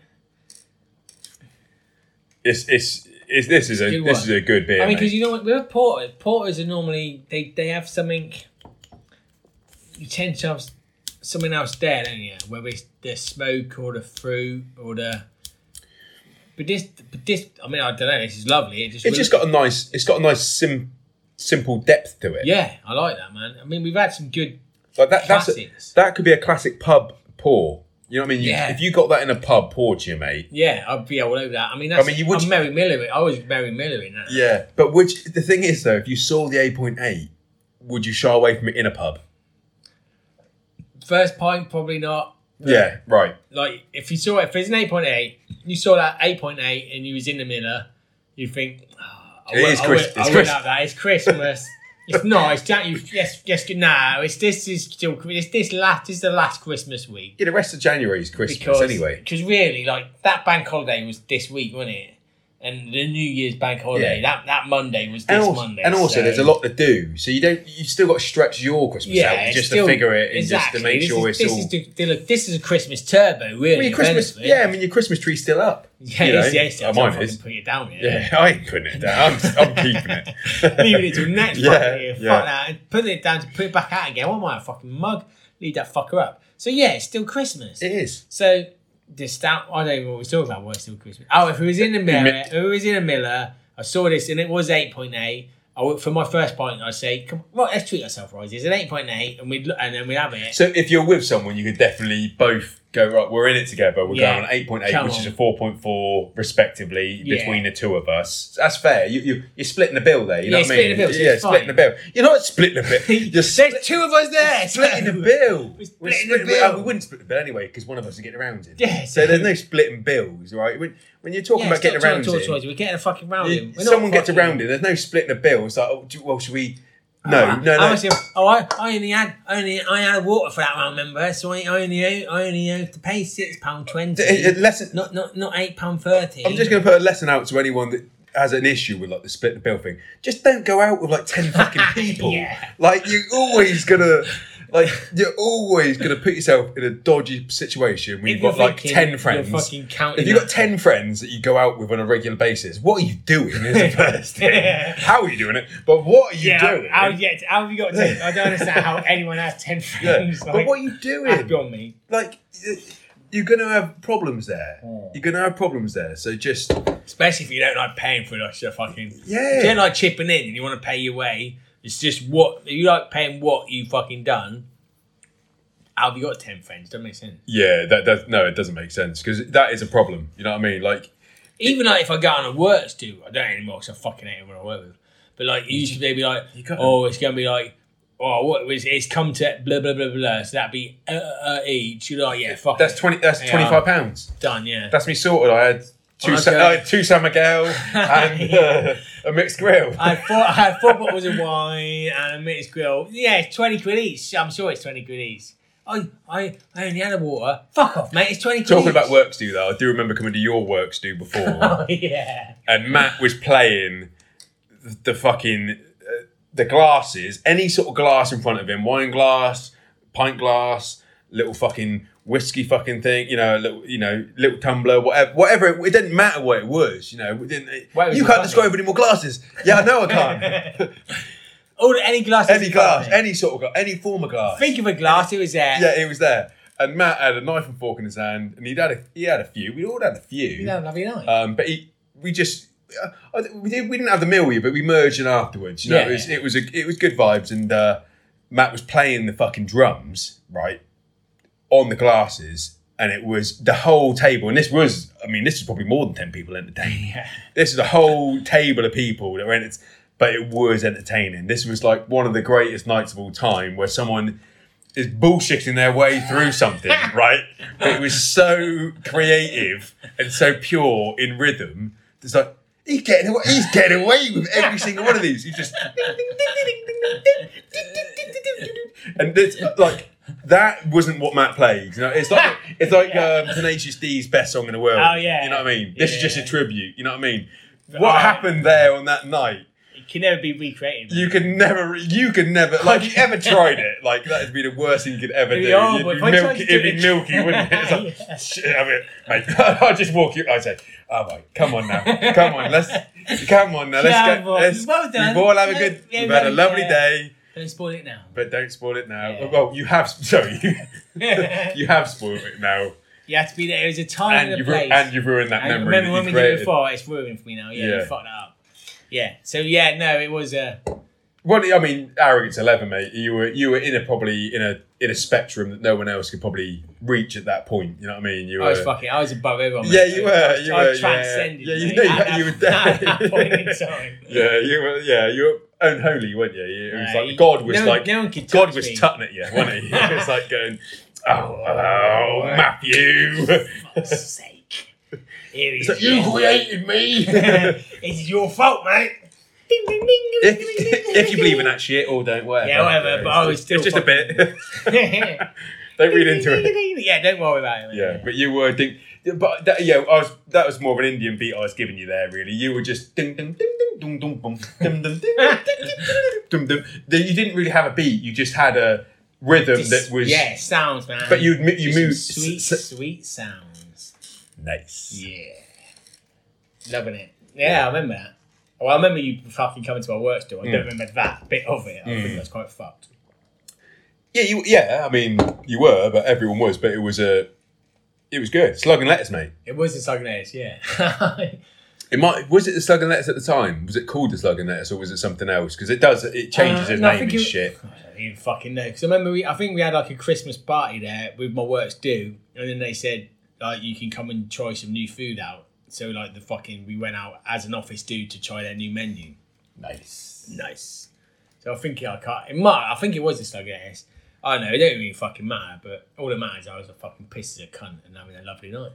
Speaker 1: It's it's. It's, this is a
Speaker 2: Good
Speaker 1: this
Speaker 2: one.
Speaker 1: is a good beer.
Speaker 2: I mean,
Speaker 1: mate.
Speaker 2: because you know what, with porters, porters are normally they they have something. You tend to have s- something else there, don't you? Whether it's the smoke or the fruit or the. But this, but this, I mean, I don't know. This is lovely. It just,
Speaker 1: it's just got a nice it's got a nice sim, simple depth to it.
Speaker 2: Yeah, I like that, man. I mean, we've had some good.
Speaker 1: Like that, that's a,
Speaker 2: Classics.
Speaker 1: that could be a classic pub pour. You know what I mean? You,
Speaker 2: Yeah.
Speaker 1: If you got that in a pub pour to you, mate.
Speaker 2: Yeah, I'd be all over that. I mean, that's, I
Speaker 1: mean,
Speaker 2: mean,
Speaker 1: you
Speaker 2: you
Speaker 1: would-
Speaker 2: I'm Mary Miller. I was Mary Miller in that.
Speaker 1: Yeah. But would you, the thing is though, if you saw the eight point eight, would you shy away from it in a pub?
Speaker 2: First pint, probably not.
Speaker 1: Yeah. Right.
Speaker 2: Like, if you saw it, if it's an eight point eight, you saw that eight point eight, and you was in the Miller, you think "Ah,
Speaker 1: It is
Speaker 2: I
Speaker 1: Chris.
Speaker 2: would- I
Speaker 1: It's
Speaker 2: would
Speaker 1: Chris.
Speaker 2: have that. It's Christmas. it's not. It's January. Yes, yes. No, it's this is still. It's this last. This is the last Christmas week
Speaker 1: Yeah. The rest of January is Christmas
Speaker 2: because
Speaker 1: anyway.
Speaker 2: Because really, like that bank holiday was this week, wasn't it? And the New Year's bank holiday that that Monday was this
Speaker 1: And also,
Speaker 2: Monday.
Speaker 1: and also
Speaker 2: so-
Speaker 1: there's a lot to do, so you don't. You still got to stretch your Christmas
Speaker 2: Yeah,
Speaker 1: out
Speaker 2: it's
Speaker 1: just
Speaker 2: still-
Speaker 1: to figure it and
Speaker 2: exactly.
Speaker 1: just to make
Speaker 2: this
Speaker 1: sure
Speaker 2: is,
Speaker 1: it's
Speaker 2: this
Speaker 1: all.
Speaker 2: Is the, the- look, this is a Christmas turbo, really.
Speaker 1: I mean, your Christmas,
Speaker 2: honestly.
Speaker 1: yeah, I mean your Christmas tree's still up.
Speaker 2: yeah,
Speaker 1: you
Speaker 2: it
Speaker 1: know?
Speaker 2: is, yeah, it's-
Speaker 1: Uh,
Speaker 2: I'm
Speaker 1: mine
Speaker 2: fucking
Speaker 1: is.
Speaker 2: putting it down yet.
Speaker 1: Yeah, I ain't putting it down. I'm, I'm keeping it.
Speaker 2: Leave it till next
Speaker 1: Yeah,
Speaker 2: fucking year.
Speaker 1: yeah.
Speaker 2: Fuck that. Put it down to put it back out again. What am I, a fucking mug? Leave that fucker up. So yeah, it's still Christmas.
Speaker 1: It is.
Speaker 2: so the stout I don't even know what we're talking about, why it's still Christmas. Oh, if it was in the mirror, if it was in a miller, I saw this and it was eight point eight. I would, for my first point, I say, come on, well, let's treat ourselves, Rosie. It's an eight point eight, and we'd look, and then we'd have it.
Speaker 1: So if you're with someone, you could definitely both go right. We're in it together. We're
Speaker 2: Yeah.
Speaker 1: going on eight point eight,
Speaker 2: Come
Speaker 1: which
Speaker 2: on.
Speaker 1: is a four point four respectively
Speaker 2: Yeah.
Speaker 1: between the two of us. That's fair. You, you you're splitting the bill there. You know
Speaker 2: Yeah,
Speaker 1: what I mean?
Speaker 2: splitting the bill, so
Speaker 1: yeah,
Speaker 2: it's
Speaker 1: splitting the
Speaker 2: fine.
Speaker 1: bill. You're not splitting the bill. You're
Speaker 2: There's two of us there.
Speaker 1: splitting the bill. We're
Speaker 2: splitting the bill.
Speaker 1: oh, we wouldn't split the bill anyway because one of us would get around it.
Speaker 2: Yeah,
Speaker 1: So there's no splitting bills, right? When, when you're talking
Speaker 2: Yeah,
Speaker 1: about
Speaker 2: it's not
Speaker 1: getting around
Speaker 2: towards-
Speaker 1: it,
Speaker 2: towards- We're getting a fucking round
Speaker 1: you-
Speaker 2: in. We're not
Speaker 1: someone gets
Speaker 2: fucking-
Speaker 1: around it. There's no splitting the bill. It's like, oh, do- well, should we? No,
Speaker 2: Ah,
Speaker 1: no,
Speaker 2: I
Speaker 1: no.
Speaker 2: was here- oh, I, I only had only I had a water for that round, remember? So I, I only owe- I only have to pay six pound twenty,
Speaker 1: Unless it-
Speaker 2: not not not eight pound thirty.
Speaker 1: I'm just going to put a lesson out to anyone that has an issue with like the split the bill thing. Just don't go out with like ten fucking people.
Speaker 2: Yeah.
Speaker 1: Like you're always gonna. Like you're always gonna put yourself in a dodgy situation when you've
Speaker 2: If
Speaker 1: got
Speaker 2: you're
Speaker 1: like
Speaker 2: thinking-
Speaker 1: ten
Speaker 2: you're
Speaker 1: friends.
Speaker 2: fucking counting
Speaker 1: if you've got
Speaker 2: that.
Speaker 1: ten friends that you go out with on a regular basis, what are you doing? Is the first thing.
Speaker 2: Yeah.
Speaker 1: How are you doing it? But what are you
Speaker 2: yeah,
Speaker 1: doing?
Speaker 2: how, how, yeah, how have you got? Ten, I don't understand how anyone has ten
Speaker 1: Yeah.
Speaker 2: friends.
Speaker 1: but what are you doing?
Speaker 2: beyond me?
Speaker 1: Like you're gonna have problems there.
Speaker 2: Hmm.
Speaker 1: You're gonna have problems there. So just
Speaker 2: Especially if you don't like paying for it, like fucking
Speaker 1: Yeah.
Speaker 2: If you don't like chipping in and you want to pay your way, it's just what if you like paying what you fucking done. How have you got ten friends? Don't make sense.
Speaker 1: Yeah, that, that no, it doesn't make sense because that is a problem. You know what I mean? Like,
Speaker 2: Even like if I got on a works do, I don't anymore because I fucking hate everyone I work with. But like, it used to be like,
Speaker 1: got
Speaker 2: oh, it's gonna be like oh, what was it's come to blah blah blah blah. So that'd be uh, uh, E. July, yeah, fuck.
Speaker 1: That's
Speaker 2: it.
Speaker 1: twenty. That's
Speaker 2: Yeah.
Speaker 1: twenty five pounds.
Speaker 2: done. Yeah,
Speaker 1: That's me sorted. I had two
Speaker 2: Okay.
Speaker 1: Sa- I had two San Miguel and uh, a mixed grill.
Speaker 2: I had four, I had four bottles of wine and a mixed grill. Yeah, it's 20 quid each. I'm sure it's 20 quid each. I, I, I only had a water. Fuck off, mate. It's 20 quid
Speaker 1: Talking
Speaker 2: each.
Speaker 1: about works do though, I do remember coming to your works do before,
Speaker 2: yeah.
Speaker 1: and Matt was playing the fucking uh, the glasses, any sort of glass in front of him, wine glass, pint glass, little fucking whiskey fucking thing, you know, little you know, little tumbler, whatever, whatever. It, it didn't matter what it was, you know. It didn't, it-
Speaker 2: Where was
Speaker 1: you
Speaker 2: the
Speaker 1: can't
Speaker 2: fucking-
Speaker 1: describe any more glasses. Yeah, I know I can't.
Speaker 2: All any glass.
Speaker 1: any glass,
Speaker 2: Any-
Speaker 1: any sort of glass, any form of glass.
Speaker 2: Think of a glass. It was there.
Speaker 1: Yeah, he was there. And Matt had a knife and fork in his hand, and he'd had a, he had a few. We all had a few.
Speaker 2: No, lovely night.
Speaker 1: Um, but he, we just uh, I th- we, did, we didn't have the meal with you, but we merged in afterwards. You know,
Speaker 2: Yeah.
Speaker 1: it was it was a, it was good vibes, and uh, Matt was playing the fucking drums right on the glasses, and it was the whole table. And this was, I mean, this was probably more than ten people entertained. This is a whole table of people that were in it, but it was entertaining. This was like one of the greatest nights of all time, where someone is bullshitting their way through something, right? But it was so creative and so pure in rhythm. It's like he's getting away, he's getting away with every single one of these. He just and it's like that wasn't what Matt played. You know, it's like it's like um, Tenacious D's best song in the world.
Speaker 2: Oh, yeah.
Speaker 1: you know what I mean. This is just
Speaker 2: Yeah.
Speaker 1: a tribute. You know what I mean. What
Speaker 2: Right.
Speaker 1: happened there on that night?
Speaker 2: it can never be recreated.
Speaker 1: You could never, you could never, like, if you ever tried it, like, that'd be the worst thing you could ever
Speaker 2: It'd
Speaker 1: do.
Speaker 2: be horrible.
Speaker 1: It'd
Speaker 2: If I
Speaker 1: be,
Speaker 2: tried
Speaker 1: milky,
Speaker 2: to do
Speaker 1: it'd be
Speaker 2: it-
Speaker 1: milky, wouldn't it? It's like,
Speaker 2: Yeah.
Speaker 1: shit, I mean, mate, I'll just walk you. I say, oh, mate, come on now. Come on, let's, come on now. Let's
Speaker 2: Come
Speaker 1: go.
Speaker 2: on.
Speaker 1: Let's,
Speaker 2: Well done.
Speaker 1: We've all had a good,
Speaker 2: Yeah,
Speaker 1: we've had a
Speaker 2: yeah.
Speaker 1: lovely day,
Speaker 2: Don't spoil it now.
Speaker 1: but don't spoil it now.
Speaker 2: Yeah.
Speaker 1: Well, you have, sorry, you, you have spoiled it now.
Speaker 2: You have to be there. It was a time
Speaker 1: And
Speaker 2: and, a
Speaker 1: you've, ru-
Speaker 2: place.
Speaker 1: and you've ruined that
Speaker 2: I
Speaker 1: memory.
Speaker 2: remember
Speaker 1: that
Speaker 2: when
Speaker 1: you
Speaker 2: we did it
Speaker 1: created.
Speaker 2: before. It's ruined for me now. Yeah,
Speaker 1: Yeah.
Speaker 2: you fucked that up. Yeah. So yeah, no, it was a. Uh,
Speaker 1: Well, I mean, arrogance eleven, mate. You were you were in a probably in a in a spectrum that no one else could probably reach at that point. You know what I mean? You
Speaker 2: I was
Speaker 1: were-
Speaker 2: fucking. I was above everyone.
Speaker 1: Yeah,
Speaker 2: mate.
Speaker 1: you were. You
Speaker 2: I
Speaker 1: were.
Speaker 2: transcended.
Speaker 1: Yeah, yeah you,
Speaker 2: mate,
Speaker 1: know, you,
Speaker 2: at that-
Speaker 1: you were dead.
Speaker 2: at that point in time.
Speaker 1: yeah, you were. Yeah, you were unholy, weren't you? You- It was
Speaker 2: Yeah,
Speaker 1: like
Speaker 2: you-
Speaker 1: God was
Speaker 2: no,
Speaker 1: like
Speaker 2: no one could
Speaker 1: God
Speaker 2: touch
Speaker 1: was
Speaker 2: me.
Speaker 1: tutting at you, wasn't he? It was like going, oh, oh Matthew,
Speaker 2: God's sake. Here
Speaker 1: It's
Speaker 2: is
Speaker 1: like, you
Speaker 2: your-
Speaker 1: created me. if,
Speaker 2: it's your fault, mate. Ding, ding, ding, ding, ding, ding, ding,
Speaker 1: if you believe in that shit, or don't whatever.
Speaker 2: Yeah, whatever,
Speaker 1: It's
Speaker 2: but I was
Speaker 1: just-
Speaker 2: still
Speaker 1: it's just a
Speaker 2: fucking-
Speaker 1: bit.
Speaker 2: ding.
Speaker 1: don't read into it.
Speaker 2: Yeah, don't worry about it. mate.
Speaker 1: Yeah, but you were ding, but that, yeah, I was that was more of an Indian beat I was giving you there. Really, you were just ding ding ding ding dong dong bum dum dum ding, ding, ding, ding, ding, ding, ding. You didn't really have a beat. You just had a rhythm
Speaker 2: Just-
Speaker 1: that was
Speaker 2: yeah, sounds man.
Speaker 1: But you'd mi- you
Speaker 2: Just some
Speaker 1: moved-
Speaker 2: sweet,
Speaker 1: s- s-
Speaker 2: sweet sounds.
Speaker 1: nice.
Speaker 2: Yeah, loving it. Yeah, I remember that. Well, I remember you fucking coming to my work store. I don't remember that bit of it. I think that's quite fucked.
Speaker 1: Yeah, you yeah. I mean, you were, but everyone was. But it was a, it was good. Slug and letters, mate.
Speaker 2: It was the Southern Airs, yeah.
Speaker 1: It might was it the slug and letters at the time? Was it called the slug and letters, or was it something else? Because it does it changes
Speaker 2: Uh,
Speaker 1: its
Speaker 2: no, I
Speaker 1: name
Speaker 2: think
Speaker 1: and
Speaker 2: it-
Speaker 1: shit.
Speaker 2: I don't even fucking know. Because I remember, we, I think we had like a Christmas party there with my works due, and then they said like you can come and try some new food out. So like the fucking we went out as an office dude to try their new menu.
Speaker 1: Nice.
Speaker 2: Nice. So I think I can't. It might. I think it was this. I guess. I don't know. It don't really fucking matter. But all that matters, I was a fucking pissed as a cunt and having a lovely night.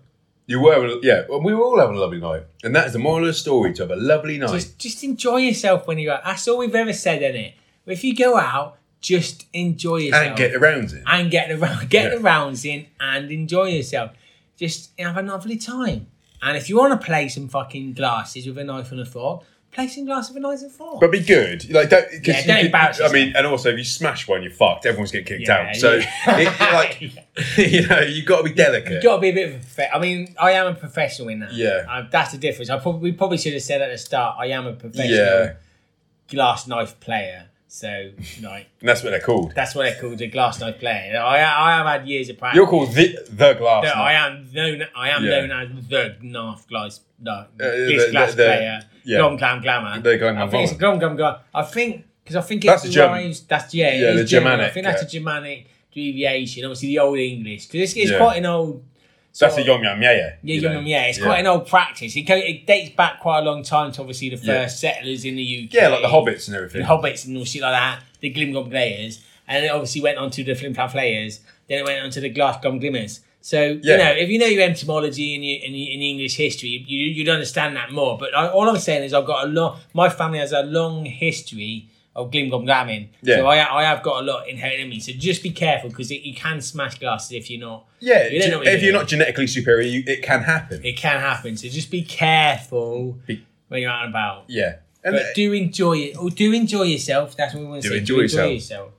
Speaker 1: You were, yeah. Well, we were all having a lovely night, and that is the moral of the story: to have a lovely night.
Speaker 2: Just just enjoy yourself when you go. out. That's all we've ever said, innit? If you go out, just enjoy yourself
Speaker 1: and get around it.
Speaker 2: and get the rou- get the
Speaker 1: Yeah.
Speaker 2: rounds in and enjoy yourself. Just have a lovely time. And if you want to play some fucking glasses with a knife and a fork, play some glasses with a knife and a fork.
Speaker 1: But be good, like don't. 'cause
Speaker 2: Yeah,
Speaker 1: you
Speaker 2: don't
Speaker 1: could-
Speaker 2: embarrass
Speaker 1: I mean, and also if you smash one, you're fucked. Everyone's getting kicked
Speaker 2: Yeah,
Speaker 1: out. So
Speaker 2: yeah.
Speaker 1: it, you're like, you know, you got to be delicate.
Speaker 2: Got to be a bit of a prof- I mean, I am a professional in that.
Speaker 1: Yeah.
Speaker 2: Uh, that's the difference. I probably we probably should have said at the start. I am a professional
Speaker 1: yeah,
Speaker 2: glass knife player. So like
Speaker 1: and that's what they're called.
Speaker 2: that's what they're called, a glass knife player. You know, I I have had years of practice.
Speaker 1: You're called the the glass.
Speaker 2: No,
Speaker 1: knife.
Speaker 2: I am known. I am
Speaker 1: Yeah. Uh,
Speaker 2: known as the North Glass, no,
Speaker 1: the-
Speaker 2: this
Speaker 1: the-
Speaker 2: glass
Speaker 1: the-
Speaker 2: player,
Speaker 1: yeah.
Speaker 2: glom glam glamour.
Speaker 1: The glom,
Speaker 2: I
Speaker 1: glam,
Speaker 2: think it's
Speaker 1: glamour.
Speaker 2: glom glam glam. I think because I think it
Speaker 1: That's a German-
Speaker 2: derives. That's yeah, it
Speaker 1: Yeah,
Speaker 2: is
Speaker 1: the
Speaker 2: German. I
Speaker 1: Germanic,
Speaker 2: think that's a Germanic deviation. Obviously, the Old English because it's, it's
Speaker 1: Yeah.
Speaker 2: quite an old
Speaker 1: So that's a yom yum yeah yeah.
Speaker 2: Yeah,
Speaker 1: you
Speaker 2: yum
Speaker 1: know.
Speaker 2: yum yeah. It's quite an old practice. It, go, it dates back quite a long time to obviously the first settlers in the UK.
Speaker 1: Yeah, like the hobbits and everything.
Speaker 2: the hobbits and all shit like that. The Glimgog players, and it obviously went on to the Flimflam players. Then it went on to the Glasgow Glimmers. So
Speaker 1: Yeah.
Speaker 2: you know, if you know your entomology and you and, you, and your English history, you you'd understand that more. But I, all I'm saying is, I've got a lot. My family has a long history of Glimgog glamming.
Speaker 1: Yeah.
Speaker 2: So I I have got a lot inherited in me. So just be careful because you can smash glasses if you're not.
Speaker 1: yeah,
Speaker 2: You don't know what
Speaker 1: if
Speaker 2: you're
Speaker 1: you're not genetically superior, you, it can happen.
Speaker 2: It can happen. So just be careful
Speaker 1: Be-
Speaker 2: when you're out and about.
Speaker 1: yeah, and
Speaker 2: But do enjoy it. Or do enjoy yourself. That's what we want to
Speaker 1: Do
Speaker 2: say.
Speaker 1: enjoy
Speaker 2: do
Speaker 1: yourself.
Speaker 2: yourself.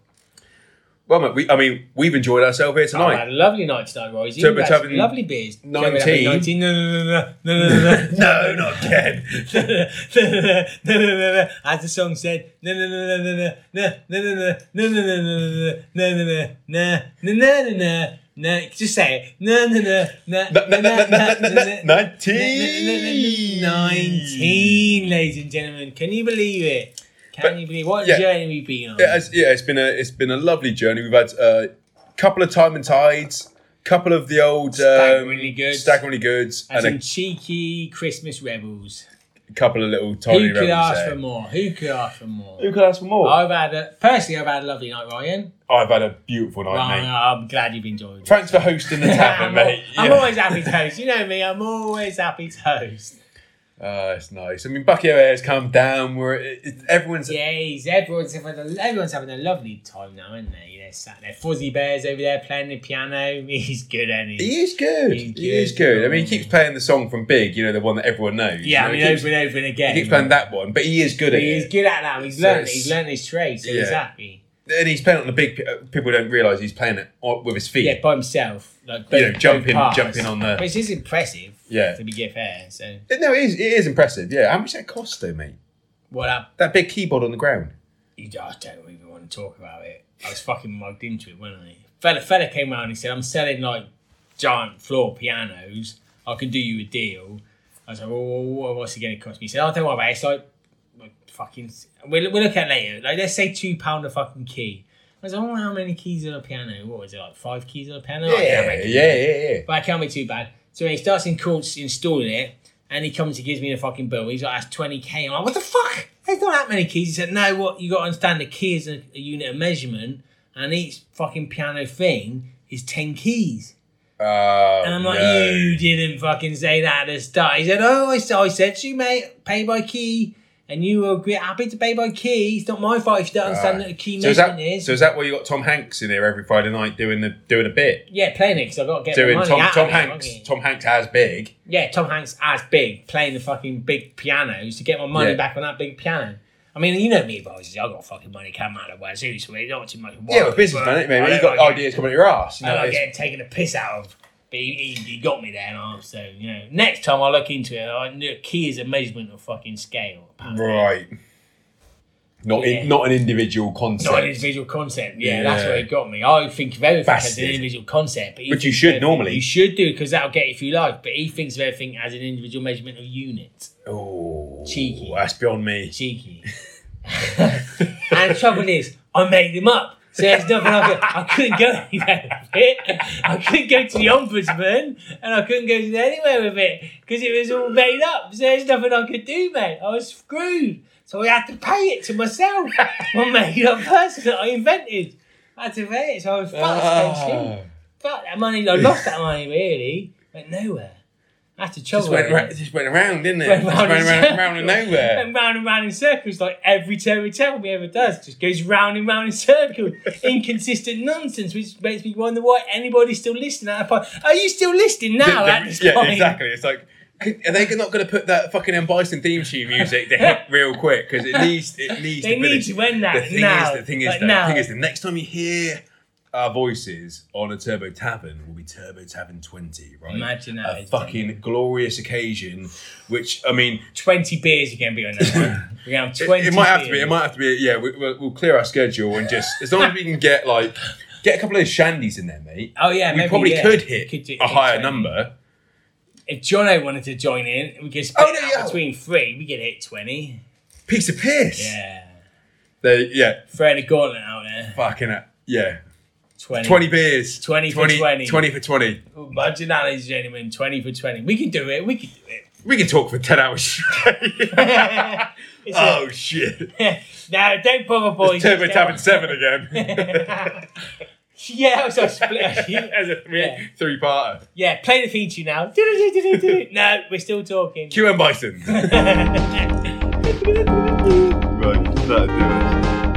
Speaker 1: well, mate, we, I mean, we've enjoyed ourselves here
Speaker 2: Oh, I
Speaker 1: tonight.
Speaker 2: had a lovely night tonight, Roy. You
Speaker 1: Turbo
Speaker 2: had
Speaker 1: Tavern
Speaker 2: lovely beers.
Speaker 1: 19.
Speaker 2: 19. No, no, no, no, no, no, no.
Speaker 1: no, not dead.
Speaker 2: No, no, no, no, no, no, no. As the song said, no, no, no, no, no, no, no, no, no, no, no, no, no, no, no, no, no, no, no, no, no, no, no. Just say it. No, no, no, no,
Speaker 1: No, no, no, no, no, no, no,
Speaker 2: no, no,
Speaker 1: Nineteen.
Speaker 2: 19, ladies and gentlemen. Can you believe it? Can
Speaker 1: But-
Speaker 2: you believe what a
Speaker 1: yeah.
Speaker 2: journey we've been on?
Speaker 1: Yeah, it's, yeah, it's been a it's been a lovely journey. We've had a couple of time and tides, couple of the old um,
Speaker 2: Staggeringly goods.
Speaker 1: staggeringly goods,
Speaker 2: And some
Speaker 1: and
Speaker 2: cheeky Christmas rebels.
Speaker 1: a couple of little tiny
Speaker 2: Who could
Speaker 1: rebels
Speaker 2: ask
Speaker 1: there.
Speaker 2: for more? Who could ask for more?
Speaker 1: Who could ask for more?
Speaker 2: I've had a, personally, I've had a lovely night, Ryan.
Speaker 1: I've had a beautiful night,
Speaker 2: Well,
Speaker 1: mate.
Speaker 2: I'm glad you've enjoyed it.
Speaker 1: Thanks for hosting the tavern,
Speaker 2: I'm, al-
Speaker 1: mate.
Speaker 2: I'm
Speaker 1: Yeah.
Speaker 2: always happy to host. You know me. I'm always happy to host.
Speaker 1: Ah, it's nice. I mean, Bucky O'Hare has come down. We're it, it, everyone's
Speaker 2: Yes, everyone's having a, everyone's having a lovely time now, aren't they? They're sat there. Fuzzy Bear's over there playing the piano. He's good, and he?
Speaker 1: He is good.
Speaker 2: He's
Speaker 1: He, is good. I mean, he
Speaker 2: good.
Speaker 1: keeps playing the song from Big, you know, the one that everyone knows.
Speaker 2: Yeah,
Speaker 1: you know,
Speaker 2: I mean,
Speaker 1: he keeps,
Speaker 2: over and over and again.
Speaker 1: he keeps playing that one, but he is good at
Speaker 2: He
Speaker 1: it.
Speaker 2: is good at that. He's
Speaker 1: So
Speaker 2: learned. it.
Speaker 1: it's-
Speaker 2: He's learned his trade, so he's
Speaker 1: Yeah.
Speaker 2: happy.
Speaker 1: And he's playing it on the big. uh, People don't realise he's playing it on- with his feet.
Speaker 2: Yeah, by himself. Like
Speaker 1: You know,
Speaker 2: both-
Speaker 1: jumping-
Speaker 2: both parts.
Speaker 1: jumping on the-
Speaker 2: Which is impressive.
Speaker 1: Yeah.
Speaker 2: To be fair, so
Speaker 1: No, it is, it is impressive. Yeah. How much that cost, though, mate?
Speaker 2: what up?
Speaker 1: That big keyboard on the ground.
Speaker 2: you, I don't even want to talk about it. I was fucking mugged into it, wasn't I? Fella, fella came round and he said, I'm selling like giant floor pianos. I can do you a deal. I was like, well, what- what's it going to cost me? He said, oh, don't worry about it. It's like, like fucking, we'll, we'll look at it later. Like, let's say two pound a fucking key. I was like, oh, how many keys on a piano? What was it, like five keys on a piano? I can't
Speaker 1: Oh, Yeah,
Speaker 2: make
Speaker 1: yeah,
Speaker 2: it.
Speaker 1: yeah, yeah.
Speaker 2: But I can't be too bad. So when he starts in courts installing it, and he comes and gives me the fucking bill. He's like, that's 20k. I'm like, what the fuck? There's not that many keys. He said, no, what you got to understand, the key is a, a unit of measurement, and each fucking piano thing is 10 keys.
Speaker 1: Oh,
Speaker 2: And I'm like,
Speaker 1: no.
Speaker 2: you didn't fucking say that at the start. He said, oh, I, s- I said to you, mate, pay by key. And you were gr- happy to pay by key. It's not my fault if you don't understand
Speaker 1: Right.
Speaker 2: that a key
Speaker 1: So is,
Speaker 2: measurement
Speaker 1: that,
Speaker 2: is.
Speaker 1: so is that why you got Tom Hanks in here every Friday night doing the doing a bit?
Speaker 2: yeah, playing it because I've got to get the
Speaker 1: Doing
Speaker 2: money
Speaker 1: Tom
Speaker 2: out
Speaker 1: Tom
Speaker 2: of it,
Speaker 1: Hanks
Speaker 2: haven't you?
Speaker 1: Tom Hanks as big.
Speaker 2: Yeah, Tom Hanks as big, playing the fucking big pianos to get my money
Speaker 1: Yeah.
Speaker 2: back on that big piano. I mean, you know me, boys. I've got fucking money coming out of wazoo, so it's not too much.
Speaker 1: Yeah, well, business man,
Speaker 2: I
Speaker 1: mate.
Speaker 2: don't
Speaker 1: You got
Speaker 2: like it.
Speaker 1: ideas coming out your ass. You
Speaker 2: I
Speaker 1: know,
Speaker 2: like
Speaker 1: it's-
Speaker 2: getting taken a piss out of. But he, he, he got me there, and I so you know. Next time I look into it, I knew key is a measurement of fucking scale. apparently.
Speaker 1: Right. Not
Speaker 2: Yeah.
Speaker 1: in, not an individual concept.
Speaker 2: Not an individual concept. Yeah, that's
Speaker 1: Yeah.
Speaker 2: where it got me. I think of everything as an
Speaker 1: Bastard.
Speaker 2: individual concept, but he
Speaker 1: Which you
Speaker 2: thinks
Speaker 1: should
Speaker 2: of everything-
Speaker 1: normally.
Speaker 2: You should do because that'll get you through life. But he thinks of everything as an individual measurement of units.
Speaker 1: oh,
Speaker 2: Cheeky.
Speaker 1: That's beyond me.
Speaker 2: cheeky. and the trouble is, I made them up. So there's nothing I could. I couldn't go anywhere with it. I couldn't go to the ombudsman, and I couldn't go anywhere with it because it was all made up. So there's nothing I could do, mate. I was screwed. So I had to pay it to myself, my made-up person that I invented. I had to pay it, so I was fucked. basically.
Speaker 1: Ah.
Speaker 2: Fuck that money. I lost that money really. Went nowhere. I had to trouble.
Speaker 1: Just went,
Speaker 2: with it.
Speaker 1: ra- just went around, didn't it?
Speaker 2: Went
Speaker 1: just
Speaker 2: round
Speaker 1: went
Speaker 2: in
Speaker 1: around, round and
Speaker 2: circles.
Speaker 1: nowhere.
Speaker 2: And round and round in circles, like every Terry Terry ever does, just goes round and round in circles. Inconsistent nonsense, which makes me wonder why anybody's still listening at that point. Are you still listening now
Speaker 1: The- the-
Speaker 2: at this
Speaker 1: yeah,
Speaker 2: point?
Speaker 1: exactly. It's like, could- are they not going to put that fucking M Bison theme tune music to hit real quick? Because it needs, it needs.
Speaker 2: They
Speaker 1: to
Speaker 2: need
Speaker 1: finish.
Speaker 2: to end that
Speaker 1: The thing
Speaker 2: now.
Speaker 1: is, the thing is,
Speaker 2: Like
Speaker 1: though,
Speaker 2: now.
Speaker 1: the thing is, the next time you hear our voices on a Turbo Tavern will be Turbo Tavern Twenty, right?
Speaker 2: Imagine that,
Speaker 1: a
Speaker 2: it's
Speaker 1: fucking glorious occasion. Which I mean,
Speaker 2: 20 beers you're going to be on that one. We're going to have
Speaker 1: It-
Speaker 2: 20
Speaker 1: It, might have to be.
Speaker 2: beers.
Speaker 1: It might have to be. Yeah, we, we'll, we'll clear our schedule and just as long as we can get like get a couple of those shandies in there, mate.
Speaker 2: Oh, yeah,
Speaker 1: we
Speaker 2: maybe,
Speaker 1: probably
Speaker 2: yeah.
Speaker 1: could hit
Speaker 2: Could do-
Speaker 1: a
Speaker 2: could
Speaker 1: higher
Speaker 2: try.
Speaker 1: number.
Speaker 2: If Jono wanted to join in, we could split
Speaker 1: Oh, no,
Speaker 2: it
Speaker 1: yeah.
Speaker 2: out between three, we could hit 20.
Speaker 1: Piece of piss.
Speaker 2: Yeah.
Speaker 1: They, yeah,
Speaker 2: Throwing a gauntlet out there.
Speaker 1: fucking it. Yeah,
Speaker 2: 20.
Speaker 1: 20 beers.
Speaker 2: 20 for 20.
Speaker 1: 20 for 20.
Speaker 2: Imagine that, ladies and gentlemen. 20 for 20. We can do it. We can do it.
Speaker 1: We can talk for 10 hours straight.
Speaker 2: It's
Speaker 1: oh, shit.
Speaker 2: a- no, don't bother, boys.
Speaker 1: Turbo
Speaker 2: Just
Speaker 1: Tavern 7
Speaker 2: don't-
Speaker 1: again.
Speaker 2: yeah, so split.
Speaker 1: As a three,
Speaker 2: Yeah.
Speaker 1: three-parter.
Speaker 2: yeah, play the feature now. no, we're still talking.
Speaker 1: QM Bison. right, that'll do it.